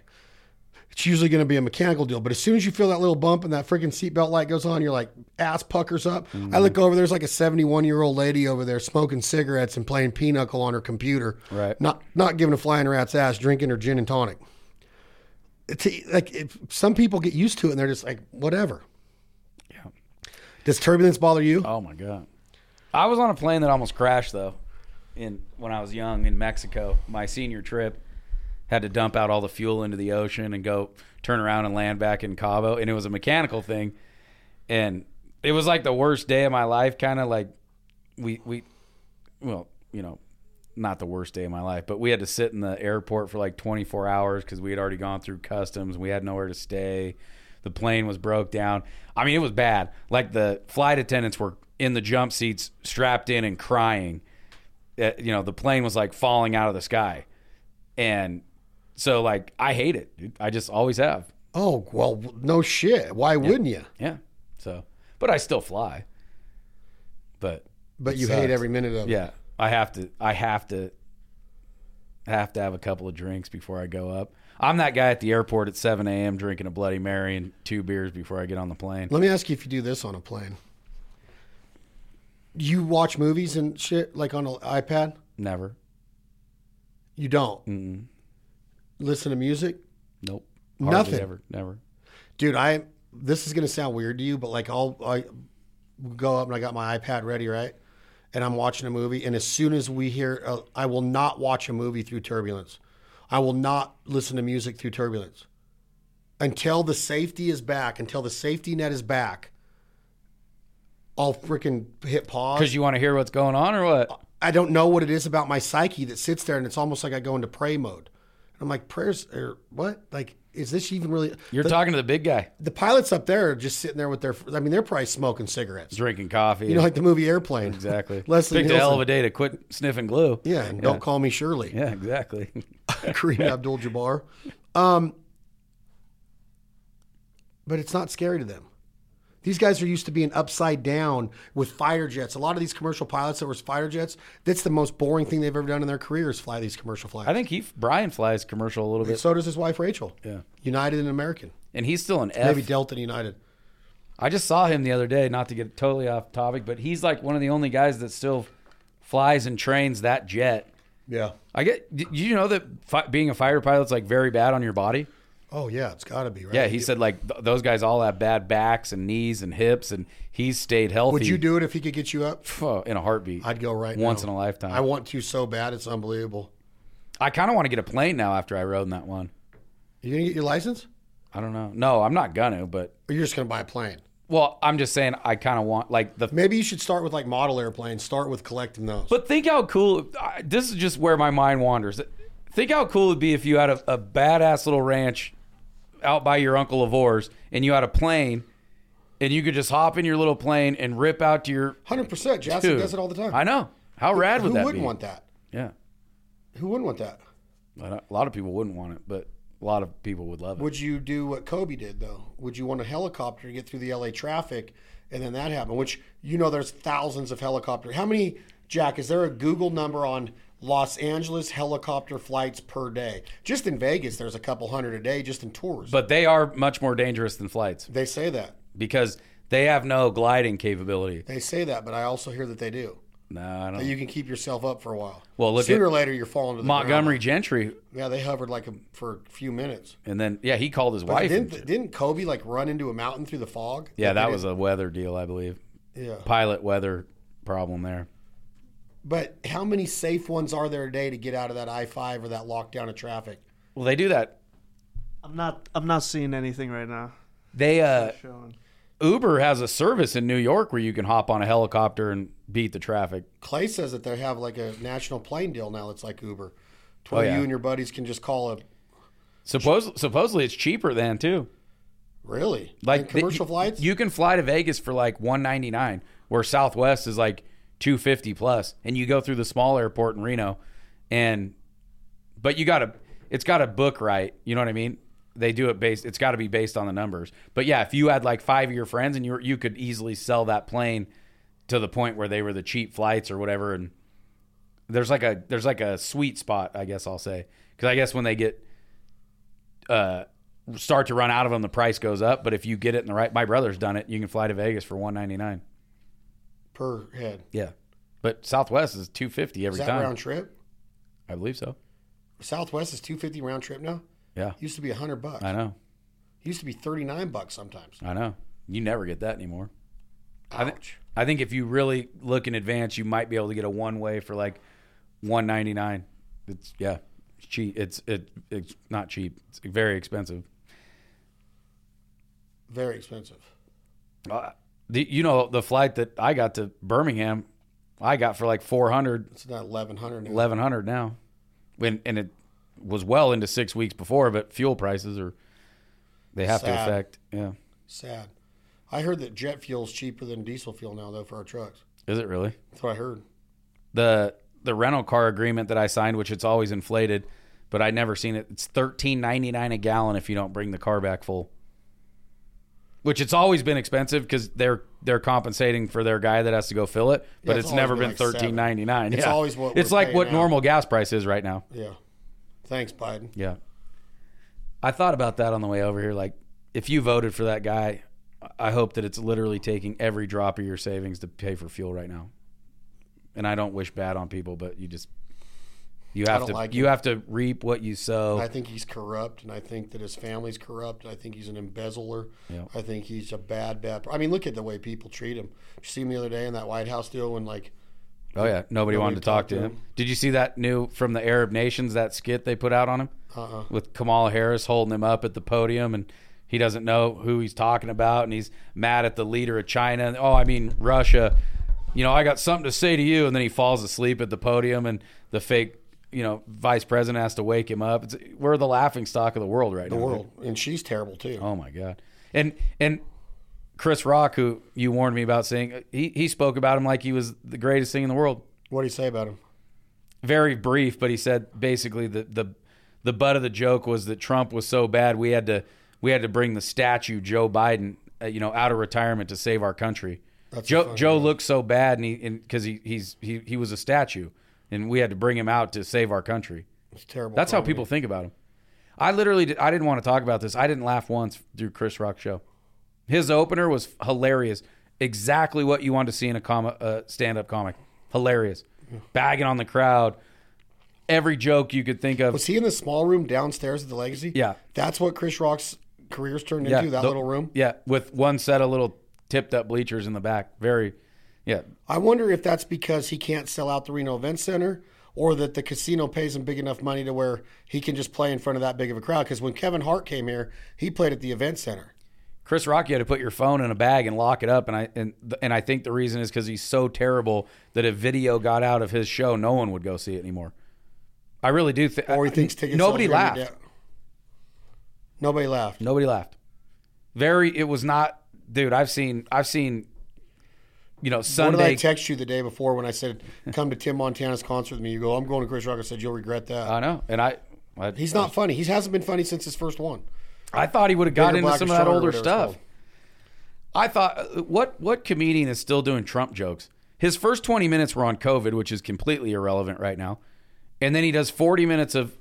[SPEAKER 1] It's usually going to be a mechanical deal, but as soon as you feel that little bump and that freaking seatbelt light goes on, you're like ass puckers up. I look over, there's like a 71 year old lady over there smoking cigarettes and playing pinochle on her computer,
[SPEAKER 2] Right.
[SPEAKER 1] Not not giving a flying rat's ass, drinking her gin and tonic. It's like if some people get used to it and they're just like whatever.
[SPEAKER 2] Yeah.
[SPEAKER 1] Does turbulence bother you?
[SPEAKER 2] Oh my god. I was on a plane that almost crashed though. In when I was young in Mexico, my senior trip, had to dump out all the fuel into the ocean and go turn around and land back in Cabo, and it was a mechanical thing, and it was like the worst day of my life. Kind of like we we, well, you know, not the worst day of my life, but we had to sit in the airport for like 24 hours because we had already gone through customs. We had nowhere to stay. The plane was broke down. I mean, it was bad. Like the flight attendants were in the jump seats, strapped in and crying. Uh, you know, the plane was like falling out of the sky. And so, like, I hate it. dude. I just always have.
[SPEAKER 1] Oh well, no shit. Why wouldn't you?
[SPEAKER 2] Yeah. So, but I still fly. But
[SPEAKER 1] But
[SPEAKER 2] It
[SPEAKER 1] you hate
[SPEAKER 2] sucks.
[SPEAKER 1] every minute of it.
[SPEAKER 2] Yeah, I have to. I have to. Have to have a couple of drinks before I go up. I'm that guy at the airport at 7 a.m. drinking a Bloody Mary and two beers before I get on the plane.
[SPEAKER 1] Let me ask you if you do this on a plane. You watch movies and shit like on an iPad?
[SPEAKER 2] Never.
[SPEAKER 1] You don't. mm Listen to music,
[SPEAKER 2] Nope. Hardly
[SPEAKER 1] Nothing.
[SPEAKER 2] Ever. Never.
[SPEAKER 1] dude. I this is gonna sound weird to you, but like I'll I go up and I got my iPad ready, right? And I'm watching a movie, and as soon as we hear, uh, I will not watch a movie through turbulence. I will not listen to music through turbulence until the safety is back. Until the safety net is back, I'll freaking hit pause.
[SPEAKER 2] Because you want to hear what's going on or what?
[SPEAKER 1] I don't know what it is about my psyche that sits there, and it's almost like I go into pray mode. And I'm like, prayers or what? Like, is this even really?
[SPEAKER 2] You're talking to the big guy
[SPEAKER 1] The pilots up there are just sitting there with their. I mean, they're probably smoking cigarettes.
[SPEAKER 2] drinking coffee.
[SPEAKER 1] You know, like the movie Airplane.
[SPEAKER 2] exactly.
[SPEAKER 1] Leslie
[SPEAKER 2] Picked a hell
[SPEAKER 1] Nielsen.
[SPEAKER 2] of a day to quit sniffing glue.
[SPEAKER 1] Yeah, and don't call me Shirley.
[SPEAKER 2] Yeah, exactly.
[SPEAKER 1] Kareem Abdul-Jabbar. Um, but it's not scary to them. These guys are used to being upside down with fighter jets. A lot of these commercial pilots that were fighter jets, that's the most boring thing they've ever done in their careers, fly these commercial flights.
[SPEAKER 2] I think he Brian flies commercial a little bit,
[SPEAKER 1] So does his wife Rachel.
[SPEAKER 2] Yeah.
[SPEAKER 1] United and American.
[SPEAKER 2] and he's still an F.
[SPEAKER 1] Maybe Delta and United.
[SPEAKER 2] I just saw him the other day, not to get totally off topic, but he's like one of the only guys that still flies and trains that jet.
[SPEAKER 1] Yeah.
[SPEAKER 2] I get, did you know that fi- being a fighter pilot's like very bad on your body?
[SPEAKER 1] Oh yeah, it's got to be right.
[SPEAKER 2] Yeah, he said like th- those guys all have bad backs and knees and hips, and he's stayed healthy.
[SPEAKER 1] Would you do it if he could get you up?
[SPEAKER 2] Pho, in a heartbeat?
[SPEAKER 1] I'd go right
[SPEAKER 2] once
[SPEAKER 1] now.
[SPEAKER 2] in a lifetime. I
[SPEAKER 1] I want to so bad, it's unbelievable.
[SPEAKER 2] kind of want to get a plane now after I rode in that one.
[SPEAKER 1] You gonna get your license,
[SPEAKER 2] I don't know. No, I'm not gonna. But
[SPEAKER 1] or you're just gonna buy a plane?
[SPEAKER 2] well, I'm just saying I kind of want like the
[SPEAKER 1] Maybe you should start with like model airplanes. Start with collecting those.
[SPEAKER 2] But think how cool. I- This is just where my mind wanders. Think how cool it'd be if you had a, a badass little ranch out by your uncle Lavor's, and you had a plane, and you could just hop in your little plane and rip out to your.
[SPEAKER 1] Hundred percent. Jackson
[SPEAKER 2] Dude,
[SPEAKER 1] does it all the time.
[SPEAKER 2] I know. How rad
[SPEAKER 1] Who
[SPEAKER 2] would that
[SPEAKER 1] wouldn't
[SPEAKER 2] be?
[SPEAKER 1] want that?
[SPEAKER 2] yeah,
[SPEAKER 1] Who wouldn't want that?
[SPEAKER 2] I don't- a lot of people wouldn't want it, but a lot of people would love it.
[SPEAKER 1] Would you do what Kobe did though? Would you want a helicopter to get through the LA traffic and then that happened? Which you know there's thousands of helicopter. How many Jack, is there a Google number on Los Angeles helicopter flights per day? Just in Vegas there's a couple hundred a day just in tours.
[SPEAKER 2] but they are much more dangerous than flights
[SPEAKER 1] they say that.
[SPEAKER 2] because they have no gliding capability.
[SPEAKER 1] They say that, but I also hear that they do.
[SPEAKER 2] No, I don't.
[SPEAKER 1] That you can keep yourself up for a while.
[SPEAKER 2] Well, look
[SPEAKER 1] sooner
[SPEAKER 2] at
[SPEAKER 1] or later you're falling to the
[SPEAKER 2] Montgomery Gentry,
[SPEAKER 1] Ground. Yeah, they hovered like a, for a few minutes.
[SPEAKER 2] and then yeah, he called his wife. and
[SPEAKER 1] Didn't didn't Kobe like run into a mountain through the fog?
[SPEAKER 2] Yeah,
[SPEAKER 1] Like,
[SPEAKER 2] that
[SPEAKER 1] they
[SPEAKER 2] was a weather deal, I believe.
[SPEAKER 1] didn't- yeah.
[SPEAKER 2] Pilot weather problem there.
[SPEAKER 1] But how many safe ones are there a day to get out of that I five or that lockdown of traffic?
[SPEAKER 2] Well, they do that.
[SPEAKER 3] I'm not. I'm not seeing anything right now.
[SPEAKER 2] They uh
[SPEAKER 3] Showing.
[SPEAKER 2] Uber has a service in New York where you can hop on a helicopter and beat the traffic.
[SPEAKER 1] Clay says that they have like a national plane deal now that's like Uber, to where
[SPEAKER 2] Oh, yeah.
[SPEAKER 1] you and your buddies can just call a
[SPEAKER 2] Suppose supposedly it's cheaper than too.
[SPEAKER 1] really
[SPEAKER 2] Like
[SPEAKER 1] And
[SPEAKER 2] the-
[SPEAKER 1] commercial flights.
[SPEAKER 2] You can fly to Vegas for like 199 where Southwest is like 250 plus and you go through the small airport in Reno and but you got to it's got to book right, you know what I mean? They do it based it's got to be based on the numbers. But yeah, if you had like 5 of your friends and you were, you could easily sell that plane to the point where they were the cheap flights or whatever and there's like a there's like a sweet spot, I guess I'll say. Cuz I guess when they get uh start to run out of them, the price goes up. But if you get it in the right, my brother's done it. You can fly to Vegas for one ninety nine.
[SPEAKER 1] per head.
[SPEAKER 2] Yeah, but Southwest is two fifty every
[SPEAKER 1] Is that
[SPEAKER 2] time.
[SPEAKER 1] round trip?
[SPEAKER 2] I believe so.
[SPEAKER 1] Southwest is two fifty round trip now.
[SPEAKER 2] Yeah,
[SPEAKER 1] Used to be hundred bucks.
[SPEAKER 2] I know.
[SPEAKER 1] Used to be thirty nine bucks sometimes.
[SPEAKER 2] I know. You never get that anymore. I think-
[SPEAKER 1] Ouch.
[SPEAKER 2] I think if you really look in advance, you might be able to get a one way for like one ninety nine. It's yeah, it's cheap. It's it it's not cheap. It's very expensive.
[SPEAKER 1] Very expensive.
[SPEAKER 2] Uh, the, you know the flight that I got to Birmingham, I got for like four hundred
[SPEAKER 1] It's not eleven hundred now.
[SPEAKER 2] eleven hundred now, when and it was well into six weeks before. But fuel prices are they have to
[SPEAKER 1] Sad.
[SPEAKER 2] affect. Yeah,
[SPEAKER 1] Sad. I heard that jet fuel's cheaper than diesel fuel now though for our trucks.
[SPEAKER 2] is it really
[SPEAKER 1] That's what I heard.
[SPEAKER 2] the the rental car agreement that I signed, which it's always inflated, but I never seen it. It's thirteen ninety nine a gallon if you don't bring the car back full. Which it's always been expensive because they're they're compensating for their guy that has to go fill it, but
[SPEAKER 1] it's
[SPEAKER 2] it's,
[SPEAKER 1] always
[SPEAKER 2] never
[SPEAKER 1] been
[SPEAKER 2] been
[SPEAKER 1] like seven.
[SPEAKER 2] thirteen ninety nine.
[SPEAKER 1] It's always what
[SPEAKER 2] it's
[SPEAKER 1] we're
[SPEAKER 2] like
[SPEAKER 1] paying
[SPEAKER 2] what
[SPEAKER 1] now.
[SPEAKER 2] normal gas price is right now.
[SPEAKER 1] Yeah. Thanks, Biden.
[SPEAKER 2] Yeah. I thought about that on the way over here. Like, if you voted for that guy, I hope that it's literally taking every drop of your savings to pay for fuel right now. And I don't wish bad on people, but you just you have
[SPEAKER 1] don't
[SPEAKER 2] to
[SPEAKER 1] like
[SPEAKER 2] you have to reap what you sow.
[SPEAKER 1] I think he's corrupt, and I think that his family's corrupt. I think he's an embezzler.
[SPEAKER 2] Yeah.
[SPEAKER 1] I think he's a bad, bad. I mean, look at the way people treat him. Did You see him the other day in that White House deal when, like,
[SPEAKER 2] oh yeah, nobody wanted to talk to him. Did you see that new from the Arab Nations that skit they put out on him
[SPEAKER 1] uh-uh.
[SPEAKER 2] with Kamala Harris holding him up at the podium and he doesn't know who he's talking about and he's mad at the leader of China. Oh, I mean Russia. You know, I got something to say to you, and then he falls asleep at the podium, and the fake, you know, vice president has to wake him up. It's, we're the laughing stock of the world right now.
[SPEAKER 1] the world, and she's terrible too.
[SPEAKER 2] Oh my god. And and Chris Rock, who you warned me about saying, he he spoke about him like he was the greatest thing in the world.
[SPEAKER 1] What do you say about him?
[SPEAKER 2] Very brief, but he said basically the the the butt of the joke was that Trump was so bad we had to we had to bring the statue Joe Biden, uh, you know, out of retirement to save our country.
[SPEAKER 1] That's a
[SPEAKER 2] Joe
[SPEAKER 1] funny
[SPEAKER 2] Joe looked so bad, and he because he he's he he was a statue, and we had to bring him out to save our country.
[SPEAKER 1] It's terrible.
[SPEAKER 2] That's how
[SPEAKER 1] comedy.
[SPEAKER 2] people think about him. I literally did, I didn't want to talk about this. I didn't laugh once through Chris Rock's show. His opener was hilarious. Exactly what you want to see in a com- uh, stand-up comic. Hilarious. Bagging on the crowd. Every joke you could think of.
[SPEAKER 1] Was he in the small room downstairs at the Legacy?
[SPEAKER 2] Yeah.
[SPEAKER 1] That's what Chris Rock's career's turned
[SPEAKER 2] yeah,
[SPEAKER 1] into. That
[SPEAKER 2] the-
[SPEAKER 1] little room.
[SPEAKER 2] Yeah, with one set of little tipped-up bleachers in the back. Very, yeah.
[SPEAKER 1] I wonder if that's because he can't sell out the Reno Event Center or that the casino pays him big enough money to where he can just play in front of that big of a crowd. Because when Kevin Hart came here, he played at the Event Center.
[SPEAKER 2] Chris Rock, you had to put your phone in a bag and lock it up, and I and th- and I think the reason is because he's so terrible that if video got out of his show, no one would go see it anymore. I really do think.
[SPEAKER 1] Or he thinks tickets.
[SPEAKER 2] Nobody
[SPEAKER 1] sales are gonna
[SPEAKER 2] laughed.
[SPEAKER 1] be down. Nobody laughed.
[SPEAKER 2] Nobody laughed. Very. It was not, dude. I've seen. I've seen. You know,
[SPEAKER 1] What did I
[SPEAKER 2] Sunday.
[SPEAKER 1] text you the day before when I said, "Come to Tim Montana's concert with me"? You go, "I'm going to Chris Rock." I said, "You'll regret that."
[SPEAKER 2] I know, and I. I,
[SPEAKER 1] He's not funny. He hasn't been funny since his first one.
[SPEAKER 2] I thought he would have gotten
[SPEAKER 1] Bigger,
[SPEAKER 2] into
[SPEAKER 1] blacker,
[SPEAKER 2] some of that
[SPEAKER 1] stronger,
[SPEAKER 2] older
[SPEAKER 1] whatever it's called.
[SPEAKER 2] stuff. I thought, uh, what what comedian is still doing Trump jokes? His first twenty minutes were on COVID, which is completely irrelevant right now, and then he does forty minutes of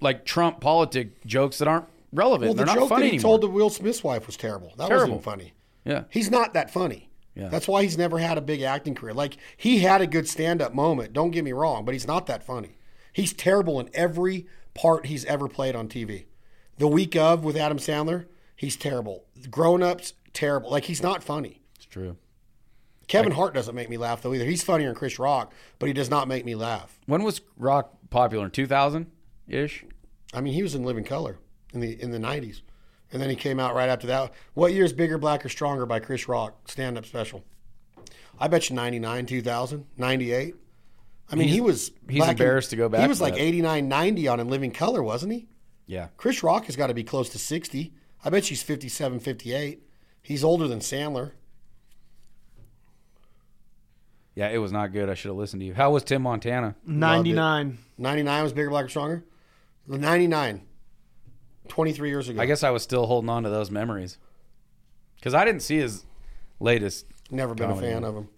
[SPEAKER 2] like Trump politic jokes that aren't relevant.
[SPEAKER 1] Well, the
[SPEAKER 2] They're
[SPEAKER 1] joke
[SPEAKER 2] not funny
[SPEAKER 1] that he
[SPEAKER 2] anymore.
[SPEAKER 1] told to Will Smith's wife was terrible. That
[SPEAKER 2] Terrible.
[SPEAKER 1] wasn't funny.
[SPEAKER 2] yeah,
[SPEAKER 1] He's not that funny.
[SPEAKER 2] Yeah.
[SPEAKER 1] That's why he's never had a big acting career. Like he had a good stand-up moment. Don't get me wrong, but he's not that funny. He's terrible in every part he's ever played on TV. The week of with Adam Sandler, he's terrible. Grown Ups, terrible. Like he's not funny.
[SPEAKER 2] it's true.
[SPEAKER 1] Kevin Hart doesn't make me laugh though either. He's funnier than Chris Rock, but he does not make me laugh.
[SPEAKER 2] When was rock popular? Two thousand ish.
[SPEAKER 1] I mean, he was in Living Color in the in the nineties, and then he came out right after that. What year is Bigger, Blacker, Stronger by Chris Rock stand up special? I bet you 99, 2000, 98. I mean, he was.
[SPEAKER 2] he's
[SPEAKER 1] back in-
[SPEAKER 2] embarrassed to go back
[SPEAKER 1] He
[SPEAKER 2] to
[SPEAKER 1] was like
[SPEAKER 2] that.
[SPEAKER 1] 89, 90 on In Living Color, wasn't he?
[SPEAKER 2] Yeah.
[SPEAKER 1] Chris Rock has got to be close to 60. I bet she's 57, 58. He's older than Sandler.
[SPEAKER 2] Yeah, it was not good. I should have listened to you. How was Tim Montana?
[SPEAKER 3] 99.
[SPEAKER 1] 99 was Bigger, Blacker, Stronger. 99, 23 years ago.
[SPEAKER 2] I guess I was still holding on to those memories. Because I didn't see his latest.
[SPEAKER 1] Never been
[SPEAKER 2] Comedy.
[SPEAKER 1] a fan of him.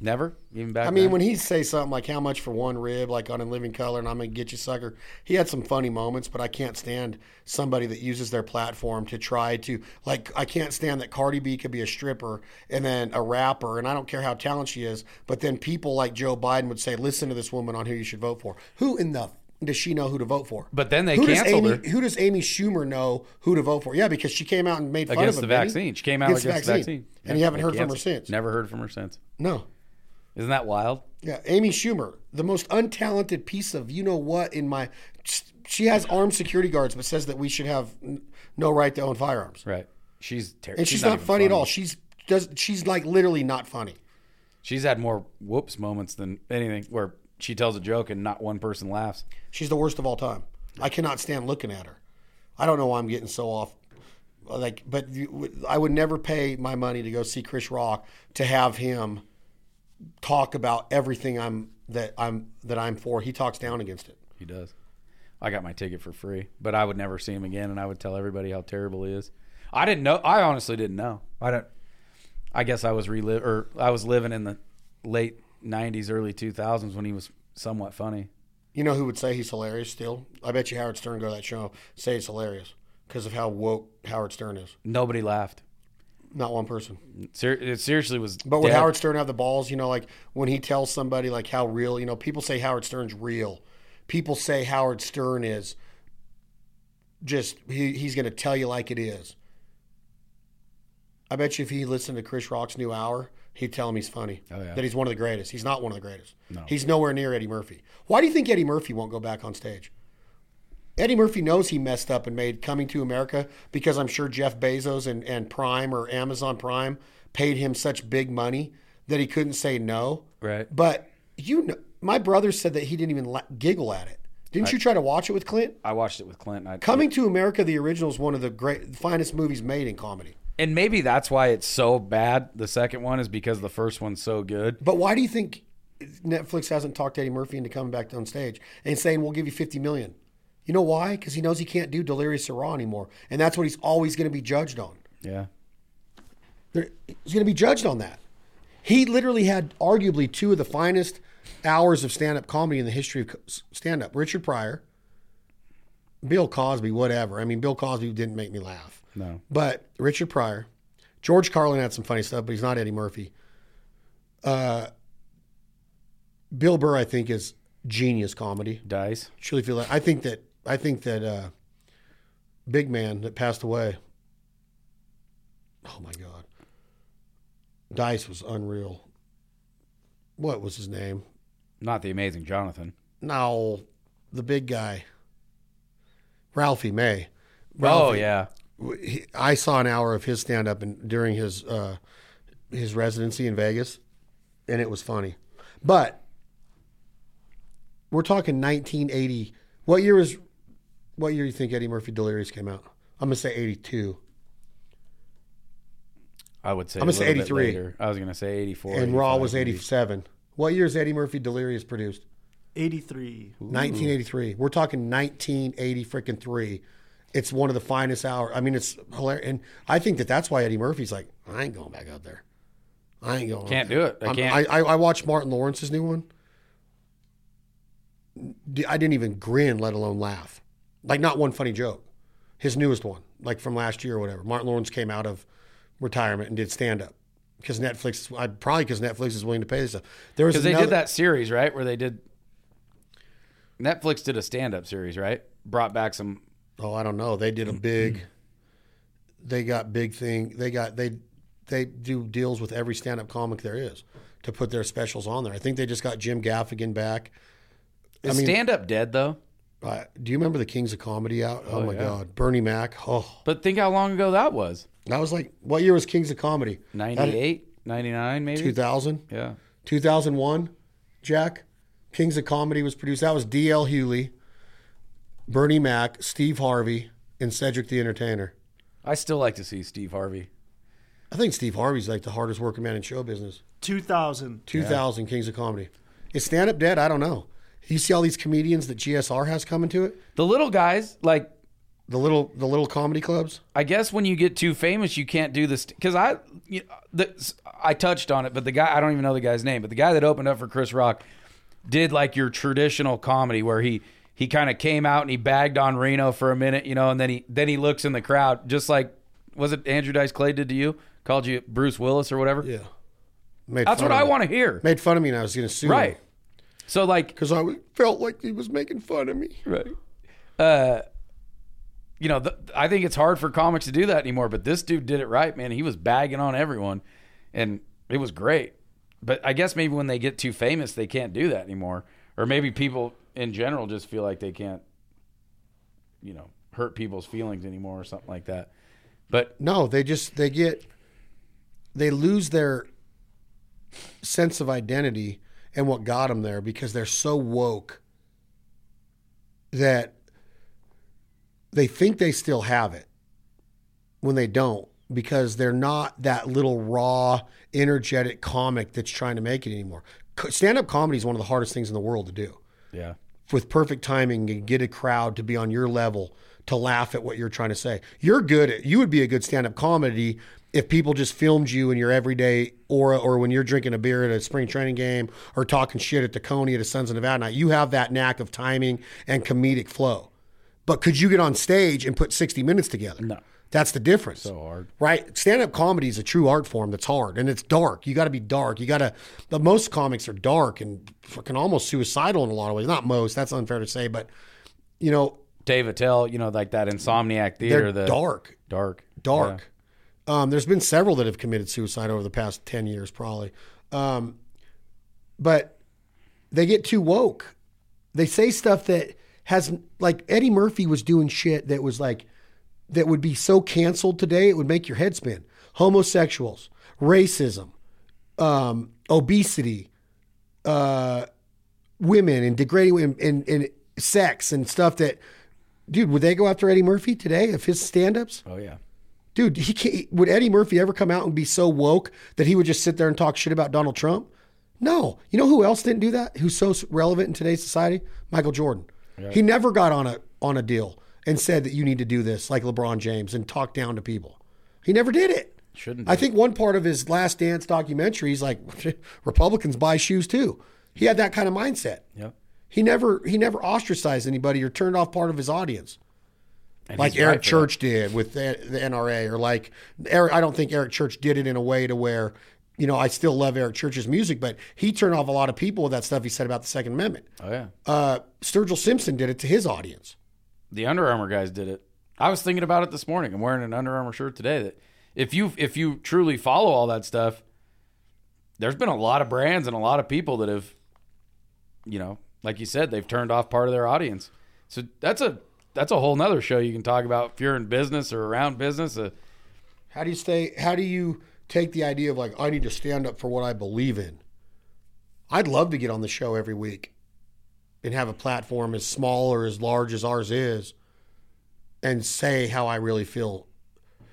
[SPEAKER 2] Never? Even back
[SPEAKER 1] I mean,
[SPEAKER 2] then?
[SPEAKER 1] when he say something like "How much for one rib?" like on "In Living Color," and "I'm gonna get you, sucker," he had some funny moments, but I can't stand somebody that uses their platform to try to like. I can't stand that Cardi B could be a stripper and then a rapper, and I don't care how talented she is, but then people like Joe Biden would say, "Listen to this woman on who you should vote for." Who in the f- does she know who to vote for?
[SPEAKER 2] But then they
[SPEAKER 1] who
[SPEAKER 2] canceled
[SPEAKER 1] does
[SPEAKER 2] her.
[SPEAKER 1] Amy, Who does Amy Schumer know who to vote for? Yeah, because she came out and made fun
[SPEAKER 2] against
[SPEAKER 1] of
[SPEAKER 2] the
[SPEAKER 1] him, didn't he?
[SPEAKER 2] vaccine. She came out against, the vaccine.
[SPEAKER 1] and you haven't
[SPEAKER 2] They
[SPEAKER 1] heard from her
[SPEAKER 2] canceled.
[SPEAKER 1] since.
[SPEAKER 2] Never heard from her since.
[SPEAKER 1] No.
[SPEAKER 2] Isn't that wild?
[SPEAKER 1] Yeah, Amy Schumer, the most untalented piece of you know what in my. She has armed security guards, but says that we should have n- no right to own firearms.
[SPEAKER 2] Right. She's terrible.
[SPEAKER 1] And she's, not, funny, at all. She's does. She's like literally not funny.
[SPEAKER 2] She's had more whoops moments than anything where she tells a joke and not one person laughs.
[SPEAKER 1] She's the worst of all time. I cannot stand looking at her. I don't know why I'm getting so off. Like, but you, I would never pay my money to go see Chris Rock to have him talk about everything I'm that I'm that I'm for. He talks down against it.
[SPEAKER 2] He does. I got my ticket for free, but I would never see him again, and I would tell everybody how terrible he is. I didn't know. I honestly didn't know. I don't. I guess I was relive or I was living in the late '90s, early 2000s when he was somewhat funny.
[SPEAKER 1] You know who would say he's hilarious still? I bet you Howard Stern go to that show, say it's hilarious because of how woke Howard Stern is.
[SPEAKER 2] Nobody laughed.
[SPEAKER 1] Not one person.
[SPEAKER 2] Ser- it seriously was.
[SPEAKER 1] But would
[SPEAKER 2] dead.
[SPEAKER 1] Howard Stern have the balls, you know, like when he tells somebody like how real, you know, people say Howard Stern's real. People say Howard Stern is just he, he's going to tell you like it is. I bet you if he listened to Chris Rock's new hour, he'd tell him he's funny.
[SPEAKER 2] Oh, yeah.
[SPEAKER 1] That he's one of the greatest. He's not one of the greatest. No. He's nowhere near Eddie Murphy. Why do you think Eddie Murphy won't go back on stage? Eddie Murphy knows he messed up and made Coming to America because I'm sure Jeff Bezos and, and Prime or Amazon Prime paid him such big money that he couldn't say no.
[SPEAKER 2] Right.
[SPEAKER 1] But you know, my brother said that he didn't even la- giggle at it. Didn't you try to watch it with Clint?
[SPEAKER 2] I watched it with Clint. And I,
[SPEAKER 1] Coming to America, the original is one of the great, finest movies made in comedy.
[SPEAKER 2] and maybe that's why it's so bad. The second one is because the first one's so good.
[SPEAKER 1] But why do you think Netflix hasn't talked Eddie Murphy into coming back on stage and saying we'll give you fifty million? You know why? Because he knows he can't do Delirious Sarah anymore, and that's what he's always going to be judged on.
[SPEAKER 2] Yeah.
[SPEAKER 1] There, he's going to be judged on that. He literally had arguably two of the finest hours of stand-up comedy in the history of co- s- stand-up. Richard Pryor, Bill Cosby, whatever. I mean, Bill Cosby didn't make me laugh.
[SPEAKER 2] No.
[SPEAKER 1] But Richard Pryor, George Carlin had some funny stuff, but he's not Eddie Murphy. Uh, Bill Burr, I think, is genius comedy.
[SPEAKER 2] Dice.
[SPEAKER 1] Truly feel that. I think that. I think that. Uh, big man that passed away. Oh my God. Dice was unreal. What was his name?
[SPEAKER 2] Not the amazing Jonathan.
[SPEAKER 1] No, the big guy. Ralphie May.
[SPEAKER 2] Oh yeah.
[SPEAKER 1] he- I saw an hour of his stand up and during his uh, his residency in Vegas, and it was funny. But we're talking 1980. What year was? What year do you think Eddie Murphy Delirious came out? I'm gonna say 82.
[SPEAKER 2] I would say.
[SPEAKER 1] I'm
[SPEAKER 2] a
[SPEAKER 1] gonna say
[SPEAKER 2] little bit
[SPEAKER 1] 83.
[SPEAKER 2] later. I was gonna say 84.
[SPEAKER 1] and Raw
[SPEAKER 2] 85,
[SPEAKER 1] was
[SPEAKER 2] maybe.
[SPEAKER 1] 87. What year is Eddie Murphy Delirious produced?
[SPEAKER 3] 83.
[SPEAKER 1] 1983. We're talking 1980 freaking three. It's one of the finest hours. I mean, it's hilarious, and I think that that's why Eddie Murphy's like, I ain't going back out there. I ain't going. out
[SPEAKER 2] Can't
[SPEAKER 1] there."
[SPEAKER 2] do it. I
[SPEAKER 1] I'm-
[SPEAKER 2] can't.
[SPEAKER 1] I, I, I watched Martin Lawrence's new one. D- I didn't even grin, let alone laugh. Like not one funny joke. His newest one, like from last year or whatever. Martin Lawrence came out of retirement and did stand up because Netflix. I probably because Netflix is willing to pay this stuff. There was
[SPEAKER 2] Because they
[SPEAKER 1] another-
[SPEAKER 2] did that series, right? Where they did Netflix did a stand up series, right? Brought back some
[SPEAKER 1] Oh, I don't know. They did a big. they got big thing. They got they they do deals with every stand up comic there is to put their specials on there. I think they just got Jim Gaffigan back.
[SPEAKER 2] is
[SPEAKER 1] mean-
[SPEAKER 2] stand up dead though?
[SPEAKER 1] Uh, do you remember the Kings of Comedy out? Oh, my
[SPEAKER 2] yeah.
[SPEAKER 1] God, Bernie Mac. Oh,
[SPEAKER 2] But think how long ago that was.
[SPEAKER 1] that was like what year was Kings of Comedy?
[SPEAKER 2] 98, 99 maybe.
[SPEAKER 1] Two thousand.
[SPEAKER 2] Yeah.
[SPEAKER 1] 2001, Jack. Kings of Comedy was produced. That was D.L. Hewley, Bernie Mac, Steve Harvey, and Cedric the Entertainer.
[SPEAKER 2] I still like to see Steve Harvey.
[SPEAKER 1] I think Steve Harvey's like the hardest working man in show business.
[SPEAKER 3] 2000.
[SPEAKER 1] 2000, Kings of Comedy. Is stand up dead? I don't know. You see all these comedians that GSR has coming to it?
[SPEAKER 2] The little guys, like
[SPEAKER 1] The little the little comedy clubs?
[SPEAKER 2] I guess when you get too famous, you can't do this because I, you- the, I touched on it, but the guy I don't even know the guy's name, but the guy that opened up for Chris Rock did like your traditional comedy where he he kind of came out and he bagged on Reno for a minute, you know, and then he then he looks in the crowd just like was it Andrew Dice Clay did to you? Called you Bruce Willis or whatever.
[SPEAKER 1] Yeah. Made
[SPEAKER 2] That's
[SPEAKER 1] fun
[SPEAKER 2] what
[SPEAKER 1] of
[SPEAKER 2] I
[SPEAKER 1] me.
[SPEAKER 2] want to hear.
[SPEAKER 1] Made fun of me and I was going to sue
[SPEAKER 2] Right. So like
[SPEAKER 1] Because I was- felt like he was making fun of me.
[SPEAKER 2] Right. Uh, you know, th I think it's hard for comics to do that anymore. But this dude did it right, man. He was bagging on everyone, and it was great. But I guess maybe when they get too famous, they can't do that anymore, or maybe people in general just feel like they can't, you know, hurt people's feelings anymore or something like that. But
[SPEAKER 1] No, they just they get they lose their sense of identity and what got them there because they're so woke that they think they still have it when they don't because they're not that little raw energetic comic that's trying to make it anymore. Co- Stand-up comedy is one of the hardest things in the world to do
[SPEAKER 2] yeah,
[SPEAKER 1] with perfect timing and get a crowd to be on your level to laugh at what you're trying to say. You're good at you would be a good stand-up comedy if people just filmed you in your everyday aura or when you're drinking a beer at a spring training game or talking shit at the Coney at a Sons of Nevada night. You have that knack of timing and comedic flow. But could you get on stage and put 60 minutes together? No. That's the difference. So
[SPEAKER 2] hard.
[SPEAKER 1] Right? Stand up comedy is a true art form that's hard and it's dark. You got to be dark. You got to, but most comics are dark and fucking almost suicidal in a lot of ways. Not most, that's unfair to say, but you know,
[SPEAKER 2] Dave Attell, you know, like that Insomniac
[SPEAKER 1] they're
[SPEAKER 2] Theater, the
[SPEAKER 1] dark,
[SPEAKER 2] dark,
[SPEAKER 1] dark. Um, there's been several that have committed suicide over the past 10 years, probably. Um, but they get too woke. They say stuff that has, like, Eddie Murphy was doing shit that was like, that would be so canceled today, it would make your head spin. Homosexuals, racism, um, obesity, uh, women, and degrading women, and, and sex, and stuff that, dude, would they go after Eddie Murphy today if his stand ups?
[SPEAKER 2] Yeah. Oh yeah.
[SPEAKER 1] Dude, he can't, would Eddie Murphy ever come out and be so woke that he would just sit there and talk shit about Donald Trump? No. You know who else didn't do that? Who's so relevant in today's society? Michael Jordan. He never got on a on a deal and said that you need to do this like LeBron James and talk down to people. He never did it.
[SPEAKER 2] Shouldn't
[SPEAKER 1] I think one part of his Last Dance documentary, he's like, Republicans buy shoes too. He had that kind of mindset.
[SPEAKER 2] Yep.
[SPEAKER 1] He never he never ostracized anybody or turned off part of his audience
[SPEAKER 2] And
[SPEAKER 1] like
[SPEAKER 2] he's
[SPEAKER 1] Eric
[SPEAKER 2] right for
[SPEAKER 1] Church did with the, the NRA, or like Eric, I don't think Eric Church did it in a way to where, you know, I still love Eric Church's music, but he turned off a lot of people with that stuff he said about the Second Amendment.
[SPEAKER 2] that. Oh yeah.
[SPEAKER 1] Uh, Sturgill Simpson did it to his audience.
[SPEAKER 2] the Under Armour guys did it. I was thinking about it this morning. I'm wearing an Under Armour shirt today. That if you if you truly follow all that stuff, there's been a lot of brands and a lot of people that have, you know, like you said, they've turned off part of their audience. So that's a that's a whole nother show you can talk about if you're in business or around business. Uh,
[SPEAKER 1] How do you stay? How do you take the idea of like I need to stand up for what I believe in? I'd love to get on the show every week and have a platform as small or as large as ours is, and say how I really feel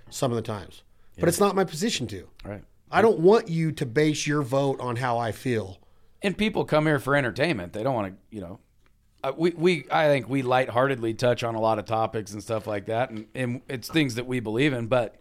[SPEAKER 1] some of the times. But it's not my position to.
[SPEAKER 2] right.
[SPEAKER 1] I don't want you to base your vote on how I feel.
[SPEAKER 2] and people come here for entertainment. They don't want to, you know. Uh, we, we I think we lightheartedly touch on a lot of topics and stuff like that, and, and it's things that we believe in. But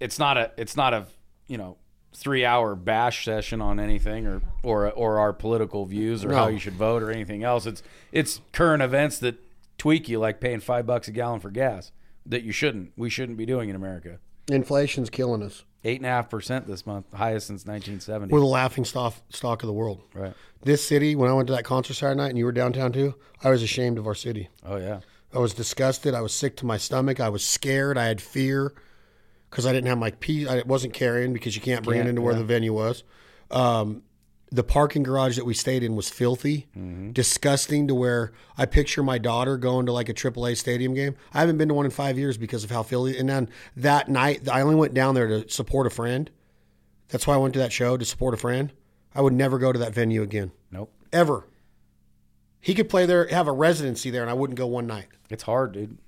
[SPEAKER 2] it's not a it's not a you know three hour bash session on anything or or or our political views or how
[SPEAKER 1] No.
[SPEAKER 2] you should vote or anything else. It's it's current events that tweak you, like paying five bucks a gallon for gas that you shouldn't. We shouldn't be doing in America.
[SPEAKER 1] Inflation's killing us.
[SPEAKER 2] Eight and a half percent this month, highest since 1970.
[SPEAKER 1] We're the laughing stock, stock of the world.
[SPEAKER 2] right?
[SPEAKER 1] This city, when I went to that concert Saturday night and you were downtown too, I was ashamed of our city.
[SPEAKER 2] Oh yeah.
[SPEAKER 1] I was disgusted. I was sick to my stomach. I was scared. I had fear because I didn't have my pee. I wasn't carrying because you can't bring it into where the venue was. Um, the parking garage that we stayed in was filthy, disgusting to where I picture my daughter going to like a AAA stadium game. I haven't been to one in five years because of how filthy. And then that night, I only went down there to support a friend. That's why I went to that show to support a friend. I would never go to that venue again,
[SPEAKER 2] Nope.
[SPEAKER 1] ever. He could play there, have a residency there, and I wouldn't go one night.
[SPEAKER 2] It's hard, dude.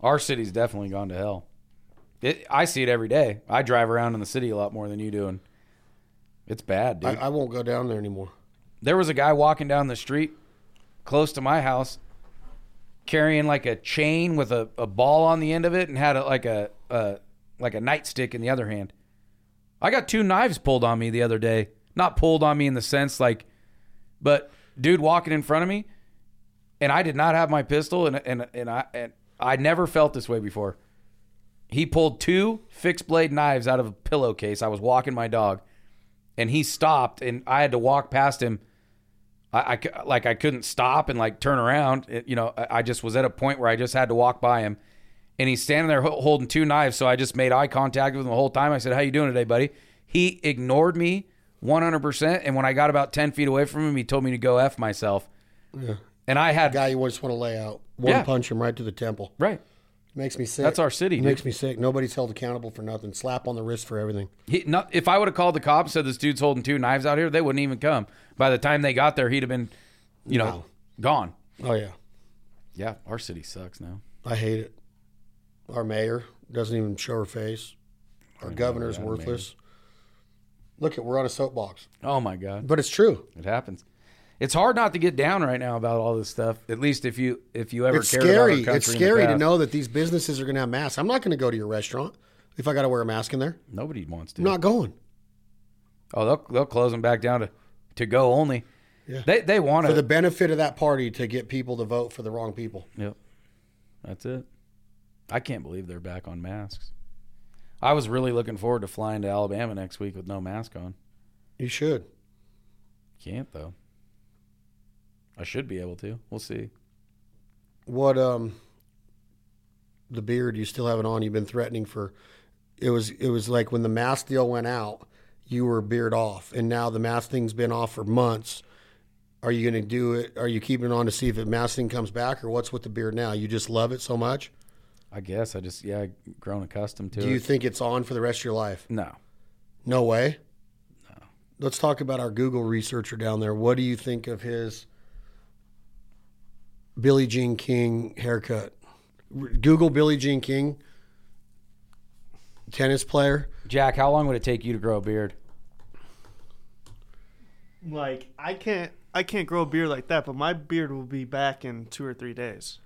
[SPEAKER 2] Our city's definitely gone to hell. It, I see it every day. I drive around in the city a lot more than you do, and it's bad, dude.
[SPEAKER 1] I, I won't go down there anymore.
[SPEAKER 2] there was a guy walking down the street close to my house carrying like a chain with a, a ball on the end of it and had a, like a, a like a nightstick in the other hand i got two knives pulled on me the other day not pulled on me in the sense like but dude walking in front of me and i did not have my pistol and and, and i and i never felt this way before he pulled two fixed blade knives out of a pillowcase i was walking my dog and he stopped and I had to walk past him. I, I cou- like I couldn't stop and like turn around. It- you know, I, I just was at a point where I just had to walk by him, and he's standing there ho- holding two knives. So I just made eye contact with him the whole time. I said, "How you doing today, buddy?" He ignored me 100. percent And when I got about 10 feet away from him, he told me to go f myself. And I had
[SPEAKER 1] Guy, you just want to lay out one
[SPEAKER 2] Yeah.
[SPEAKER 1] punch him right to the temple.
[SPEAKER 2] right.
[SPEAKER 1] Makes me sick.
[SPEAKER 2] That's our city,
[SPEAKER 1] It
[SPEAKER 2] dude.
[SPEAKER 1] Makes me sick. Nobody's held accountable for nothing. Slap on the wrist for everything.
[SPEAKER 2] He, not, if I would have called the cops, said this dude's holding two knives out here, they wouldn't even come. By the time they got there, he'd have been, you know,
[SPEAKER 1] Wow.
[SPEAKER 2] gone.
[SPEAKER 1] Oh yeah,
[SPEAKER 2] Yeah, our city sucks now.
[SPEAKER 1] I hate it. Our mayor doesn't even show her face. Our governor's worthless. Look at we're on a soapbox,
[SPEAKER 2] Oh my god,
[SPEAKER 1] but it's true.
[SPEAKER 2] it happens. It's hard not to get down right now about all this stuff. At least if you if you ever
[SPEAKER 1] It's
[SPEAKER 2] cared about our
[SPEAKER 1] scary.
[SPEAKER 2] country
[SPEAKER 1] It's
[SPEAKER 2] in the
[SPEAKER 1] scary to
[SPEAKER 2] past.
[SPEAKER 1] know that these businesses are going to have masks. I'm not going to go to your restaurant if I got to wear a mask in there.
[SPEAKER 2] Nobody wants to.
[SPEAKER 1] I'm not going.
[SPEAKER 2] oh, they'll they'll close them back down to to go only.
[SPEAKER 1] Yeah.
[SPEAKER 2] They they want
[SPEAKER 1] For
[SPEAKER 2] to.
[SPEAKER 1] the benefit of that party to get people to vote for the wrong people.
[SPEAKER 2] yep. That's it. I can't believe they're back on masks. I was really looking forward to flying to Alabama next week with no mask on.
[SPEAKER 1] You should.
[SPEAKER 2] Can't though. I should be able to. We'll see.
[SPEAKER 1] what um the beard you still have it on you've been threatening for it was it was like when the mask deal went out you were beard off and now the mask thing's been off for months are you going to do it are you keeping it on to see if the mask thing comes back or what's with the beard now you just love it so much
[SPEAKER 2] I guess I just yeah, I've grown accustomed to
[SPEAKER 1] do
[SPEAKER 2] it.
[SPEAKER 1] you think it's on for the rest of your life
[SPEAKER 2] no.
[SPEAKER 1] no way no let's talk about our google researcher down there what do you think of his billie jean king haircut R- google billie jean king tennis player
[SPEAKER 2] Jack, how long would it take you to grow a beard?
[SPEAKER 3] Like I can't I can't grow a beard like that, but my beard will be back in two or three days.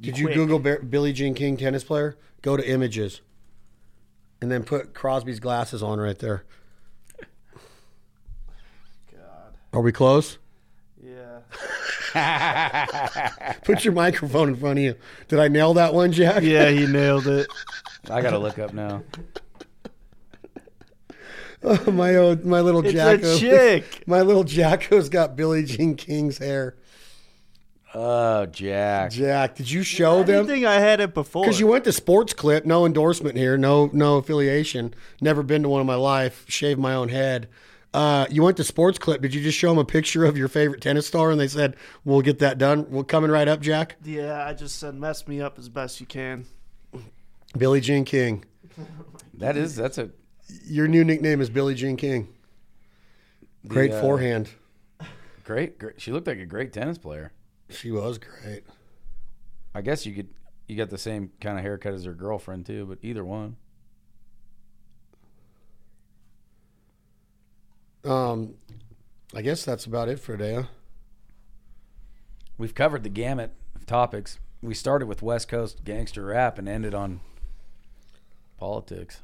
[SPEAKER 1] did you
[SPEAKER 3] Quick.
[SPEAKER 1] google Bar- billie jean king tennis player go to images and then put crosby's glasses on right there
[SPEAKER 3] God.
[SPEAKER 1] are we close
[SPEAKER 3] Yeah.
[SPEAKER 1] put your microphone in front of you did i nail that one jack
[SPEAKER 3] Yeah, he nailed it.
[SPEAKER 2] I gotta look up now.
[SPEAKER 1] my old, my little
[SPEAKER 3] It's
[SPEAKER 1] jacko
[SPEAKER 3] a chick.
[SPEAKER 1] my little jacko's got billie jean king's hair
[SPEAKER 2] Oh, Jack.
[SPEAKER 1] Jack, did you show
[SPEAKER 3] I didn't
[SPEAKER 1] them?
[SPEAKER 3] think I had it before.
[SPEAKER 1] Because you went to Sports Clip, no endorsement here, no no affiliation. Never been to one in my life. Shaved my own head. Uh, you went to Sports Clip. Did you just show them a picture of your favorite tennis star, and they said, "We'll get that done. We're coming right up, Jack."
[SPEAKER 3] yeah, I just said mess me up as best you can.
[SPEAKER 1] Billie Jean King.
[SPEAKER 2] That is that's a
[SPEAKER 1] Your new nickname is Billie Jean King. Great
[SPEAKER 2] uh,
[SPEAKER 1] forehand.
[SPEAKER 2] great, great. She looked like a great tennis player.
[SPEAKER 1] She was great.
[SPEAKER 2] I guess you could you got the same kind of haircut as her girlfriend too, but either one.
[SPEAKER 1] Um, I guess that's about it for today. Huh?
[SPEAKER 2] We've covered the gamut of topics. We started with West Coast gangster rap and ended on politics.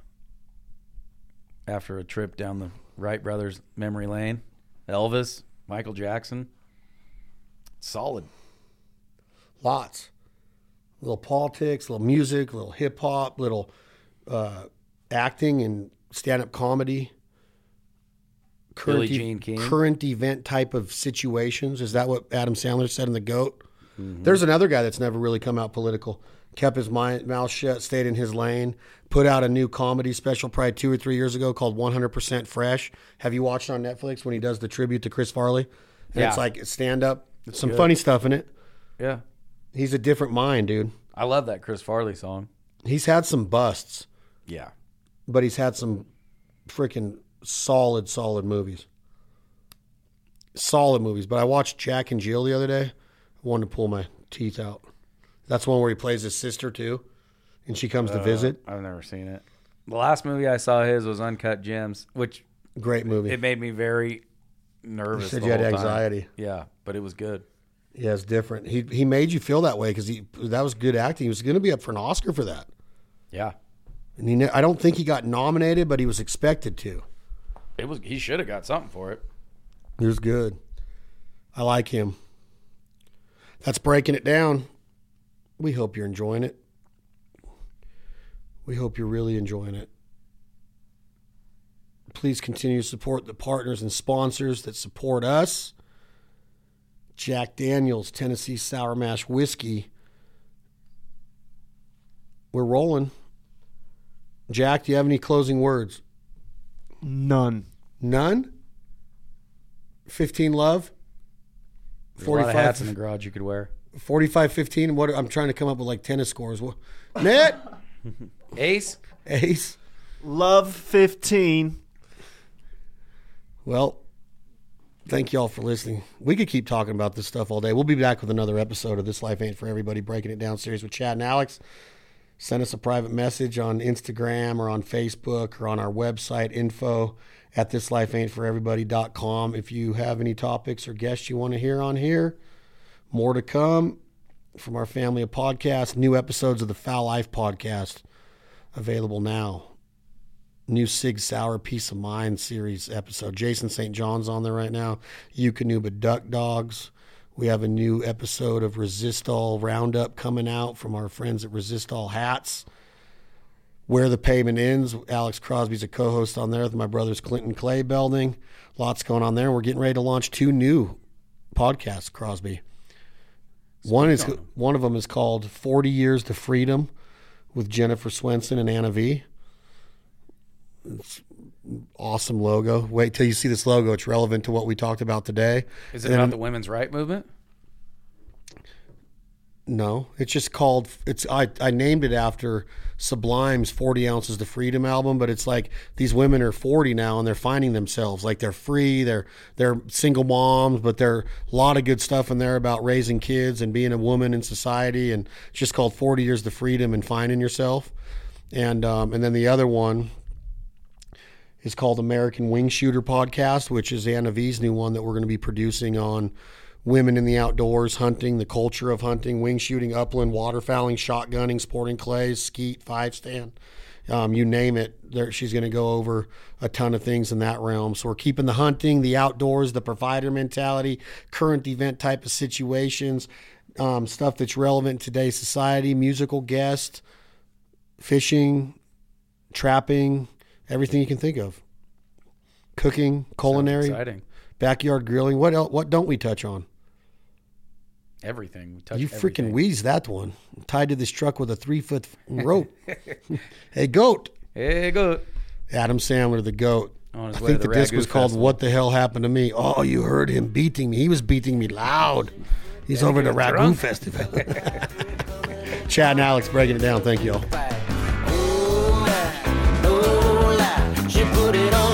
[SPEAKER 2] After a trip down the Wright brothers memory lane, Elvis, Michael Jackson. Solid.
[SPEAKER 1] Lots. Little politics, little music, little hip hop, little uh, acting and stand up comedy.
[SPEAKER 2] Billie
[SPEAKER 1] e-
[SPEAKER 2] Jean King.
[SPEAKER 1] current event type of
[SPEAKER 2] Mm-hmm.
[SPEAKER 1] situations. Is that what Adam Sandler said in The GOAT? There's another guy that's never really come out political. kept his mind, mouth shut, stayed in his lane, put out a new comedy special probably two or three years ago called 100% Fresh. Have you watched it on Netflix when he does the tribute to Chris Farley? And it's
[SPEAKER 2] Yeah.
[SPEAKER 1] like stand up, some funny stuff in it.
[SPEAKER 2] Yeah.
[SPEAKER 1] He's a different mind, dude.
[SPEAKER 2] I love that Chris Farley song.
[SPEAKER 1] He's had some busts,
[SPEAKER 2] Yeah.
[SPEAKER 1] but he's had some freaking solid, solid movies. Solid movies. But I watched Jack and Jill the other day. I wanted to pull my teeth out. That's one where he plays his sister too, and she comes
[SPEAKER 2] Uh,
[SPEAKER 1] to visit.
[SPEAKER 2] I've never seen it. The last movie I saw his was Uncut Gems, which
[SPEAKER 1] Great movie.
[SPEAKER 2] it made me very nervous.
[SPEAKER 1] said
[SPEAKER 2] the
[SPEAKER 1] you had
[SPEAKER 2] whole time.
[SPEAKER 1] anxiety.
[SPEAKER 2] Yeah, but it was good.
[SPEAKER 1] Yeah, it's different. He he made you feel that way because he that was good acting. He was going to be up for an Oscar for that,
[SPEAKER 2] Yeah.
[SPEAKER 1] and he ne- I don't think he got nominated, but he was expected to.
[SPEAKER 2] It was he should have got something for it.
[SPEAKER 1] He was good. I like him. That's breaking it down. We hope you're enjoying it. We hope you're really enjoying it. Please continue to support the partners and sponsors that support us. Jack Daniels, Tennessee Sour Mash Whiskey. We're rolling. Jack, do you have any closing words?
[SPEAKER 3] None.
[SPEAKER 1] None? 15 love?
[SPEAKER 2] There's a lot of
[SPEAKER 1] 45
[SPEAKER 2] hats in the garage you could wear.
[SPEAKER 1] 45 15 what I'm trying to come up with like tennis scores what net
[SPEAKER 2] Ace.
[SPEAKER 1] ace
[SPEAKER 3] Love 15.
[SPEAKER 1] well thank y'all for listening we could keep talking about this stuff all day we'll be back with another episode of this life ain't for everybody breaking it down series with Chad and Alex send us a private message on Instagram or on Facebook or on our website info at thislifeaintforeverybody.com if you have any topics or guests you want to hear on here more to come from our family of podcasts new episodes of the foul life podcast available now. New Sig Sauer Peace of Mind series episode. Jason St. John's on there right now. Yukonuba Duck Dogs. We have a new episode of Resist All Roundup coming out from our friends at Resist All Hats. Where the Pavement Ends. Alex Crosby's a co host on there with my brothers Clinton Clay Belding. Lots going on there. We're getting ready to launch two new podcasts, Crosby. One is one of them is called 40 Years to Freedom with Jennifer Swenson and Anna V. It's awesome logo. Wait till you see this logo. It's relevant to what we talked about today.
[SPEAKER 2] Is it about the women's right movement?
[SPEAKER 1] No, it's just called. It's I, I named it after Sublime's "40 Ounces to Freedom" album, but it's like these women are 40 now and they're finding themselves. Like they're free. They're they're single moms, but there are a lot of good stuff in there about raising kids and being a woman in society. And it's just called "40 Years to Freedom" and finding yourself. And um, and then the other one is called American Wing Shooter Podcast, which is Anna V's new one that we're going to be producing on women in the outdoors, hunting, the culture of hunting, wing shooting, upland, waterfowling, shotgunning, sporting clays, skeet, five stand. Um, you name it, there, she's going to go over a ton of things in that realm. So we're keeping the hunting, the outdoors, the provider mentality, current event type of situations, um, stuff that's relevant in today's society, musical guests, fishing, trapping, everything you can think of. Cooking, culinary,
[SPEAKER 2] Exciting.
[SPEAKER 1] backyard grilling. What else, what don't we touch on?
[SPEAKER 2] Everything. We touch
[SPEAKER 1] You freaking
[SPEAKER 2] everything.
[SPEAKER 1] wheezed that one. Tied to this truck with a three foot rope. hey, goat.
[SPEAKER 2] Hey, go.
[SPEAKER 1] Adam Sandler, the goat.
[SPEAKER 2] On
[SPEAKER 1] I
[SPEAKER 2] his way
[SPEAKER 1] think the
[SPEAKER 2] to the
[SPEAKER 1] disc
[SPEAKER 2] Ragu
[SPEAKER 1] was called
[SPEAKER 2] Festival.
[SPEAKER 1] "What the Hell Happened to Me." Oh, you heard him beating me. He was beating me loud. He's over the Ragu
[SPEAKER 2] drunk.
[SPEAKER 1] Festival. Chad and Alex breaking it down. Thank you all.
[SPEAKER 4] Oh, la, oh, la, she put it on.